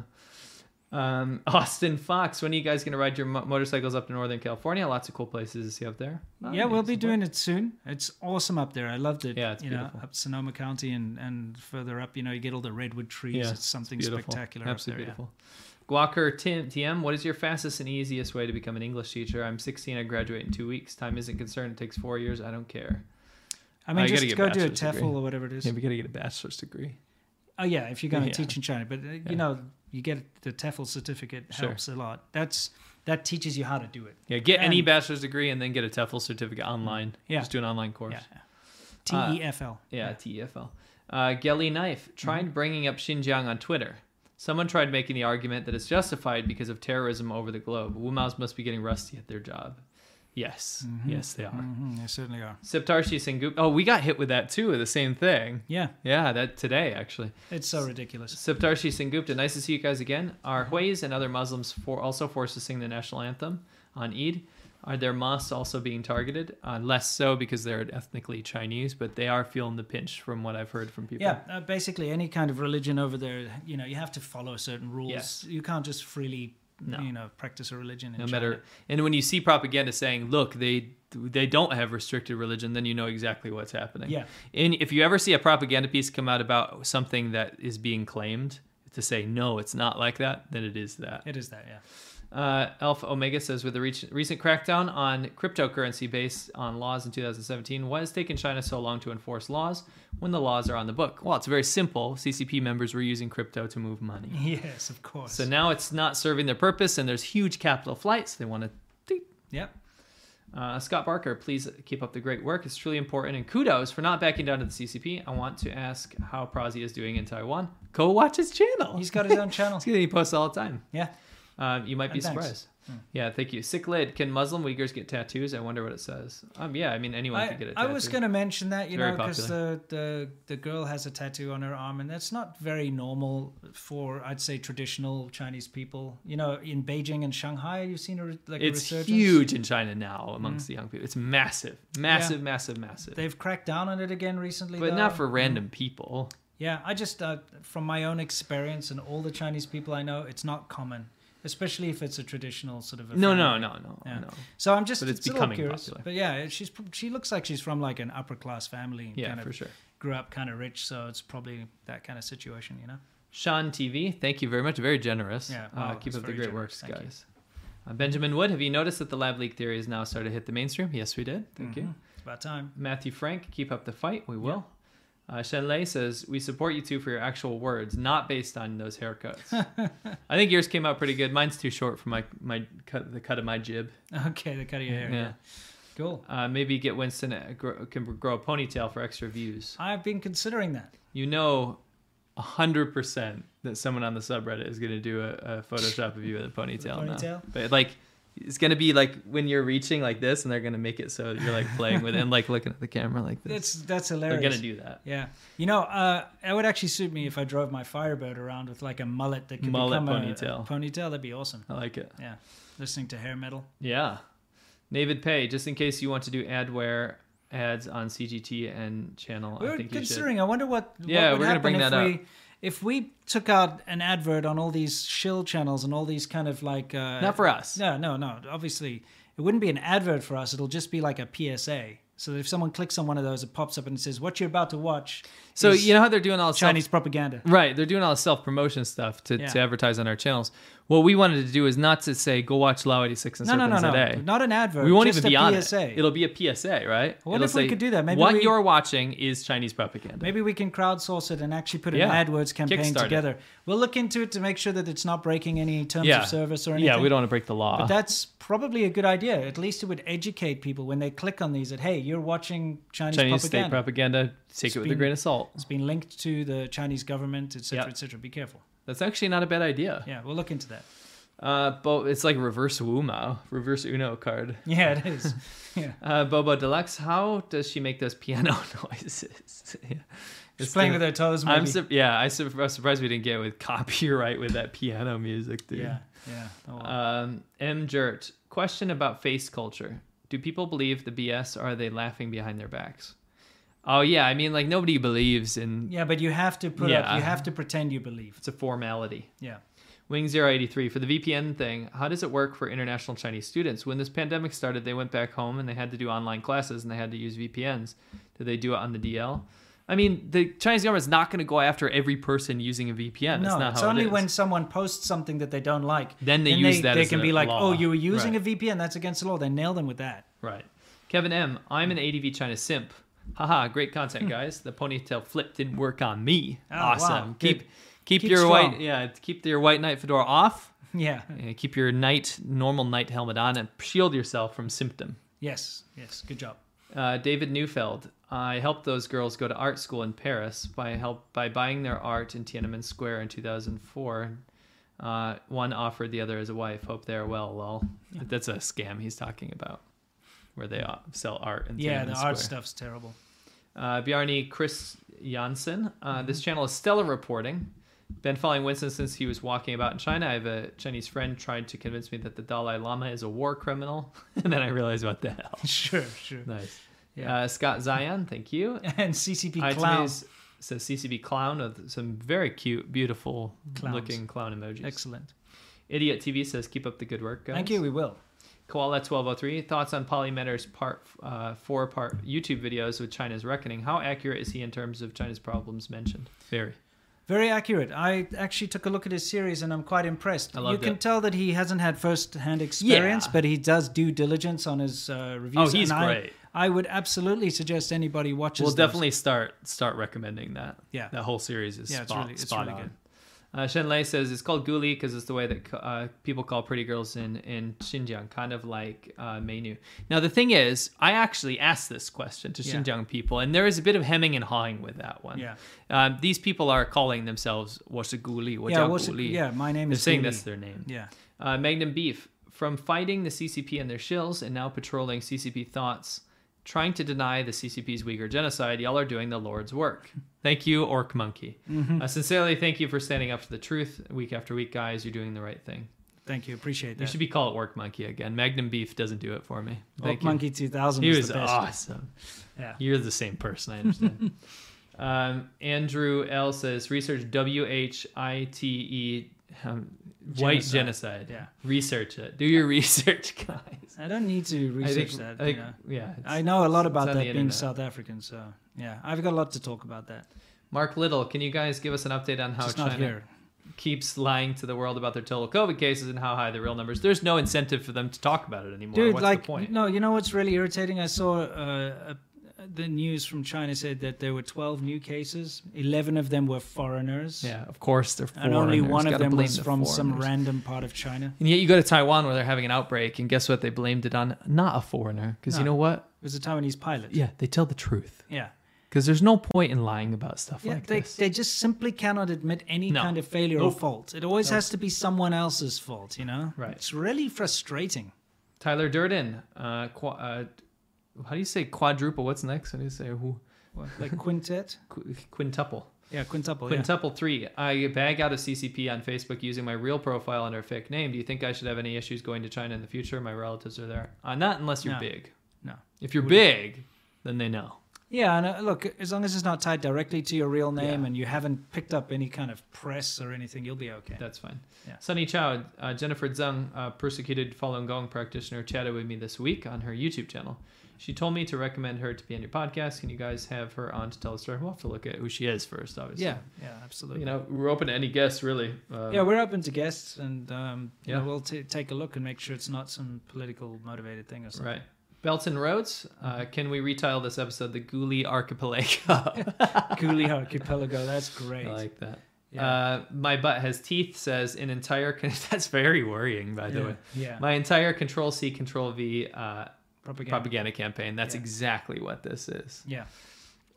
S2: Um, Austin Fox, when are you guys going to ride your mo- motorcycles up to Northern California? Lots of cool places to see up there.
S1: Yeah, we'll be
S2: Nice.
S1: doing it soon. It's awesome up there. I loved it.
S2: Yeah, it's
S1: you
S2: beautiful.
S1: know, up Sonoma County and, and further up, you know, you get all the redwood trees. it's something
S2: beautiful.
S1: spectacular
S2: Absolutely
S1: up there.
S2: beautiful. Guacker Tim, TM, what is your fastest and easiest way to become an English teacher? I'm 16. I graduate in two weeks. Time isn't concerned. It takes four years. I don't care.
S1: Yeah. I mean,
S2: Oh, you gotta
S1: just
S2: get
S1: go do a
S2: bachelor's degree.
S1: TEFL or whatever it is.
S2: we gotta get a bachelor's degree.
S1: Oh yeah, if you're going to
S2: Yeah.
S1: teach in China, but uh, you know, you get the TEFL certificate
S2: Sure.
S1: helps a lot. That's that teaches you how to do it.
S2: Yeah, get any
S1: And-
S2: bachelor's degree and then get a TEFL certificate online.
S1: Yeah.
S2: just do an online course.
S1: Yeah.
S2: Uh,
S1: T E F L.
S2: Yeah, TEFL. Uh, Gelly Knife
S1: Mm-hmm.
S2: tried bringing up Xinjiang on Twitter. Someone tried making the argument that it's justified because of terrorism over the globe. Wu Maos must be getting rusty at their job. Yes, yes, they are.
S1: Mm, they certainly are.
S2: Septarshi Sengup. Oh, we got hit with that too, the same thing.
S1: Yeah,
S2: Yeah, that today actually.
S1: it's so ridiculous.
S2: Septarshi Sengupta, nice to see you guys again. Are Huays and other Muslims for also forced to sing the national anthem on Eid? Are their mosques also being targeted? Uh, less so because they're ethnically Chinese, but they are feeling the pinch from what I've heard from people.
S1: Yeah, uh, basically any kind of religion over there, you know, you have to follow certain rules.
S2: Yes.
S1: You can't just freely,
S2: No.
S1: you know, practice a religion. In
S2: No
S1: China.
S2: matter, and when you see propaganda saying, "Look, they they don't have restricted religion," then you know exactly what's happening.
S1: Yeah.
S2: And if you ever see a propaganda piece come out about something that is being claimed to say no, it's not like that, then it is that.
S1: It is that, yeah.
S2: Uh, Alpha Omega says, with the reach- recent crackdown on cryptocurrency based on laws in 2017, why has taken China so long to enforce laws when the laws are on the book? Well, it's very simple. CCP members were using crypto to move money.
S1: Yes, of course.
S2: So now it's not serving their purpose, and there's huge capital flights. They want to.
S1: yep.
S2: Uh, Scott Barker, please keep up the great work. It's truly important, and kudos for not backing down to the CCP. I want to ask how Prazi is doing in Taiwan. Go watch his channel.
S1: He's got his own channel.
S2: he posts all the time.
S1: Yeah.
S2: Um, you might be
S1: And thanks. Hmm.
S2: surprised. Yeah, thank you. Sick lid. Can Muslim Uyghurs get tattoos? I wonder what it says. Um, yeah, I mean anyone
S1: I,
S2: can get a
S1: I
S2: tattoo.
S1: was going to mention that, you
S2: Very
S1: know, because the, the, the girl has a tattoo on her arm, and that's not very normal for, I'd say, traditional Chinese people. You know, in Beijing and Shanghai, you've seen a, re- like
S2: It's
S1: a resurgence. Hmm.
S2: huge in China now amongst the young people. It's massive, massive, massive, massive.
S1: They've cracked down on it again recently.
S2: but
S1: though.
S2: not for random people.
S1: Yeah, I just, uh, from my own experience and all the Chinese people I know, it's not common, especially if it's a traditional sort of. A
S2: No,
S1: family.
S2: no, no, no,
S1: Yeah.
S2: no.
S1: So I'm just.
S2: But it's
S1: a little
S2: becoming
S1: curious.
S2: popular.
S1: But yeah, she's prob- she looks like she's from like an upper class family. And
S2: Yeah,
S1: kind of
S2: for sure.
S1: Grew up kind of rich, so it's probably that kind of situation, you know.
S2: Sean TV, thank you very much. Very generous.
S1: Yeah,
S2: uh,
S1: wow,
S2: keep
S1: that's
S2: up the
S1: very
S2: great
S1: generous.
S2: works,
S1: Thank you.
S2: guys. Uh, Benjamin Wood, have you noticed that the lab leak theory has now started to hit the mainstream? Yes, we did. Thank you.
S1: It's about time.
S2: Matthew Frank, keep up the fight. We will. Uh, Shen Lei says, We support you two for your actual words, not based on those haircuts. I think yours came out pretty good. Mine's too short for my, my cut, the cut of my jib.
S1: Okay, the cut of your hair.
S2: Yeah.
S1: Yeah. Cool.
S2: Uh, maybe get Winston a, grow, can grow a ponytail for extra views.
S1: I've been considering that.
S2: You know 100% that someone on the subreddit is going to do a, a Photoshop of you with a ponytail. now.
S1: Ponytail?
S2: But like it's gonna be like when you're reaching like this, and they're gonna make it so you're like playing with it and like looking at the camera like this.
S1: That's that's hilarious.
S2: They're gonna do that.
S1: Yeah, you know, uh, it would actually suit me if I drove my Firebird around with like a mullet that could
S2: Mullet
S1: become a- A,
S2: ponytail. Oh.
S1: ponytail. That'd be awesome.
S2: I like it.
S1: Yeah, listening to hair metal.
S2: Yeah. David Pay, just in case you want to do adware ads on CGT and channel,
S1: We
S2: I
S1: were
S2: think
S1: considering. I wonder what.
S2: Yeah,
S1: what would
S2: we're gonna
S1: happen
S2: bring
S1: if
S2: that
S1: we, If we took out an advert on all these shill channels and all these kind of like. Uh,
S2: you should. Not for us.
S1: No, no, no. Obviously, it wouldn't be an advert for us. It'll just be like a PSA. So that if someone clicks on one of those, it pops up and it says, "What you're about to watch."
S2: So Mm-hmm.
S1: is
S2: you know how they're doing all the
S1: Chinese propaganda.
S2: Right, they're doing all the self promotion stuff to,
S1: Yeah.
S2: to advertise on our channels. What we wanted to do is not to say go watch Lao eighty six and
S1: No, no, no,
S2: Serpents
S1: no.
S2: today.
S1: Not an advert.
S2: we won't
S1: just
S2: even be
S1: a
S2: on
S1: PSA.
S2: it. It'll be a PSA, right?
S1: What
S2: It'll
S1: if we could do that? Maybe
S2: what
S1: we-
S2: you're watching is Chinese propaganda.
S1: Maybe we can crowdsource it and actually put an
S2: Yeah.
S1: AdWords campaign
S2: Kickstart it.
S1: together. We'll look into it to make sure that it's not breaking any terms
S2: yeah,
S1: of service or anything.
S2: yeah, we don't want to break the law.
S1: But that's probably a good idea. At least it would educate people when they click on these that hey, you're watching Chinese,
S2: Chinese
S1: propaganda.
S2: state propaganda. Take it with a
S1: Spin-
S2: grain of salt.
S1: It's been linked to the Chinese government, etc.,
S2: Yeah.
S1: etc. Be careful.
S2: That's actually not a bad idea.
S1: Yeah, we'll look into that.
S2: Uh, but it's like reverse Wumao, reverse Uno card.
S1: Yeah, it is. yeah,
S2: Uh, Bobo Deluxe, how does she make those piano noises? yeah.
S1: just playing
S2: the-
S1: with their toes. Maybe.
S2: I'm sur- yeah, I sur- I was surprised we didn't get with copyright with that piano music, dude.
S1: yeah, yeah. Oh, well.
S2: Um, M. Jert, question about face culture. Do people believe the BS or are they laughing behind their backs? Oh, yeah. I mean, like, nobody believes in
S1: yeah, but you have to put up.
S2: yeah.
S1: You have to pretend you believe.
S2: it's a formality.
S1: Yeah.
S2: Wing083, for the VPN thing, how does it work for international Chinese students? When this pandemic started, they went back home and they had to do online classes and they had to use VPNs. Do they do it on the DL? I mean, the Chinese government's not going to go after every person using a VPN. That's
S1: No,
S2: not
S1: it's
S2: how it
S1: only
S2: is.
S1: when someone posts something that they don't like.
S2: Then they use that
S1: They
S2: as
S1: can
S2: a
S1: be like,
S2: law.
S1: "Oh, you were using
S2: Right.
S1: a VPN. That's against the law." They nail them with that.
S2: Right. Kevin M, I'm an ADV China simp. Haha, great content, guys. The ponytail flip didn't work on me.
S1: Oh,
S2: awesome.
S1: wow.
S2: Keep,
S1: Good.
S2: keep
S1: Keep
S2: your
S1: strong.
S2: white yeah, keep your white knight fedora off.
S1: Yeah.
S2: And keep your knight normal knight helmet on and shield yourself from symptom.
S1: Yes. Yes. Good job.
S2: Uh, David Neufeld. I helped those girls go to art school in Paris by help by buying their art in Tiananmen Square in 2004. Uh, one offered the other as a wife. Hope they are well. Lol. That's a scam he's talking about, where they uh, sell art in
S1: Yeah,
S2: Tiananmen
S1: the
S2: Square.
S1: art stuff's terrible.
S2: Uh, Bjarni Chris Janssen. Uh,
S1: Mm-hmm.
S2: This channel is stellar reporting. Been following Winston since he was walking about in China. I have a Chinese friend tried to convince me that the Dalai Lama is a war criminal, and then I realized what the hell.
S1: Sure. Sure.
S2: Nice.
S1: Yeah.
S2: Uh, Scott Zion, thank you.
S1: And CCP clown.
S2: iTunes says CCB clown with some very cute, beautiful
S1: Clowns.
S2: looking clown emojis.
S1: Excellent.
S2: Idiot TV says keep up the good work, guys.
S1: Thank you. We will.
S2: Koala 1203, thoughts on Polymeter's part uh, four part YouTube videos with China's reckoning. How accurate is he in terms of China's problems mentioned? Very.
S1: Very accurate. I actually took a look at his series and I'm quite impressed.
S2: I loved
S1: you can
S2: it.
S1: tell that he hasn't had first-hand experience,
S2: Yeah.
S1: but he does due diligence on his uh, reviews.
S2: Oh, he's
S1: and I-
S2: great.
S1: I, would absolutely suggest anybody watches.
S2: We'll
S1: those.
S2: definitely start start recommending that.
S1: Yeah.
S2: That whole series is
S1: Yeah, it's
S2: spot,
S1: really- it's
S2: spot
S1: really
S2: on.
S1: good.
S2: Uh, Shen Lei says it's called Guli because it's the way that uh, people call pretty girls in, in Xinjiang, kind of like uh, Meinu. Now, the thing is, I actually asked this question to
S1: Yeah.
S2: Xinjiang people, and there is a bit of hemming and hawing with that one.
S1: Yeah.
S2: Um, these people are calling themselves Washaguli,
S1: Yeah,
S2: Wajang
S1: what's it-
S2: Guli.
S1: yeah, my name
S2: They're
S1: is
S2: saying
S1: Guli.
S2: that's their name.
S1: Yeah.
S2: Uh, Magnum Beef, from fighting the CCP and their shills and now patrolling CCP thoughts, trying to deny the CCP's Uyghur genocide, y'all are doing the Lord's work. Thank you, Orc Monkey.
S1: Mm-hmm.
S2: Uh, sincerely, thank you for standing up for the truth week after week, guys. You're doing the right thing.
S1: Thank you. Appreciate
S2: You
S1: that.
S2: should be called Orc Monkey again. Magnum Beef doesn't do it for me. Thank
S1: Orc
S2: you.
S1: Monkey 2000
S2: He
S1: was,
S2: was
S1: the best.
S2: awesome.
S1: Yeah.
S2: You're the same person, I understand. um, Andrew L says research W H I T E um, white genocide.
S1: Yeah.
S2: Research it. Do your research, guys.
S1: I don't need to
S2: I
S1: research
S2: think,
S1: that.
S2: I think-
S1: you know.
S2: yeah. it's-
S1: I know a lot about that
S2: on the
S1: being
S2: internet.
S1: South African, so yeah, I've got a lot to talk about that.
S2: Mark Little, can you guys give us an update on how
S1: Just
S2: China
S1: not here.
S2: keeps lying to the world about their total COVID cases and how high the real numbers? There's no incentive for them to talk about it anymore.
S1: Dude,
S2: What's
S1: like,
S2: the point?
S1: no, you know what's really irritating? I saw uh, uh, the news from China said that there were 12 new cases. 11 of them were foreigners.
S2: Yeah, of course they're
S1: And only
S2: foreigners.
S1: one of
S2: Gotta
S1: them
S2: blame
S1: was
S2: the
S1: from some
S2: foreigners.
S1: random part of China.
S2: And yet you go to Taiwan where they're having an outbreak, and guess what? They blamed it on not a foreigner. Because you
S1: No.
S2: know what?
S1: It was a Taiwanese pilot.
S2: Yeah, they tell the truth.
S1: Yeah.
S2: Because there's no point in lying about stuff
S1: Yeah,
S2: like
S1: they,
S2: this.
S1: they just simply cannot admit any
S2: No.
S1: kind of failure
S2: Nope.
S1: or fault. It always has to be someone else's fault, you know?
S2: Right.
S1: It's really frustrating.
S2: Tyler Durden. Uh, qu- uh, how do you say quadruple? What's next? How do you say who?
S1: Like quintet?
S2: Qu- quintuple.
S1: Yeah, quintuple. yeah.
S2: Quintuple three. I bag out a CCP on Facebook using my real profile under a fake name. Do you think I should have any issues going to China in the future? My relatives are there. Uh, not unless you're
S1: No.
S2: big.
S1: No.
S2: If you're big, then they know.
S1: Yeah, and uh, look, as long as it's not tied directly to your real name and you haven't picked up any kind of press or anything, you'll be okay.
S2: That's fine.
S1: Yeah.
S2: Sunny Chow, uh, Jennifer Zhang, uh, persecuted Falun Gong practitioner, chatted with me this week on her YouTube channel. She told me to recommend her to be on your podcast. Can you guys have her on to tell a story? We'll have to look at who she is first, obviously.
S1: yeah, yeah, absolutely.
S2: You know, we're open to any guests, really. Um,
S1: yeah, we're open to guests, and um, you
S2: Yeah.
S1: know, we'll t- take a look and make sure it's not some political motivated thing or something.
S2: Right. Belton Rhodes, uh, can we retitle this episode The Ghoulie Archipelago?
S1: Cooley Archipelago, that's great.
S2: I like that.
S1: Yeah.
S2: Uh, my butt has teeth says an entire. Con- That's very worrying, by the
S1: yeah,
S2: way.
S1: yeah.
S2: My entire Control C, Control V uh,
S1: propaganda.
S2: propaganda campaign. That's
S1: Yeah.
S2: exactly what this is.
S1: Yeah,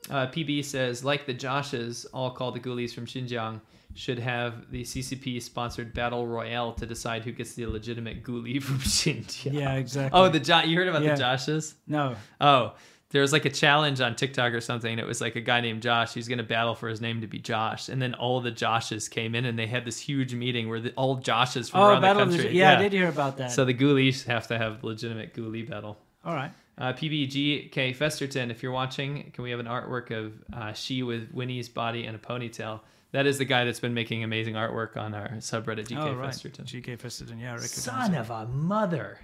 S2: Uh, PB says, like the Joshes, all called the Ghoulies from Xinjiang, should have the CCP sponsored battle royale to decide who gets the illegitimate Ghoulie from Xinjiang.
S1: yeah, exactly.
S2: Oh, the jo- you heard about
S1: Yeah.
S2: the Joshes?
S1: no,
S2: Oh, there was like a challenge on TikTok or something. It was like a guy named Josh. He's going to battle for his name to be Josh. And then all the Joshes came in and they had this huge meeting where the, all Joshes from
S1: oh,
S2: around
S1: Battle
S2: the
S1: of the.
S2: country.
S1: Yeah, I did hear about that.
S2: So the Ghoulies have to have legitimate Ghoulie battle.
S1: All right.
S2: Uh, PBGK Festerton, if you're watching, can we have an artwork of uh, she with Winnie's body and a ponytail? That is the guy that's been making amazing artwork on our subreddit, GK
S1: oh, right.
S2: Festerton.
S1: GK Festerton. Yeah, I recognize
S2: Son
S1: it.
S2: of a mother.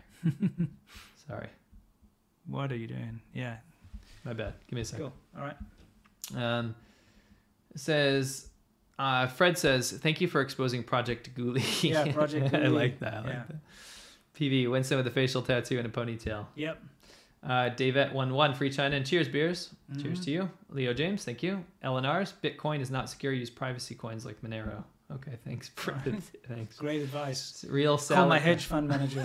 S2: Sorry,
S1: What are you doing? Yeah.
S2: my bad. Give me a second.
S1: Cool. All right.
S2: Um, says, uh, Fred says, thank you for exposing Project Ghoulie.
S1: Yeah, Project
S2: I
S1: Ghoulie.
S2: like that. I like
S1: Yeah.
S2: that. PV, Winston with a facial tattoo and a ponytail.
S1: Yep.
S2: Uh, Davette11, Free China and cheers, beers. Cheers to you. Leo James, thank you. LNR's, Bitcoin is not secure. Use privacy coins like Monero. Okay, thanks. Fred. thanks.
S1: Great advice.
S2: Real
S1: Call
S2: salad.
S1: my hedge fund manager.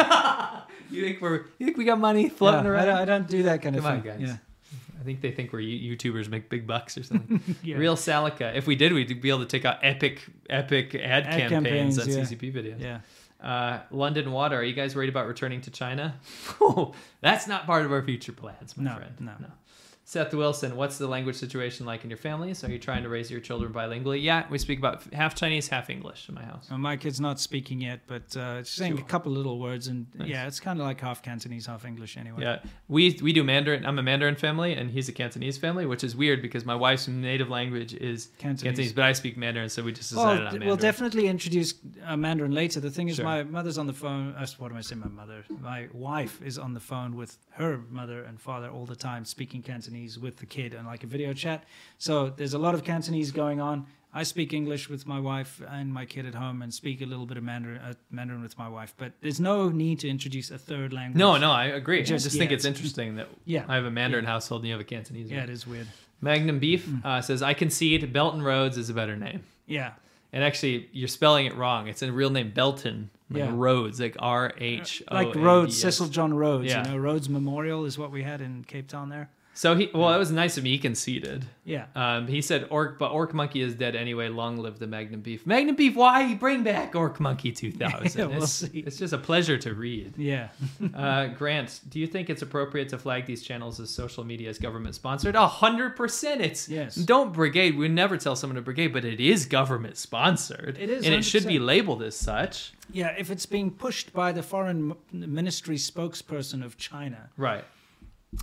S2: You think we're? You think we got money floating
S1: Yeah, I
S2: around?
S1: don't- I don't do that kind of
S2: Come on,
S1: thing.
S2: guys.
S1: Yeah.
S2: I think they think we're you- YouTubers make big bucks or something.
S1: Yeah.
S2: Real Salica. If we did, we'd be able to take out epic, epic
S1: Ad
S2: ad, campaigns,
S1: campaigns,
S2: on
S1: yeah.
S2: CCP videos.
S1: Yeah.
S2: Uh, London Water. Are you guys worried about returning to China? Oh, that's not part of our future plans, my
S1: No,
S2: friend.
S1: no.
S2: Seth Wilson. What's the language situation like in your families? Are you trying to raise your children bilingually? Yeah, we speak about half Chinese, half English in my house.
S1: Well, my kid's not speaking yet, but uh, she's saying a couple little words, and yeah, it's kind of like half Cantonese, half English, anyway.
S2: Yeah, we we do Mandarin. I'm a Mandarin family, and he's a Cantonese family, which is weird because my wife's native language is
S1: Cantonese.
S2: Cantonese, but I speak Mandarin, so we just
S1: Well,
S2: decided
S1: d-
S2: on Mandarin.
S1: we'll definitely introduce uh, Mandarin later. The thing is,
S2: Sure.
S1: my mother's on the phone. Uh, what am I saying? My mother, my wife is on the phone with her mother and father all the time, speaking Cantonese with the kid and like a video chat. So there's a lot of Cantonese going on. I speak English with my wife and my kid at home, and speak a little bit of Mandarin, uh, Mandarin with my wife. But there's no need to introduce a third language.
S2: No, no, I agree. I
S1: Just
S2: just think
S1: yet.
S2: it's interesting that
S1: Yeah.
S2: I have a Mandarin household and you have a Cantonese.
S1: Yeah,
S2: one.
S1: it is weird.
S2: Magnum Beef
S1: Mm.
S2: uh, says, I concede Belton Rhodes is a better name.
S1: Yeah,
S2: And actually, you're spelling it wrong. It's a real name, Belton. Like
S1: Yeah.
S2: Rhodes, like R H O.
S1: like
S2: A
S1: Rhodes,
S2: D E S.
S1: Cecil John Rhodes.
S2: Oh, Yeah.
S1: You know, Rhodes Memorial is what we had in Cape Town there.
S2: So he, well, that was nice of me. He conceded.
S1: Yeah.
S2: Um, he said orc, but orc monkey is dead anyway. Long live the Magnum Beef. Magnum Beef, why bring back orc monkey 2000?
S1: Yeah, we'll
S2: it's,
S1: see.
S2: it's just a pleasure to read.
S1: yeah.
S2: Uh, Grant, do you think it's appropriate to flag these channels as social media as government sponsored? A hundred percent, it's
S1: Yes.
S2: Don't brigade. We never tell someone to brigade, but it is government sponsored.
S1: It is,
S2: and it should be
S1: 100%.
S2: labeled as such.
S1: Yeah, if it's being pushed by the foreign m- ministry spokesperson of China,
S2: Right.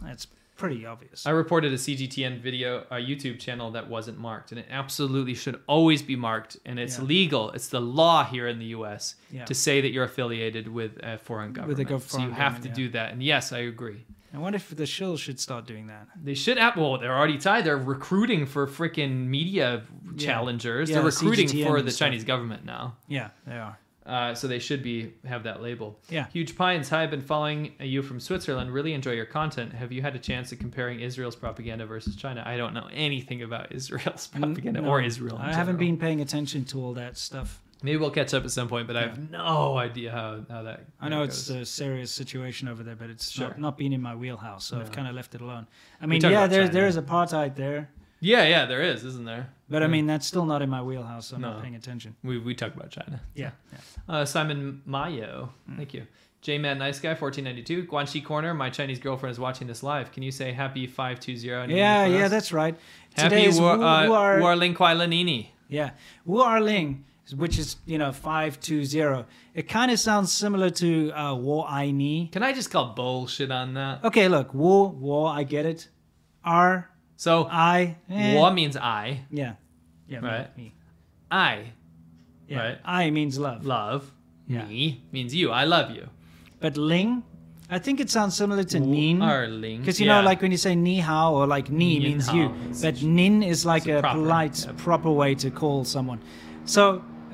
S1: that's pretty obvious.
S2: I reported a CGTN video, a YouTube channel that wasn't marked, and it absolutely should always be marked. And it's
S1: Yeah.
S2: legal; it's the law here in the U.S.
S1: Yeah.
S2: to say that you're affiliated with a foreign
S1: With
S2: government.
S1: a gov-
S2: so you
S1: foreign
S2: have to
S1: government, yeah.
S2: do that. And yes, I agree.
S1: I wonder if the shill should start doing that.
S2: They should have. Well, they're already tied. They're recruiting for freaking media challengers.
S1: Yeah,
S2: they're recruiting
S1: CGTN
S2: for
S1: and
S2: the
S1: stuff.
S2: Chinese government now.
S1: Yeah, they are.
S2: Uh, so they should be have that label.
S1: Yeah.
S2: Huge Pines, hi, I've been following you from Switzerland. Really enjoy your content. Have you had a chance at comparing Israel's propaganda versus China? I don't know anything about Israel's propaganda
S1: No,
S2: or Israel. in
S1: I haven't
S2: general.
S1: been paying attention to all that stuff.
S2: Maybe we'll catch up at some point, but I have no idea how, how that.
S1: I know
S2: how it
S1: it's uh,
S2: goes.
S1: a serious situation over there, but it's
S2: Sure.
S1: not, not been in my wheelhouse, so I've kind of left it alone. I mean,
S2: talk
S1: yeah,
S2: about
S1: there,
S2: China.
S1: there is apartheid there,
S2: yeah, yeah. There is, isn't there?
S1: but I mean, that's still not in my wheelhouse, so I'm
S2: Mm. No.
S1: not paying attention.
S2: We we talk about China.
S1: Yeah. yeah. Mm.
S2: Uh, Simon Mayo, thank you. J Man Nice Guy 1492 Guanxi Corner. My Chinese girlfriend is watching this live. Can you say happy 520?
S1: Yeah, yeah, that's right.
S2: happy
S1: Today is
S2: War,
S1: Wu-
S2: uh,
S1: Wu Ar-
S2: Warling Kuai Lanini.
S1: Yeah, Wu Arling, which is you know five two zero. It kind of sounds similar to uh, Wu Ai Ni.
S2: Can I just call bullshit on that?
S1: Okay, look, Wu Wu, I get it. R
S2: So
S1: I eh,
S2: Wa means I,
S1: Yeah, yeah, me,
S2: Right.
S1: me.
S2: I
S1: Yeah.
S2: Right.
S1: I means love,
S2: love.
S1: Yeah.
S2: Me means you. I love you.
S1: but Ling, I think it sounds similar to Nin.
S2: Arling.
S1: Because you know,
S2: Yeah.
S1: like when you say ni hao or like ni
S2: Ni
S1: means
S2: hao.
S1: you,
S2: It's-
S1: but nin is like
S2: it's
S1: a
S2: proper,
S1: polite,
S2: yep.
S1: proper way to call someone. So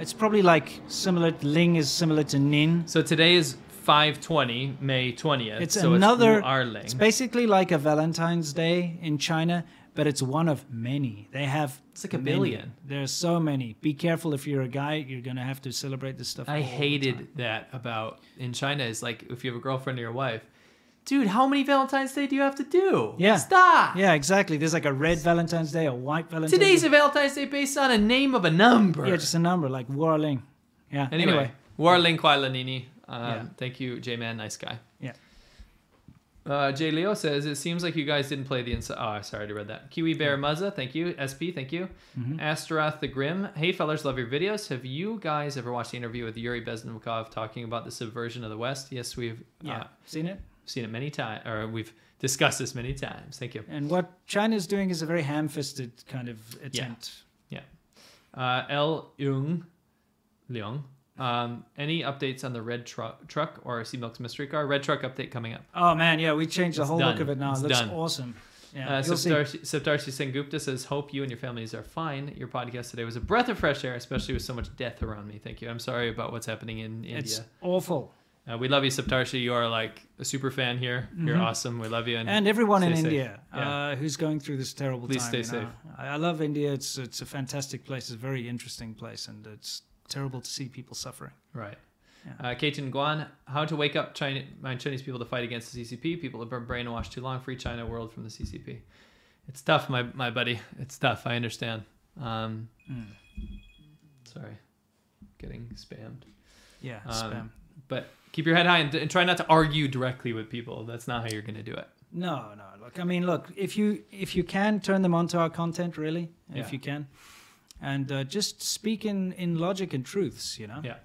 S1: it's probably like similar. Ling is similar to nin.
S2: So today is 520, May 20th.
S1: It's
S2: so
S1: another.
S2: It's Wu Arling.
S1: It's basically like a Valentine's Day in China, but it's one of many. They have.
S2: It's like a
S1: many.
S2: billion.
S1: There are so many. Be careful if you're a guy. You're gonna have to celebrate this stuff.
S2: I
S1: all the time.
S2: hated that about in China is like if you have a girlfriend or your wife, dude, how many Valentine's Day do you have to do?
S1: Yeah.
S2: Stop.
S1: Yeah, exactly. There's like a red Valentine's Day, a white Valentine's.
S2: Today's
S1: Day.
S2: a Valentine's Day based on a name of a number.
S1: yeah, just a number like Warling. Yeah.
S2: anyway. Uh,
S1: anyway.
S2: Warling Kwai Lanini. Um,
S1: Yeah.
S2: Thank you, J Man, nice guy.
S1: Yeah.
S2: Uh, Jay Leo says it seems like you guys didn't play the inside. Oh, sorry to read that. Kiwi Bear Muzza, thank you. SP, thank you.
S1: Mm-hmm.
S2: Astaroth the Grim, hey fellas, love your videos. Have you guys ever watched the interview with Yuri Beznikov talking about the subversion of the West? Yes, we've
S1: Yeah.
S2: uh,
S1: Seen it?
S2: seen it many times, or we've discussed this many times. Thank you.
S1: And what China's doing is a very ham fisted kind of attempt.
S2: Yeah. Uh, L. Yung Leong. Um, any updates on the red truck truck or Sea Milk's mystery car? Red truck update coming up.
S1: Oh man, yeah, we changed the
S2: It's
S1: whole look
S2: done.
S1: of it now.
S2: It's
S1: it looks
S2: done.
S1: awesome. Yeah,
S2: Uh,
S1: you'll see.
S2: Saptarshi Saptarshi Sengupta says, Hope you and your families are fine. Your podcast today was a breath of fresh air, especially with so much death around me. Thank you. I'm sorry about what's happening in
S1: It's
S2: India.
S1: awful.
S2: Uh, we love you, Saptarshi. You are like a super fan here. You're awesome. We love you. And,
S1: Mm-hmm. And everyone in
S2: stay safe.
S1: India
S2: Yeah.
S1: uh, who's going through this terrible
S2: Please
S1: time.
S2: stay
S1: you know. I I love India. It's it's a fantastic place. It's a very interesting place, and it's terrible to see people suffering.
S2: Right. Uh, Kaitin Guan, how to wake up China, my Chinese people to fight against the CCP. People have been brainwashed too long. Free China world from the CCP. It's tough, my, my buddy. It's tough. I understand. Um, Sorry. Getting spammed.
S1: Yeah,
S2: Um,
S1: spam.
S2: But keep your head high and, and try not to argue directly with people. That's not how you're going to do it.
S1: No, no. Look, I mean, look. If you if you can turn them onto our content, really,
S2: Yeah.
S1: if you can, and uh, just speak in in logic and truths, you know.
S2: Yeah.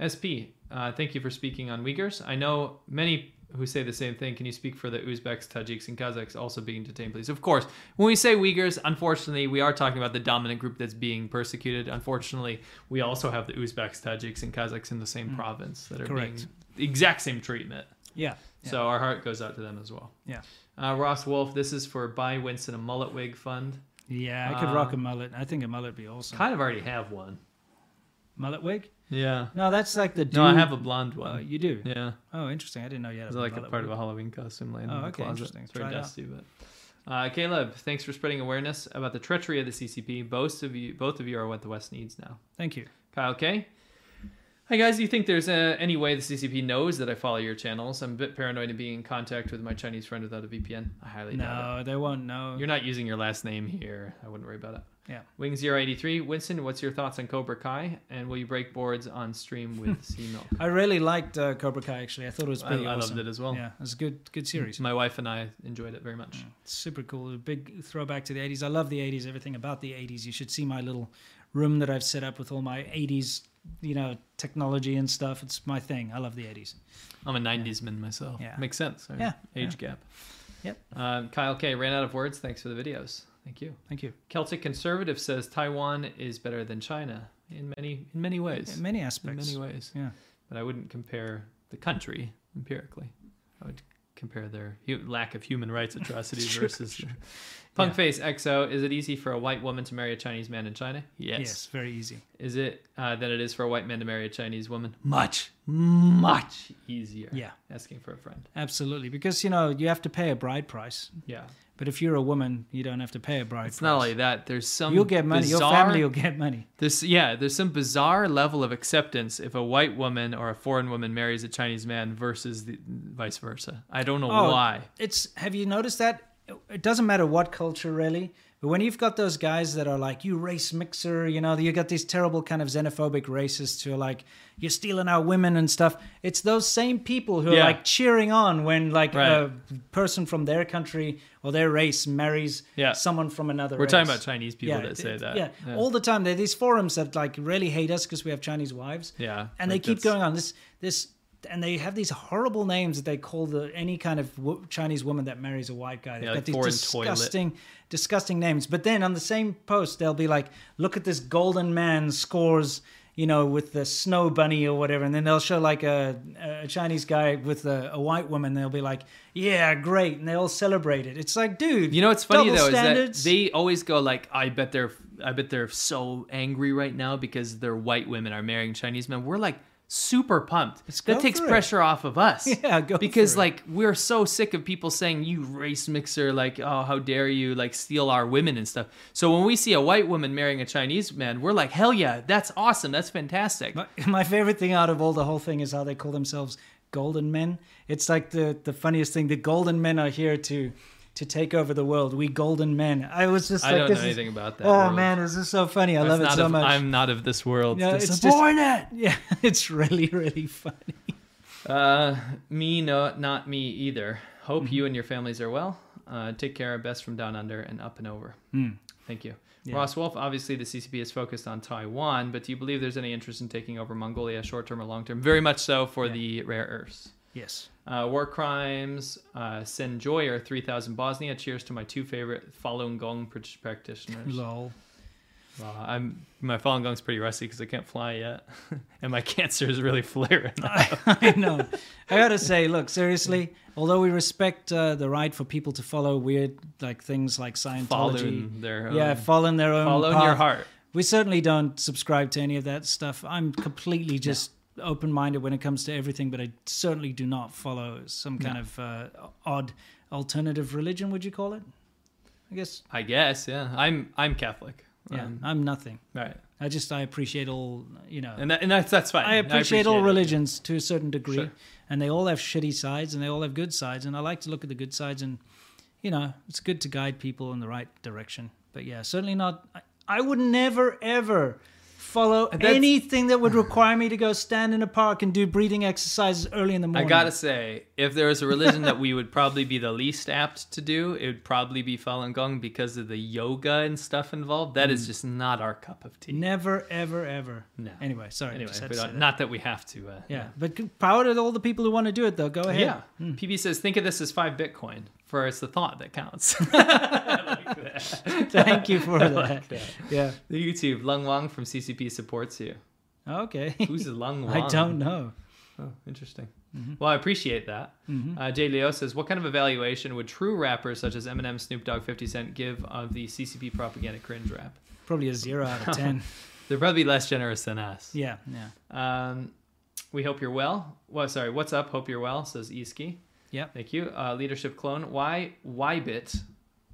S2: SP, uh, thank you for speaking on Uyghurs. I know many who say the same thing. Can you speak for the Uzbeks, Tajiks, and Kazakhs also being detained, please? Of course. When we say Uyghurs, unfortunately, we are talking about the dominant group that's being persecuted. Unfortunately, we also have the Uzbeks, Tajiks, and Kazakhs in the same province that are
S1: Mm. Correct.
S2: being the exact same treatment.
S1: Yeah. yeah.
S2: So our heart goes out to them as well.
S1: yeah.
S2: Uh, Ross Wolf, this is for Buy Winston a Mullet Wig Fund.
S1: Yeah, I could
S2: uh,
S1: rock a mullet. I think a mullet would be awesome.
S2: Kind of already have one.
S1: mullet wig?
S2: Yeah.
S1: No, that's like the dude.
S2: No, I have a blonde
S1: Oh,
S2: one.
S1: you do?
S2: Yeah.
S1: Oh, interesting. I didn't know you had
S2: It's
S1: a
S2: like a
S1: mullet
S2: part of
S1: wig.
S2: a Halloween costume laying
S1: Oh,
S2: in the
S1: okay,
S2: closet.
S1: interesting.
S2: It's very
S1: Try it out.
S2: dusty, but uh, Caleb, thanks for spreading awareness about the treachery of the CCP. Both of you, both of you are what the West needs now.
S1: Thank you.
S2: Kyle K. Hi guys, do you think there's uh, any way the CCP knows that I follow your channels? I'm a bit paranoid of being in contact with my Chinese friend without a VPN. I highly doubt
S1: No, they won't know.
S2: it. You're not using your last name here. I wouldn't worry about it.
S1: Yeah.
S2: Wing 083, Winston, what's your thoughts on Cobra Kai? And will you break boards on stream with C Milk?
S1: I really liked uh, Cobra Kai, actually. I thought it was
S2: I-
S1: pretty
S2: I loved
S1: awesome.
S2: it as well.
S1: Yeah, it was a good, good series.
S2: My wife and I enjoyed it very much.
S1: It's super cool. A big throwback to the 80s. I love the 80s, everything about the 80s. You should see my little room that I've set up with all my 80s, you know, technology and stuff. It's my thing. I love the 80s.
S2: I'm a 90s man myself.
S1: Yeah.
S2: Makes sense. I mean,
S1: Yeah,
S2: Age gap.
S1: Yep.
S2: Um, Kyle K. Ran out of words. Thanks for the videos. Thank you.
S1: Thank you.
S2: Celtic Conservative says Taiwan is better than China in many in many ways.
S1: In many
S2: in
S1: aspects.
S2: many ways.
S1: Yeah.
S2: But I wouldn't compare the country empirically. I would compare their hu- lack of human rights atrocities versus. Punk
S1: Yeah.
S2: Face XO. Is it easy for a white woman to marry a Chinese man in China? Yes.
S1: yes, very easy.
S2: Is it uh, than it is for a white man to marry a Chinese woman? Much, much easier.
S1: Yeah.
S2: Asking for a friend.
S1: Absolutely, because you know you have to pay a bride price.
S2: Yeah.
S1: But if you're a woman, you don't have to pay a bride
S2: It's
S1: price.
S2: not only that. There's some
S1: You'll get money. Your
S2: bizarre-
S1: family will get money.
S2: There's yeah. There's some bizarre level of acceptance if a white woman or a foreign woman marries a Chinese man versus the vice
S1: Oh,
S2: versa. I don't know why.
S1: It's have you noticed that it doesn't matter what culture really, But when you've got those guys that are like, you race mixer, you know, you got these terrible kind of xenophobic racists who are like, you're stealing our women and stuff. It's those same people who
S2: Yeah.
S1: are like cheering on when like
S2: Right.
S1: a person from their country or their race marries
S2: Yeah.
S1: someone from another
S2: We're talking
S1: race.
S2: about Chinese people that
S1: it-
S2: say
S1: it-
S2: that.
S1: Yeah. all the time. There are these forums that like really hate us because we have Chinese wives.
S2: Yeah,
S1: and they
S2: like
S1: keep
S2: that's-
S1: going on this this, and they have these horrible names that they call the any kind of wo- Chinese woman that marries a white guy. They've
S2: like
S1: got
S2: foreign
S1: these
S2: toilet.
S1: disgusting, disgusting names. But then on the same post, they'll be like, "Look at this golden man scores." You know, with the snow bunny or whatever, and then they'll show like a, a Chinese guy with a, a white woman. They'll be like, "Yeah, great," and they'll celebrate it. It's like, dude,
S2: You know what's funny
S1: double
S2: though
S1: standards.
S2: is that they always go like, "I bet they're, I bet they're so angry right now because their white women are marrying Chinese men." We're like super pumped.
S1: go
S2: that takes
S1: for it.
S2: pressure off of us.
S1: Yeah, go
S2: because
S1: for it.
S2: like we're so sick of people saying you race mixer, like oh how dare you like steal our women and stuff. So when we see a white woman marrying a Chinese man, we're like hell yeah, that's awesome, that's fantastic.
S1: My, my favorite thing out of all the whole thing is how they call themselves golden men. It's like the the funniest thing. The golden men are here to to take over the world. We golden men. I was just
S2: I
S1: like,
S2: don't
S1: this
S2: know
S1: is-
S2: anything about that
S1: Oh
S2: world.
S1: man, this is so funny. I
S2: That's
S1: love it
S2: not
S1: so
S2: of-
S1: much.
S2: I'm not of this world.
S1: Yeah,
S2: This
S1: it's
S2: is
S1: just-
S2: boring.
S1: yeah, it's really really funny.
S2: Uh, me, no, not me either. Hope you and your families are well. Uh, take care. Best from down under and up and over. Thank you. Ross Wolf, obviously the CCP is focused on Taiwan, but do you believe there's any interest in taking over Mongolia short term or long term? Very much so for the rare earths.
S1: Yes.
S2: Uh, war crimes, uh, Senjoyer, 3000 Bosnia. Cheers to my two favorite Falun Gong pr- practitioners.
S1: Lol.
S2: Wow, I'm, my Falun Gong's pretty rusty because I can't fly yet. and my cancer is really flaring.
S1: I know. I gotta say, look, seriously. Although we respect uh, the right for people to follow weird like things like Scientology,
S2: Following their own.
S1: yeah, following their own,
S2: Follow in your
S1: path.
S2: heart.
S1: We certainly don't subscribe to any of that stuff. I'm completely just open minded when it comes to everything, but I certainly do not follow some kind of uh, odd alternative religion, would you call it? I guess.
S2: I guess, yeah. I'm I'm Catholic.
S1: Yeah,
S2: Um,
S1: I'm nothing.
S2: right.
S1: I just, I appreciate all, you know.
S2: And that, and that's that's fine.
S1: I appreciate all
S2: it.
S1: religions to a certain degree,
S2: Sure.
S1: and they all have shitty sides and they all have good sides. And I like to look at the good sides, and you know, it's good to guide people in the right direction. But yeah, certainly not. I, I would never ever follow
S2: that's-
S1: anything that would require me to go stand in a park and do breathing exercises early in the
S2: I
S1: morning.
S2: gotta say, if there was a religion that we would probably be the least apt to do, it would probably be Falun Gong because of the yoga and stuff involved. That is just not our cup of tea.
S1: Mm. never, ever, ever.
S2: No.
S1: Anyway, sorry.
S2: Anyway,
S1: just had
S2: we
S1: to say
S2: don't-
S1: that.
S2: not that we have to. Uh,
S1: yeah, but good power to all the people who want to do it, though. Go ahead. Hmm.
S2: Yeah. PB says, think of this as five Bitcoin, for it's the thought that counts.
S1: Thank you for that. Yeah.
S2: the YouTube, Lung Wang from CCP supports you.
S1: Okay.
S2: Who's Lung Wang?
S1: I don't know.
S2: Oh, interesting.
S1: Mm-hmm.
S2: Well, I appreciate that. Uh, Jay Leo says, "What kind of evaluation would true rappers such as Eminem, Snoop Dogg, Fifty Cent give of the CCP propaganda cringe rap?
S1: Probably a zero out of ten.
S2: They're probably less generous than us."
S1: yeah. Yeah.
S2: Um, we hope you're well. Well, sorry. What's up? Hope you're well. Says Iski.
S1: Yep.
S2: Thank you. Uh, leadership clone. Why? Why bit?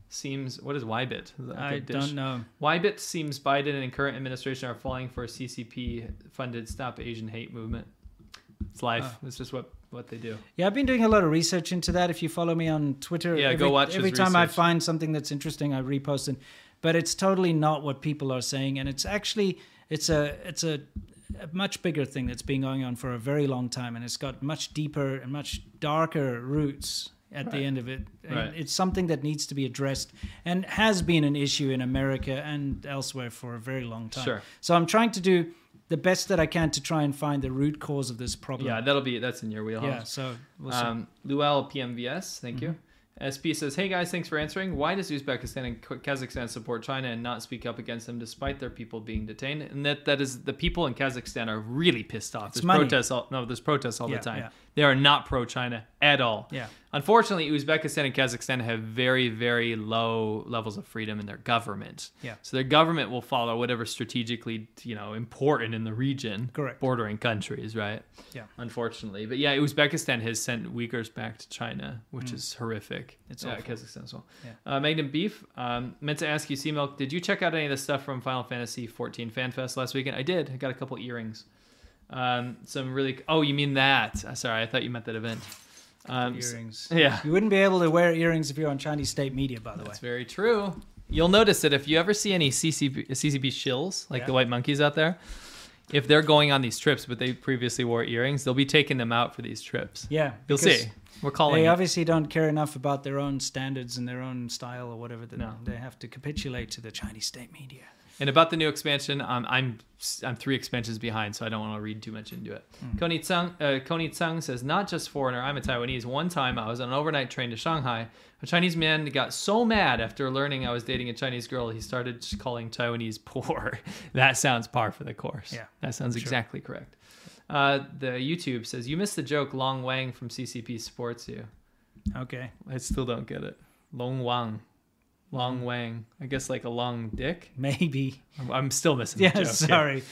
S2: Seems. What is why bit?
S1: I don't know.
S2: Wybit seems Biden and current administration are falling for a CCP-funded Stop Asian Hate movement. It's life. It's just what what they do.
S1: Yeah, I've been doing a lot of research into that. If you follow me on Twitter,
S2: Yeah,
S1: every,
S2: go watch his
S1: every time I
S2: research.
S1: find something that's interesting, I repost it. But it's totally not what people are saying, and it's actually it's a it's a, a much bigger thing that's been going on for a very long time, and it's got much deeper and much darker roots at the end of it. And
S2: Right.
S1: It's something that needs to be addressed and has been an issue in America and elsewhere for a very long time.
S2: Sure.
S1: So I'm trying to do the best that I can to try and find the root cause of this problem.
S2: Yeah, that'll be that's in your wheelhouse.
S1: yeah. So we'll see.
S2: Um, Luel PMVS, thank
S1: Mm-hmm.
S2: you. SP says, "Hey guys, thanks for answering. Why does Uzbekistan and K- Kazakhstan support China and not speak up against them, despite their people being detained? And that that is the people in Kazakhstan are really pissed off. There's
S1: money.
S2: protests all no, there's protests all
S1: Yeah,
S2: the time.
S1: yeah.
S2: They are not pro China at all.
S1: Yeah.
S2: Unfortunately, Uzbekistan and Kazakhstan have very very low levels of freedom in their government.
S1: Yeah.
S2: So their government will follow whatever strategically you know important in the region,
S1: Correct.
S2: bordering countries, right?
S1: Yeah.
S2: unfortunately. But yeah, Uzbekistan has sent Uyghurs back to China, which is horrific.
S1: Mm. It's
S2: yeah,
S1: awful.
S2: Kazakhstan as well. Uh, Magnum Beef um, meant to ask you, Sea Milk, did you check out any of the stuff from Final Fantasy 14 Fan Fest last weekend? I did. I got a couple earrings. Um, some really. Oh, you mean that? Uh, Sorry, I thought you meant that event. Um, s-
S1: earrings.
S2: yeah,
S1: You wouldn't be able to wear earrings if you're on Chinese state media, by the way.
S2: that's very true. You'll notice that if you ever see any CCB, CCB shills, like the white monkeys out there, if they're going on these trips, but they previously wore earrings, they'll be taking them out for these trips.
S1: Yeah,
S2: You'll
S1: because
S2: see. We're calling
S1: They
S2: it.
S1: obviously don't care enough about their own standards and their own style or whatever. That
S2: No.
S1: They have to capitulate to the Chinese state media.
S2: And about the new expansion, um, I'm I'm three expansions behind, so I don't want to read too much into it. Kony Tsang, uh, Kony Tsang says, not just foreigner, I'm a Taiwanese. One time I was on an overnight train to Shanghai. A Chinese man got so mad after learning I was dating a Chinese girl, he started just calling Taiwanese poor. that sounds par for the course.
S1: Yeah,
S2: that sounds exactly correct. Uh, the YouTube says, you missed the joke, Long Wang from CCP supports you.
S1: Okay.
S2: I still don't get it. Long Wang. Long Wang. I guess like a long dick.
S1: Maybe.
S2: I'm- I'm still missing
S1: Yeah,
S2: the joke. here.
S1: sorry.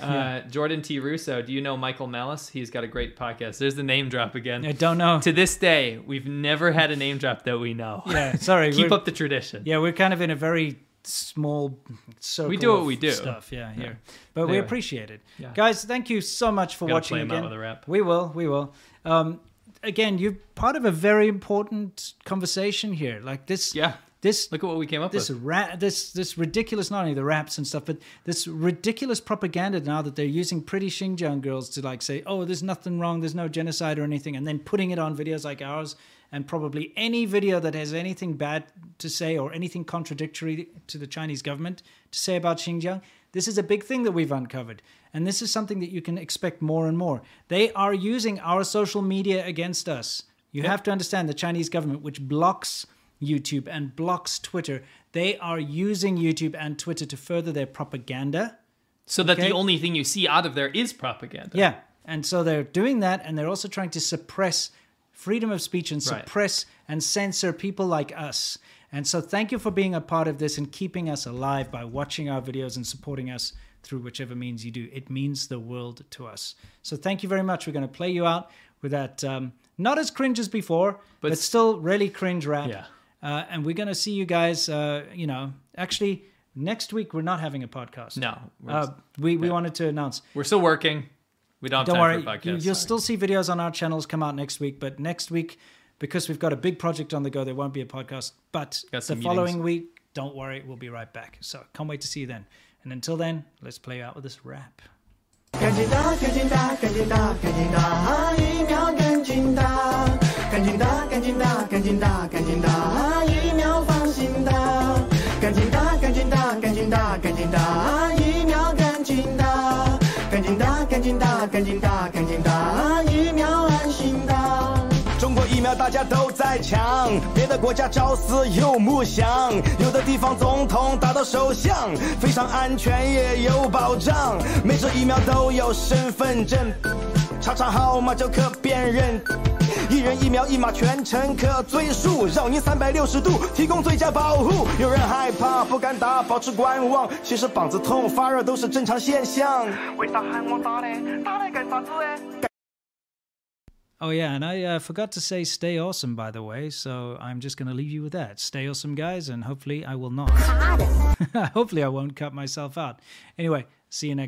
S2: Uh, Jordan T. Russo, do you know Michael Malice? He's got a great podcast. There's the name drop again.
S1: I don't know.
S2: to this day, we've never had a name drop that we know.
S1: Yeah, sorry.
S2: Keep
S1: we're-
S2: up the tradition.
S1: Yeah, we're kind of in a very small circle.
S2: We do what
S1: of
S2: we do.
S1: Stuff, yeah, here. But we
S2: Anyway.
S1: appreciate it,
S2: Yeah.
S1: guys. Thank you so much for
S2: Gotta
S1: watching
S2: play 'em out
S1: again.
S2: with a rap.
S1: We will, we will. Um, again, you're part of a very important conversation here. Like this,
S2: Yeah.
S1: This
S2: Look at what we came up
S1: this
S2: with.
S1: ra- this this ridiculous not only the raps and stuff but this ridiculous propaganda now that they're using pretty Xinjiang girls to like say oh there's nothing wrong there's no genocide or anything and then putting it on videos like ours and probably any video that has anything bad to say or anything contradictory to the Chinese government to say about Xinjiang this is a big thing that we've uncovered and this is something that you can expect more and more they are using our social media against us you have to understand the Chinese government, which blocks YouTube and blocks Twitter, they are using YouTube and Twitter to further their propaganda.
S2: So that
S1: okay.
S2: the only thing you see out of there is propaganda.
S1: Yeah. And so they're doing that, and they're also trying to suppress freedom of speech and
S2: Right.
S1: suppress and censor people like us. And so thank you for being a part of this and keeping us alive by watching our videos and supporting us through whichever means you do. It means the world to us. So thank you very much. We're going to play you out with that. Um, not as cringe as before, but,
S2: But s-
S1: still really cringe rap.
S2: Yeah.
S1: Uh, and we're going to see you guys, uh, you know, actually, next week we're not having a podcast.
S2: No. We're,
S1: Uh, we, we wanted to announce.
S2: we're still working. We don't
S1: Don't
S2: have time
S1: worry,
S2: for a podcast.
S1: you, will still see videos on our channels come out next week. But next week, because we've got a big project on the go, there won't be a podcast. But
S2: Got
S1: the
S2: some
S1: following week, don't worry, we'll be right back. So can't wait to see you then. And until then, let's play out with this rap.
S3: 赶紧打，赶紧打，赶紧打，赶紧打，疫苗赶紧打，赶紧打，赶紧打，赶紧打，赶紧打，疫苗放心打，赶紧打，赶紧打，赶紧打，赶紧打，疫苗赶紧打，赶紧打，赶紧打，赶紧打，赶紧打，疫苗安心打。
S7: 中国疫苗大家都在抢，别的国家朝思又暮想，有的地方总统打到首相，非常安全也有保障，每种疫苗都有身份证，查查号码就可辨认。一人一苗一码全程可追溯，绕您三百六十度，提供最佳保护。有人害怕不敢打，保持观望，其实膀子痛、发热都是正常现象。
S4: 为啥喊我打嘞？打嘞该啥子嘞？
S1: Oh yeah, and I uh, forgot to say stay awesome by the way, so I'm just going to leave you with that. Stay awesome guys and hopefully I will not. hopefully I won't cut myself out. Anyway, see you next